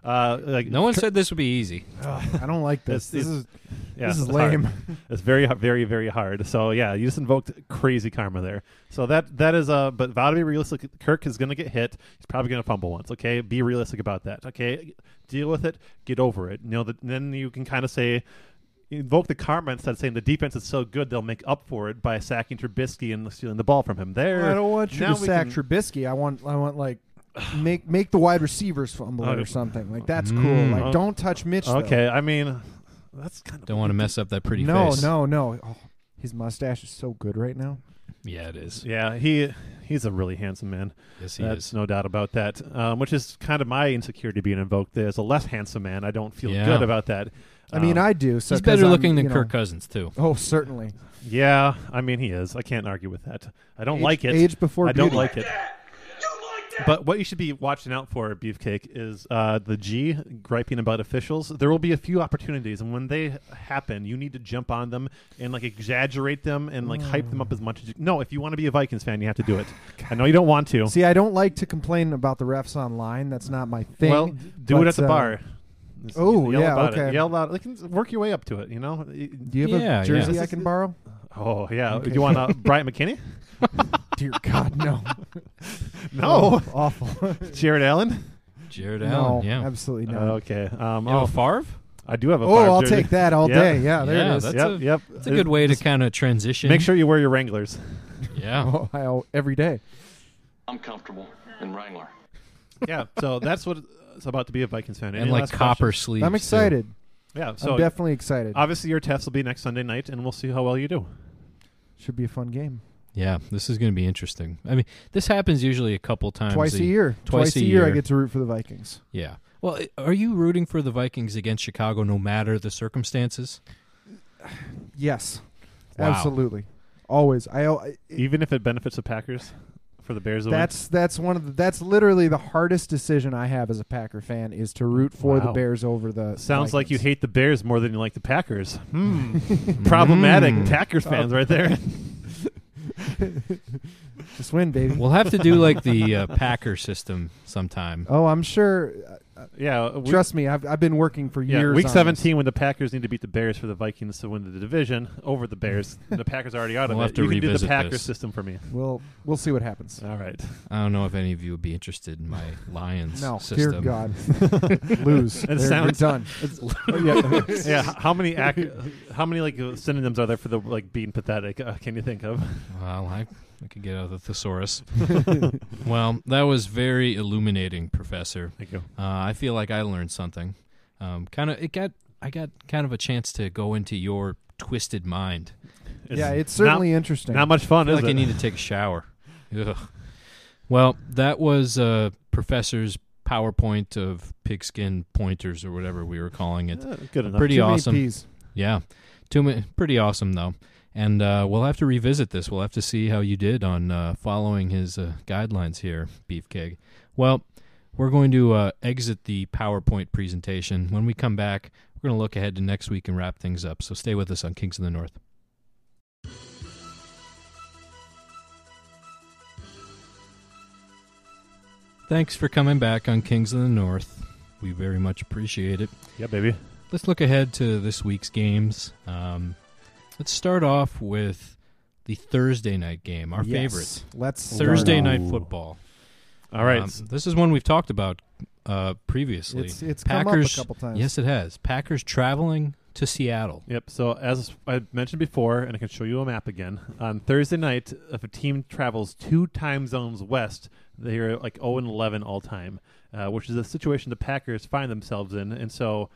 Speaker 2: Uh, like
Speaker 1: Oh. No one said this would be easy.
Speaker 3: I don't like this.
Speaker 2: That's-
Speaker 3: this is
Speaker 2: yeah,
Speaker 3: this is
Speaker 2: it's hard.
Speaker 3: lame.
Speaker 2: It's very, very, very hard. So yeah, you just invoked crazy karma there. So that that is uh, but vow to be realistic. Kirk is going to get hit. He's probably going to fumble once. Okay, be realistic about that. Okay, deal with it. Get over it. You know, that then you can kind of say. Invoke the karma instead of saying the defense is so good they'll make up for it by sacking Trubisky and stealing the ball from him. There,
Speaker 3: I don't want you
Speaker 2: now
Speaker 3: to
Speaker 2: we
Speaker 3: sack
Speaker 2: can-
Speaker 3: Trubisky. I want I want like make make the wide receivers fumble
Speaker 2: Okay.
Speaker 3: or something. Like that's
Speaker 1: Mm.
Speaker 3: cool.
Speaker 2: Oh.
Speaker 3: Like don't touch Mitch. though.
Speaker 2: Okay, I mean, that's kind of
Speaker 1: Don't want to mess up that pretty
Speaker 3: No,
Speaker 1: face.
Speaker 3: no, no. Oh, his mustache is so good right now.
Speaker 1: Yeah, it is.
Speaker 2: yeah. He he's a really handsome man.
Speaker 1: Yes, he
Speaker 2: That's
Speaker 1: is.
Speaker 2: no doubt about that. Um, which is kind of my insecurity being invoked. There, as a less handsome man, I don't feel
Speaker 1: Yeah.
Speaker 2: good about that.
Speaker 3: I mean,
Speaker 2: Um,
Speaker 3: I do. So
Speaker 1: Oh. He's
Speaker 3: 'cause
Speaker 1: better
Speaker 3: I'm,
Speaker 1: looking than
Speaker 3: you know-
Speaker 1: Kirk Cousins too.
Speaker 3: Oh, certainly.
Speaker 2: yeah. I mean, he is. I can't argue with that. I don't
Speaker 3: Age-
Speaker 2: like it.
Speaker 3: age before
Speaker 2: I don't
Speaker 3: beauty.
Speaker 2: like it.
Speaker 4: You like that?
Speaker 2: But what you should be watching out for, Beefcake, is uh, the G griping about officials. There will be a few opportunities, and when they happen, you need to jump on them and like exaggerate them and like hype them
Speaker 3: Mm.
Speaker 2: up as much as you. No, if you want to be a Vikings fan, you have to do it. I know you don't want
Speaker 1: Oh.
Speaker 2: to.
Speaker 3: See, I don't like to complain about the refs online. That's not my thing.
Speaker 2: Well, do it
Speaker 3: But,
Speaker 2: at the
Speaker 3: uh,
Speaker 2: bar. Just
Speaker 3: oh,
Speaker 2: yell
Speaker 3: yeah,
Speaker 2: about It.
Speaker 3: okay.
Speaker 2: Yell about it. Like, can work your way up to it. You know.
Speaker 3: Do you have
Speaker 1: Yeah, yeah.
Speaker 3: a jersey
Speaker 1: This
Speaker 3: I
Speaker 2: is
Speaker 3: can
Speaker 2: the-
Speaker 3: borrow?
Speaker 2: Oh yeah.
Speaker 3: Okay.
Speaker 2: You want uh, Brian McKinney?
Speaker 3: Dear God, no.
Speaker 2: No.
Speaker 3: Oh, awful.
Speaker 2: Jared Allen.
Speaker 1: Jared
Speaker 3: no,
Speaker 1: Allen. Yeah.
Speaker 3: absolutely
Speaker 2: Uh,
Speaker 3: not.
Speaker 2: okay. Um,
Speaker 1: You know
Speaker 2: oh,
Speaker 1: Favre?
Speaker 2: I do have a.
Speaker 3: oh,
Speaker 2: Favre
Speaker 3: I'll
Speaker 2: jersey.
Speaker 3: take that all
Speaker 2: Yeah.
Speaker 3: day. Yeah, there
Speaker 1: Yeah,
Speaker 3: it is.
Speaker 1: that's
Speaker 2: yep.
Speaker 1: a-
Speaker 2: yep. Uh,
Speaker 1: That's a good way to kind of transition.
Speaker 2: Make sure you wear your Wranglers.
Speaker 1: Yeah.
Speaker 3: Oh, I, every day.
Speaker 6: I'm comfortable in Wrangler.
Speaker 2: yeah. So that's what it's about to be a Vikings fan.
Speaker 1: And
Speaker 2: Any
Speaker 1: like
Speaker 2: last
Speaker 1: copper
Speaker 2: questions?
Speaker 1: sleeves.
Speaker 3: I'm
Speaker 1: too.
Speaker 3: excited.
Speaker 2: Yeah. So
Speaker 3: I'm definitely excited.
Speaker 2: obviously your test will be next Sunday night, and we'll see how well you do.
Speaker 3: Should be a fun game.
Speaker 1: Yeah, this is going to be interesting. I mean, this happens usually a couple times
Speaker 3: Twice a year.
Speaker 1: Twice,
Speaker 3: a year, I get to root for the Vikings.
Speaker 1: Yeah. Well, i- are you rooting for the Vikings against Chicago no matter the circumstances?
Speaker 3: Yes,
Speaker 1: Wow.
Speaker 3: absolutely. Always. I, I
Speaker 2: Even if it benefits the Packers. for the Bears. to win?
Speaker 3: That's that's one of the, that's literally the hardest decision I have as a Packer fan is to root for the
Speaker 2: Wow.
Speaker 3: Bears over the.
Speaker 2: sounds like you
Speaker 3: Vikings.
Speaker 2: hate the Bears more than you like the Packers. Hmm. Problematic
Speaker 1: Mm.
Speaker 2: Packers fans right there.
Speaker 3: Just win, baby.
Speaker 1: We'll have to do like the uh, Packer system sometime.
Speaker 3: oh, I'm sure. uh,
Speaker 2: yeah, we-
Speaker 3: Trust me, I've I've been working for
Speaker 2: Yeah,
Speaker 3: years.
Speaker 2: week
Speaker 3: on this.
Speaker 2: 17 when the Packers need to beat the Bears for the Vikings to win the division over the Bears. and the Packers are already out of
Speaker 1: We'll
Speaker 2: it.
Speaker 1: have to
Speaker 2: you can do the
Speaker 1: revisit
Speaker 2: Packers
Speaker 1: this.
Speaker 2: system for me.
Speaker 3: We'll we'll see what happens.
Speaker 2: All right.
Speaker 1: I don't know if any of you would be interested in my Lions
Speaker 3: No,
Speaker 1: system.
Speaker 3: dear God, lose. They're,
Speaker 2: sounds-
Speaker 3: they're done. Yeah.
Speaker 2: yeah, h- how many ac- how many like uh, synonyms are there for the like being pathetic? Uh, can you think of?
Speaker 1: Well, I, I could get out of the thesaurus. well, that was very illuminating, Professor.
Speaker 2: Thank you.
Speaker 1: Uh, I feel like I learned something. Um, kind of, it got I got kind of a chance to go into your twisted mind.
Speaker 3: yeah, it's
Speaker 2: not-
Speaker 3: certainly interesting.
Speaker 2: Not much fun,
Speaker 1: I feel
Speaker 2: is
Speaker 1: like
Speaker 2: it?
Speaker 1: I need to take a shower. Ugh. Well, that was uh, Professor's PowerPoint of pigskin pointers or whatever we were calling it.
Speaker 2: Uh, good enough.
Speaker 1: Pretty
Speaker 3: Too many
Speaker 1: awesome.
Speaker 3: peas.
Speaker 1: Yeah, too ma- pretty awesome though. And uh, we'll have to revisit this. We'll have to see how you did on uh, following his uh, guidelines here, Beefcake. Well, we're going to uh, exit the PowerPoint presentation. When we come back, we're going to look ahead to next week and wrap things up. So stay with us on Kings of the North. Thanks for coming back on Kings of the North. We very much appreciate it
Speaker 2: Yeah, baby.
Speaker 1: let's look ahead to this week's games. Um, let's start off with the Thursday night game, our
Speaker 3: Yes.
Speaker 1: favorite
Speaker 3: Let's start
Speaker 1: Thursday
Speaker 3: off.
Speaker 1: night
Speaker 2: Ooh.
Speaker 1: football.
Speaker 2: All right.
Speaker 1: Um, this is one we've talked about uh, previously.
Speaker 3: It's it's
Speaker 1: Packers.
Speaker 3: come up a couple times.
Speaker 1: yes, it has. Packers traveling to Seattle.
Speaker 2: Yep. So as I mentioned before, and I can show you a map again. On Thursday night, if a team travels two time zones west, they are like 0 and 11 all time, uh, which is a situation the Packers find themselves in. And so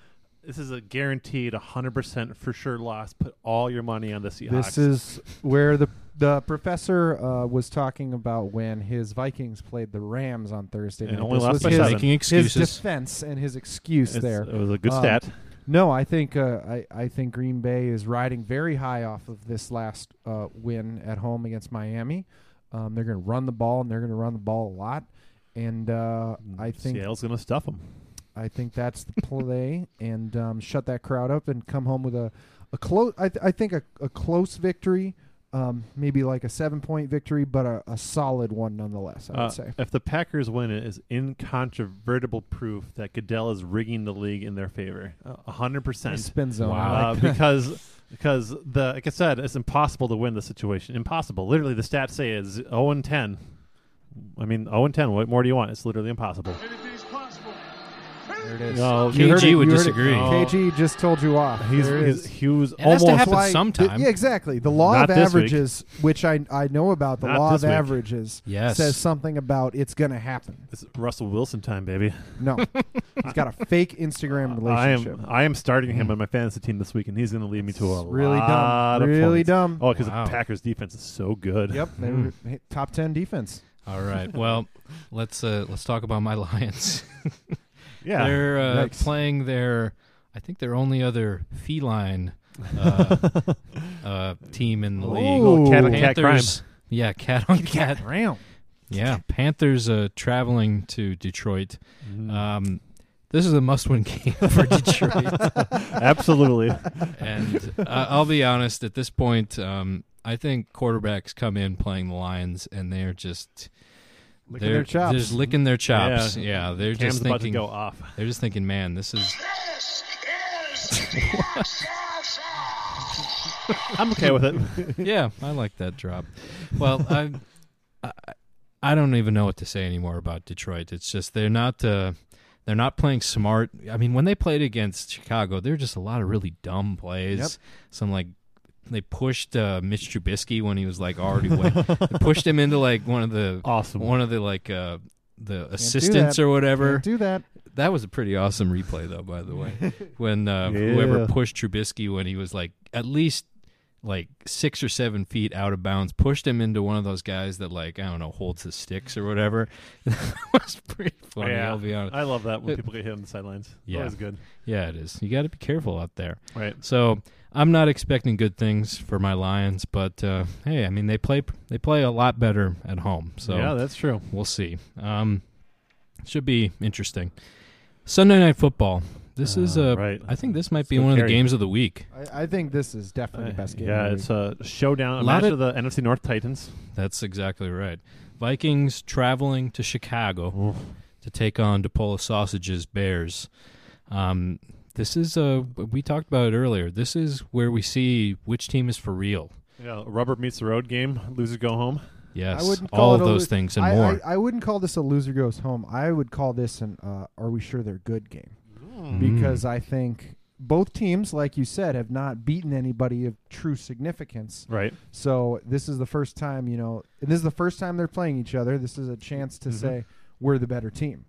Speaker 2: this is a guaranteed 100% for sure loss. Put all your money on the Seahawks.
Speaker 3: This is where the the professor uh, was talking about when his Vikings played the Rams on Thursday
Speaker 2: And
Speaker 3: night.
Speaker 2: only
Speaker 3: This
Speaker 2: lost
Speaker 3: was
Speaker 2: by
Speaker 3: his,
Speaker 2: seven.
Speaker 1: Making
Speaker 3: his
Speaker 1: excuses.
Speaker 3: defense and his excuse
Speaker 2: It's-
Speaker 3: there.
Speaker 2: It was a good
Speaker 3: Um,
Speaker 2: stat.
Speaker 3: No, I think uh, I I think Green Bay is riding very high off of this last uh, win at home against Miami. Um, they're going to run the ball and they're going to run the ball a lot. And uh,
Speaker 2: Mm,
Speaker 3: I think
Speaker 2: Seattle's going to stuff them.
Speaker 3: I think that's the play, and um, shut that crowd up and come home with a, a close. I, th- I think a, a close victory, um, maybe like a seven point victory, but a, a solid one nonetheless. I
Speaker 2: Uh,
Speaker 3: would say.
Speaker 2: if the Packers win, it is incontrovertible proof that Goodell is rigging the league in their favor. A hundred
Speaker 3: I
Speaker 2: percent.
Speaker 3: spin zone. I
Speaker 2: Uh,
Speaker 3: like that.
Speaker 2: because because the like I said, it's impossible to win the situation. Impossible. Literally, the stats say it's zero and ten. I mean, zero and ten. What more do you want? It's literally impossible.
Speaker 4: Anything's possible.
Speaker 3: there it is.
Speaker 2: No,
Speaker 3: You heard
Speaker 1: KG
Speaker 3: it-
Speaker 1: would
Speaker 3: you heard it.
Speaker 1: disagree.
Speaker 2: No.
Speaker 3: KG just told you off.
Speaker 2: He's,
Speaker 3: There it
Speaker 2: he's
Speaker 3: is.
Speaker 2: he was
Speaker 1: It has to
Speaker 2: almost
Speaker 1: happen
Speaker 3: Why-
Speaker 1: sometime.
Speaker 3: yeah, exactly. The law
Speaker 2: Not
Speaker 3: of
Speaker 2: this week.
Speaker 3: averages, which I I know about, the
Speaker 2: Not
Speaker 3: law
Speaker 2: this
Speaker 3: of
Speaker 2: week.
Speaker 3: averages
Speaker 1: Yes.
Speaker 3: says something about it's going to happen.
Speaker 2: it's Russell Wilson time, baby.
Speaker 3: No, he's got a fake Instagram
Speaker 2: I
Speaker 3: relationship. Mm.
Speaker 2: am I am starting him on my fantasy team this week, and he's going to lead me to a
Speaker 3: It's really
Speaker 2: lot
Speaker 3: dumb.
Speaker 2: of
Speaker 3: Really
Speaker 2: points.
Speaker 3: dumb.
Speaker 2: Oh, because
Speaker 1: Wow.
Speaker 2: the Packers defense is so good.
Speaker 3: Yep, they were
Speaker 2: Hmm.
Speaker 3: hey, top ten defense.
Speaker 1: All right. Well, let's uh, let's talk about my Lions.
Speaker 2: Yeah.
Speaker 1: They're uh,
Speaker 3: Yikes.
Speaker 1: playing their, I think their only other feline uh, uh, team in the league.
Speaker 3: Ooh.
Speaker 2: Cat on cat crime.
Speaker 1: Yeah, cat on cat.
Speaker 3: Ram.
Speaker 1: Yeah, Panthers uh, traveling to Detroit. Um, this is a must-win game for Detroit,
Speaker 2: Absolutely.
Speaker 1: and uh, I'll be honest. At this point, um, I think quarterbacks come in playing the Lions, and they're just
Speaker 3: Licking
Speaker 1: they're
Speaker 3: their chops.
Speaker 1: Just licking their chops.
Speaker 2: Yeah.
Speaker 1: Yeah, they're
Speaker 2: Cam's
Speaker 1: just
Speaker 2: about to
Speaker 1: thinking.
Speaker 2: go off.
Speaker 1: They're just thinking, man, this is
Speaker 4: Yes, yes, yes, yes, yes.
Speaker 2: I'm okay with it.
Speaker 1: yeah, I like that drop. Well, I, I I don't even know what to say anymore about Detroit. It's just they're not uh, they're not playing smart. I mean, when they played against Chicago, there were just a lot of really dumb plays.
Speaker 3: Yep.
Speaker 1: Some like they pushed uh, Mitch Trubisky when he was like already wet. They pushed him into like one of the
Speaker 2: Awesome.
Speaker 1: one of the like uh, the assistants or whatever.
Speaker 3: Can't do that.
Speaker 1: That was a pretty awesome replay, though. By the way, when uh,
Speaker 2: Yeah.
Speaker 1: whoever pushed Trubisky when he was like at least like six or seven feet out of bounds, pushed him into one of those guys that like I don't know holds the sticks or whatever. that was pretty funny.
Speaker 2: yeah.
Speaker 1: I'll be honest.
Speaker 2: I love that when
Speaker 1: It-
Speaker 2: people get hit on the sidelines.
Speaker 1: Yeah.
Speaker 2: Always good.
Speaker 1: Yeah, it is. You got to be careful out there.
Speaker 2: Right.
Speaker 1: So I'm not expecting good things for my Lions, but uh, hey, I mean they play they play a lot better at home. So
Speaker 2: yeah, that's true.
Speaker 1: we'll see. Um, should be interesting. Sunday night football. This is
Speaker 3: Ah,
Speaker 2: Uh,
Speaker 1: a. I
Speaker 2: right.
Speaker 1: think this might be
Speaker 2: Still
Speaker 1: one of the
Speaker 2: carry.
Speaker 1: games of the week.
Speaker 3: I, I think this is definitely the best game.
Speaker 2: Uh, yeah,
Speaker 3: of the
Speaker 2: it's
Speaker 3: week.
Speaker 2: a showdown. A
Speaker 1: Lot
Speaker 2: match of,
Speaker 1: of-
Speaker 2: the NFC North Titans.
Speaker 1: That's exactly right. Vikings traveling to Chicago to take on DePola Sausages Bears. Um, this is a. We talked about it earlier. This is where we see which team is for real.
Speaker 2: Yeah, rubber meets the road game. Losers go home.
Speaker 1: Yes,
Speaker 3: I wouldn't call
Speaker 1: all
Speaker 3: it
Speaker 1: of
Speaker 3: a
Speaker 1: those
Speaker 3: lo-
Speaker 1: things and
Speaker 3: I,
Speaker 1: more.
Speaker 3: I, I wouldn't call this a loser goes home. I would call this an uh, are we sure they're good game
Speaker 2: Hmm.
Speaker 3: because I think both teams, like you said, have not beaten anybody of true significance.
Speaker 2: Right.
Speaker 3: So this is the first time you know, and this is the first time they're playing each other. This is a chance
Speaker 2: Mm-hmm.
Speaker 3: to say we're the better team.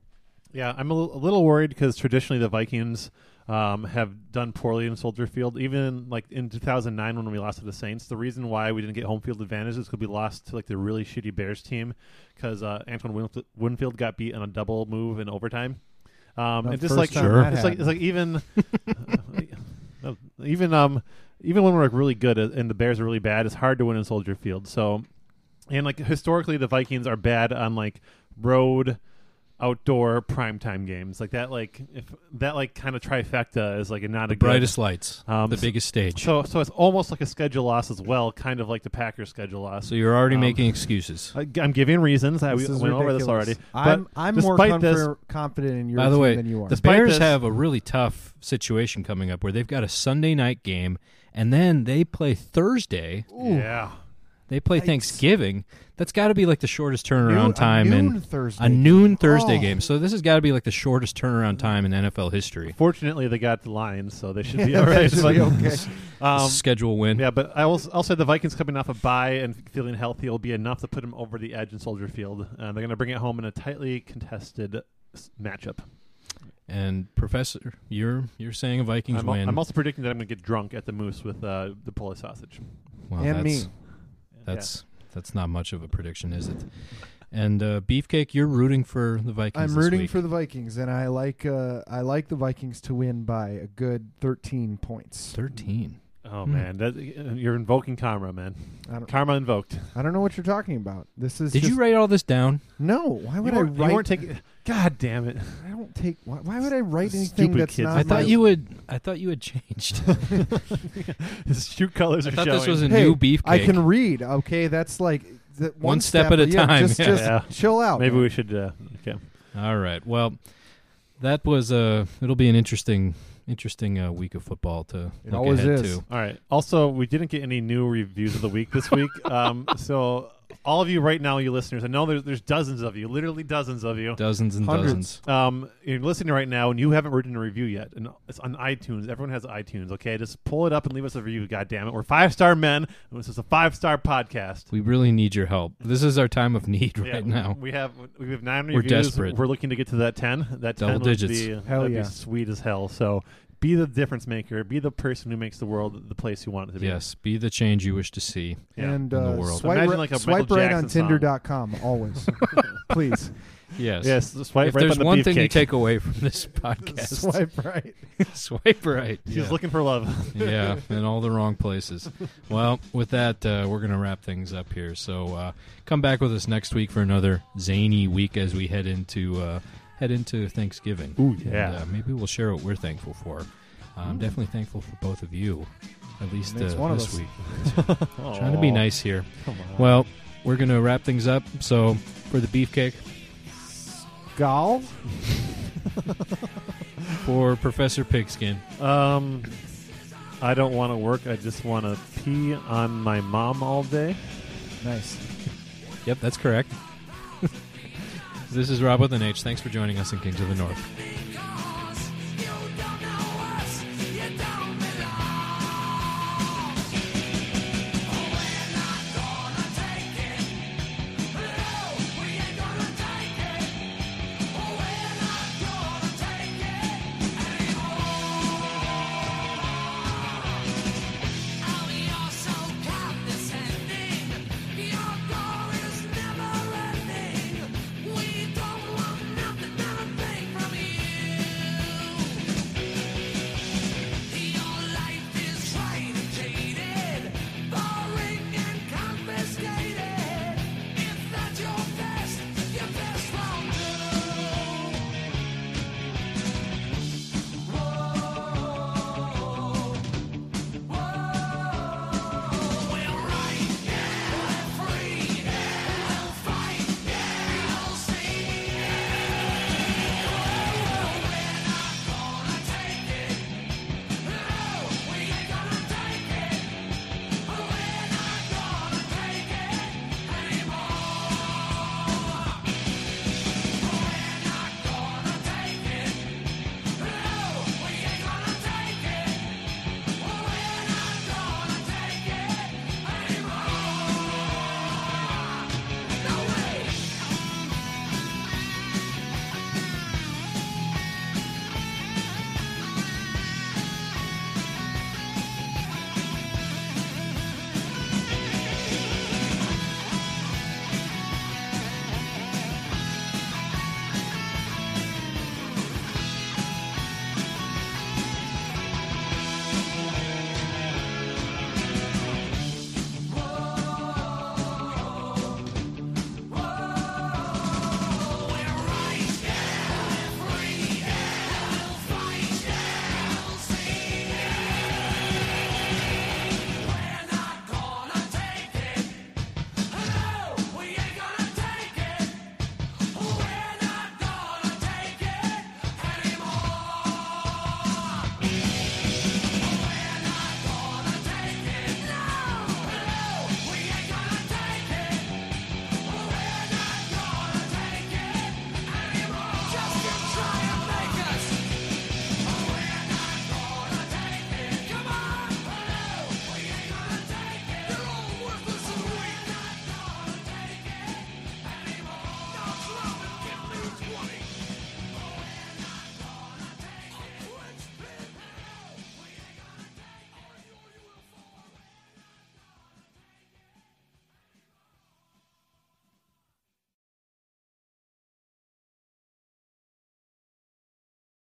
Speaker 2: Yeah, I'm a li- a little worried because traditionally the Vikings um, have done poorly in Soldier Field. Even like in 2009 when we lost to the Saints, the reason why we didn't get home field advantage is because we lost to like the really shitty Bears team because uh, Antoine Winf- Winfield got beat on a double move in overtime. Um,
Speaker 3: The
Speaker 2: and just
Speaker 3: first
Speaker 2: like,
Speaker 3: time Sure. that
Speaker 2: it's like it's like even uh, even um even when we're like really good uh, and the Bears are really bad, it's hard to win in Soldier Field. So and like historically, the Vikings are bad on like road, outdoor primetime games. Like that, like if that like kind of trifecta is like not a good-
Speaker 1: Brightest lights,
Speaker 2: Um,
Speaker 1: the
Speaker 2: so-
Speaker 1: biggest stage. So,
Speaker 2: So so it's almost like a schedule loss as well, kind of like the Packers schedule loss.
Speaker 1: you're already
Speaker 2: um,
Speaker 1: making excuses.
Speaker 2: I, I'm giving reasons. I we
Speaker 3: This
Speaker 2: went
Speaker 3: is
Speaker 2: over this
Speaker 3: ridiculous.
Speaker 2: already.
Speaker 3: I'm
Speaker 2: but
Speaker 3: I'm more
Speaker 2: despite this,
Speaker 3: comfor- confident in your
Speaker 1: By the
Speaker 3: team
Speaker 1: way,
Speaker 3: than you are.
Speaker 1: the
Speaker 2: Despite
Speaker 1: Bears
Speaker 2: this-
Speaker 1: have a really tough situation coming up where they've got a Sunday night game, and then they play Thursday.
Speaker 2: yeah,
Speaker 1: They play Thanksgiving. That's got to be like the shortest turnaround
Speaker 3: Noon- a
Speaker 1: time
Speaker 3: noon
Speaker 1: in
Speaker 3: Thursday
Speaker 1: a
Speaker 3: game.
Speaker 1: noon Thursday
Speaker 3: Oh.
Speaker 1: game. So this has got to be like the shortest turnaround time in NFL history.
Speaker 2: fortunately they got the Lions, so they should be
Speaker 3: Yeah,
Speaker 2: all
Speaker 3: that
Speaker 2: right.
Speaker 3: should
Speaker 2: But,
Speaker 3: be okay.
Speaker 2: um,
Speaker 1: Schedule win.
Speaker 2: Yeah, but I will I'll say the Vikings coming off a bye and feeling healthy will be enough to put them over the edge in Soldier Field. Uh, they're going to bring it home in a tightly contested s- matchup.
Speaker 1: And Professor, you're you're saying a Vikings
Speaker 2: I'm, al-
Speaker 1: win.
Speaker 2: I'm also predicting that I'm going to get drunk at the Moose with uh, the Polish sausage.
Speaker 1: Wow,
Speaker 3: and
Speaker 1: that's,
Speaker 3: me.
Speaker 1: That's that's not much of a prediction, is it? And uh, Beefcake, you're rooting for the Vikings.
Speaker 3: I'm
Speaker 1: this
Speaker 3: rooting
Speaker 1: week.
Speaker 3: for the Vikings, and I like uh, I like the Vikings to win by a good 13 points.
Speaker 1: thirteen.
Speaker 2: Yeah. Oh
Speaker 1: Hmm.
Speaker 2: man, that, you're invoking karma, man.
Speaker 3: I don't,
Speaker 2: Karma invoked.
Speaker 3: I don't know what you're talking about. This is
Speaker 1: Did
Speaker 3: just-
Speaker 1: you write all this down?
Speaker 3: No, why would
Speaker 2: you
Speaker 3: I
Speaker 2: weren't, you
Speaker 3: write?
Speaker 2: weren't taking. God damn it!
Speaker 3: I don't take. Why, why would I write
Speaker 2: Stupid
Speaker 3: anything that's
Speaker 2: kids.
Speaker 3: not?
Speaker 1: I
Speaker 3: my-
Speaker 1: thought you would. I thought you had changed.
Speaker 2: His shoe colors
Speaker 1: I
Speaker 2: are
Speaker 1: thought
Speaker 2: showing.
Speaker 1: this was a
Speaker 3: Hey,
Speaker 1: new beefcake.
Speaker 3: I can read. Okay, that's like th- one,
Speaker 1: One step at a
Speaker 3: yeah,
Speaker 1: time,
Speaker 3: Just,
Speaker 1: yeah.
Speaker 3: just
Speaker 2: Yeah.
Speaker 3: chill out.
Speaker 2: Maybe
Speaker 3: man.
Speaker 2: we should. Uh, okay.
Speaker 1: All right. Well, that was Uh, it'll be an interesting, interesting uh, week of football to
Speaker 3: It
Speaker 1: look
Speaker 3: always
Speaker 1: ahead
Speaker 3: is.
Speaker 1: to.
Speaker 2: All right. Also, we didn't get any new reviews of the week this week. um, so, all of you right now, you listeners, I know there's, there's dozens of you, literally dozens of you.
Speaker 1: Dozens and
Speaker 3: Hundreds.
Speaker 1: dozens.
Speaker 2: Um, you're listening right now, and you haven't written a review yet, and it's on iTunes. Everyone has iTunes. Okay, just pull it up and leave us a review. God damn it, we're five star men, and this is a five star podcast.
Speaker 1: We really need your help. This is our time of need right
Speaker 2: we-
Speaker 1: now.
Speaker 2: we have we have nine
Speaker 1: We're
Speaker 2: reviews.
Speaker 1: desperate.
Speaker 2: We're looking to get to that ten. That
Speaker 1: Double
Speaker 2: 10
Speaker 1: digits.
Speaker 2: Would be,
Speaker 3: Hell
Speaker 2: that'd
Speaker 3: yeah.
Speaker 2: be sweet as hell. So. Be the difference maker. Be the person who makes the world the place you want it to be.
Speaker 1: Yes, be the change you wish to see.
Speaker 2: Yeah.
Speaker 3: And
Speaker 1: in the
Speaker 3: uh,
Speaker 1: world.
Speaker 3: swipe,
Speaker 2: Imagine
Speaker 3: ri-
Speaker 2: like a
Speaker 3: swipe
Speaker 2: Michael
Speaker 3: right on
Speaker 2: Jackson song.
Speaker 3: Tinder.com always, please.
Speaker 1: Yes.
Speaker 2: Yes. Swipe
Speaker 1: if
Speaker 2: right
Speaker 1: there's
Speaker 2: on the
Speaker 1: one thing you
Speaker 2: beefcake.
Speaker 1: take away from this podcast,
Speaker 3: Swipe right.
Speaker 1: swipe right.
Speaker 2: She's
Speaker 1: Yeah.
Speaker 2: looking for love.
Speaker 1: yeah, in all the wrong places. Well, with that, uh, we're going to wrap things up here. So uh, come back with us next week for another zany week as we head into uh, head into Thanksgiving.
Speaker 2: Ooh,
Speaker 1: And,
Speaker 2: yeah.
Speaker 1: uh, maybe we'll share what we're thankful for. I'm definitely thankful for both of you, at least uh,
Speaker 3: Makes one of
Speaker 1: this
Speaker 3: us.
Speaker 1: week. Trying to be nice here. Well, we're going to wrap things up. So for the beefcake,
Speaker 3: Golf.
Speaker 1: for Professor Pigskin,
Speaker 2: Um, I don't want to work. I just want to pee on my mom all day.
Speaker 3: Nice.
Speaker 1: yep, that's correct. this is Rob with an H. Thanks for joining us in Kings of the North.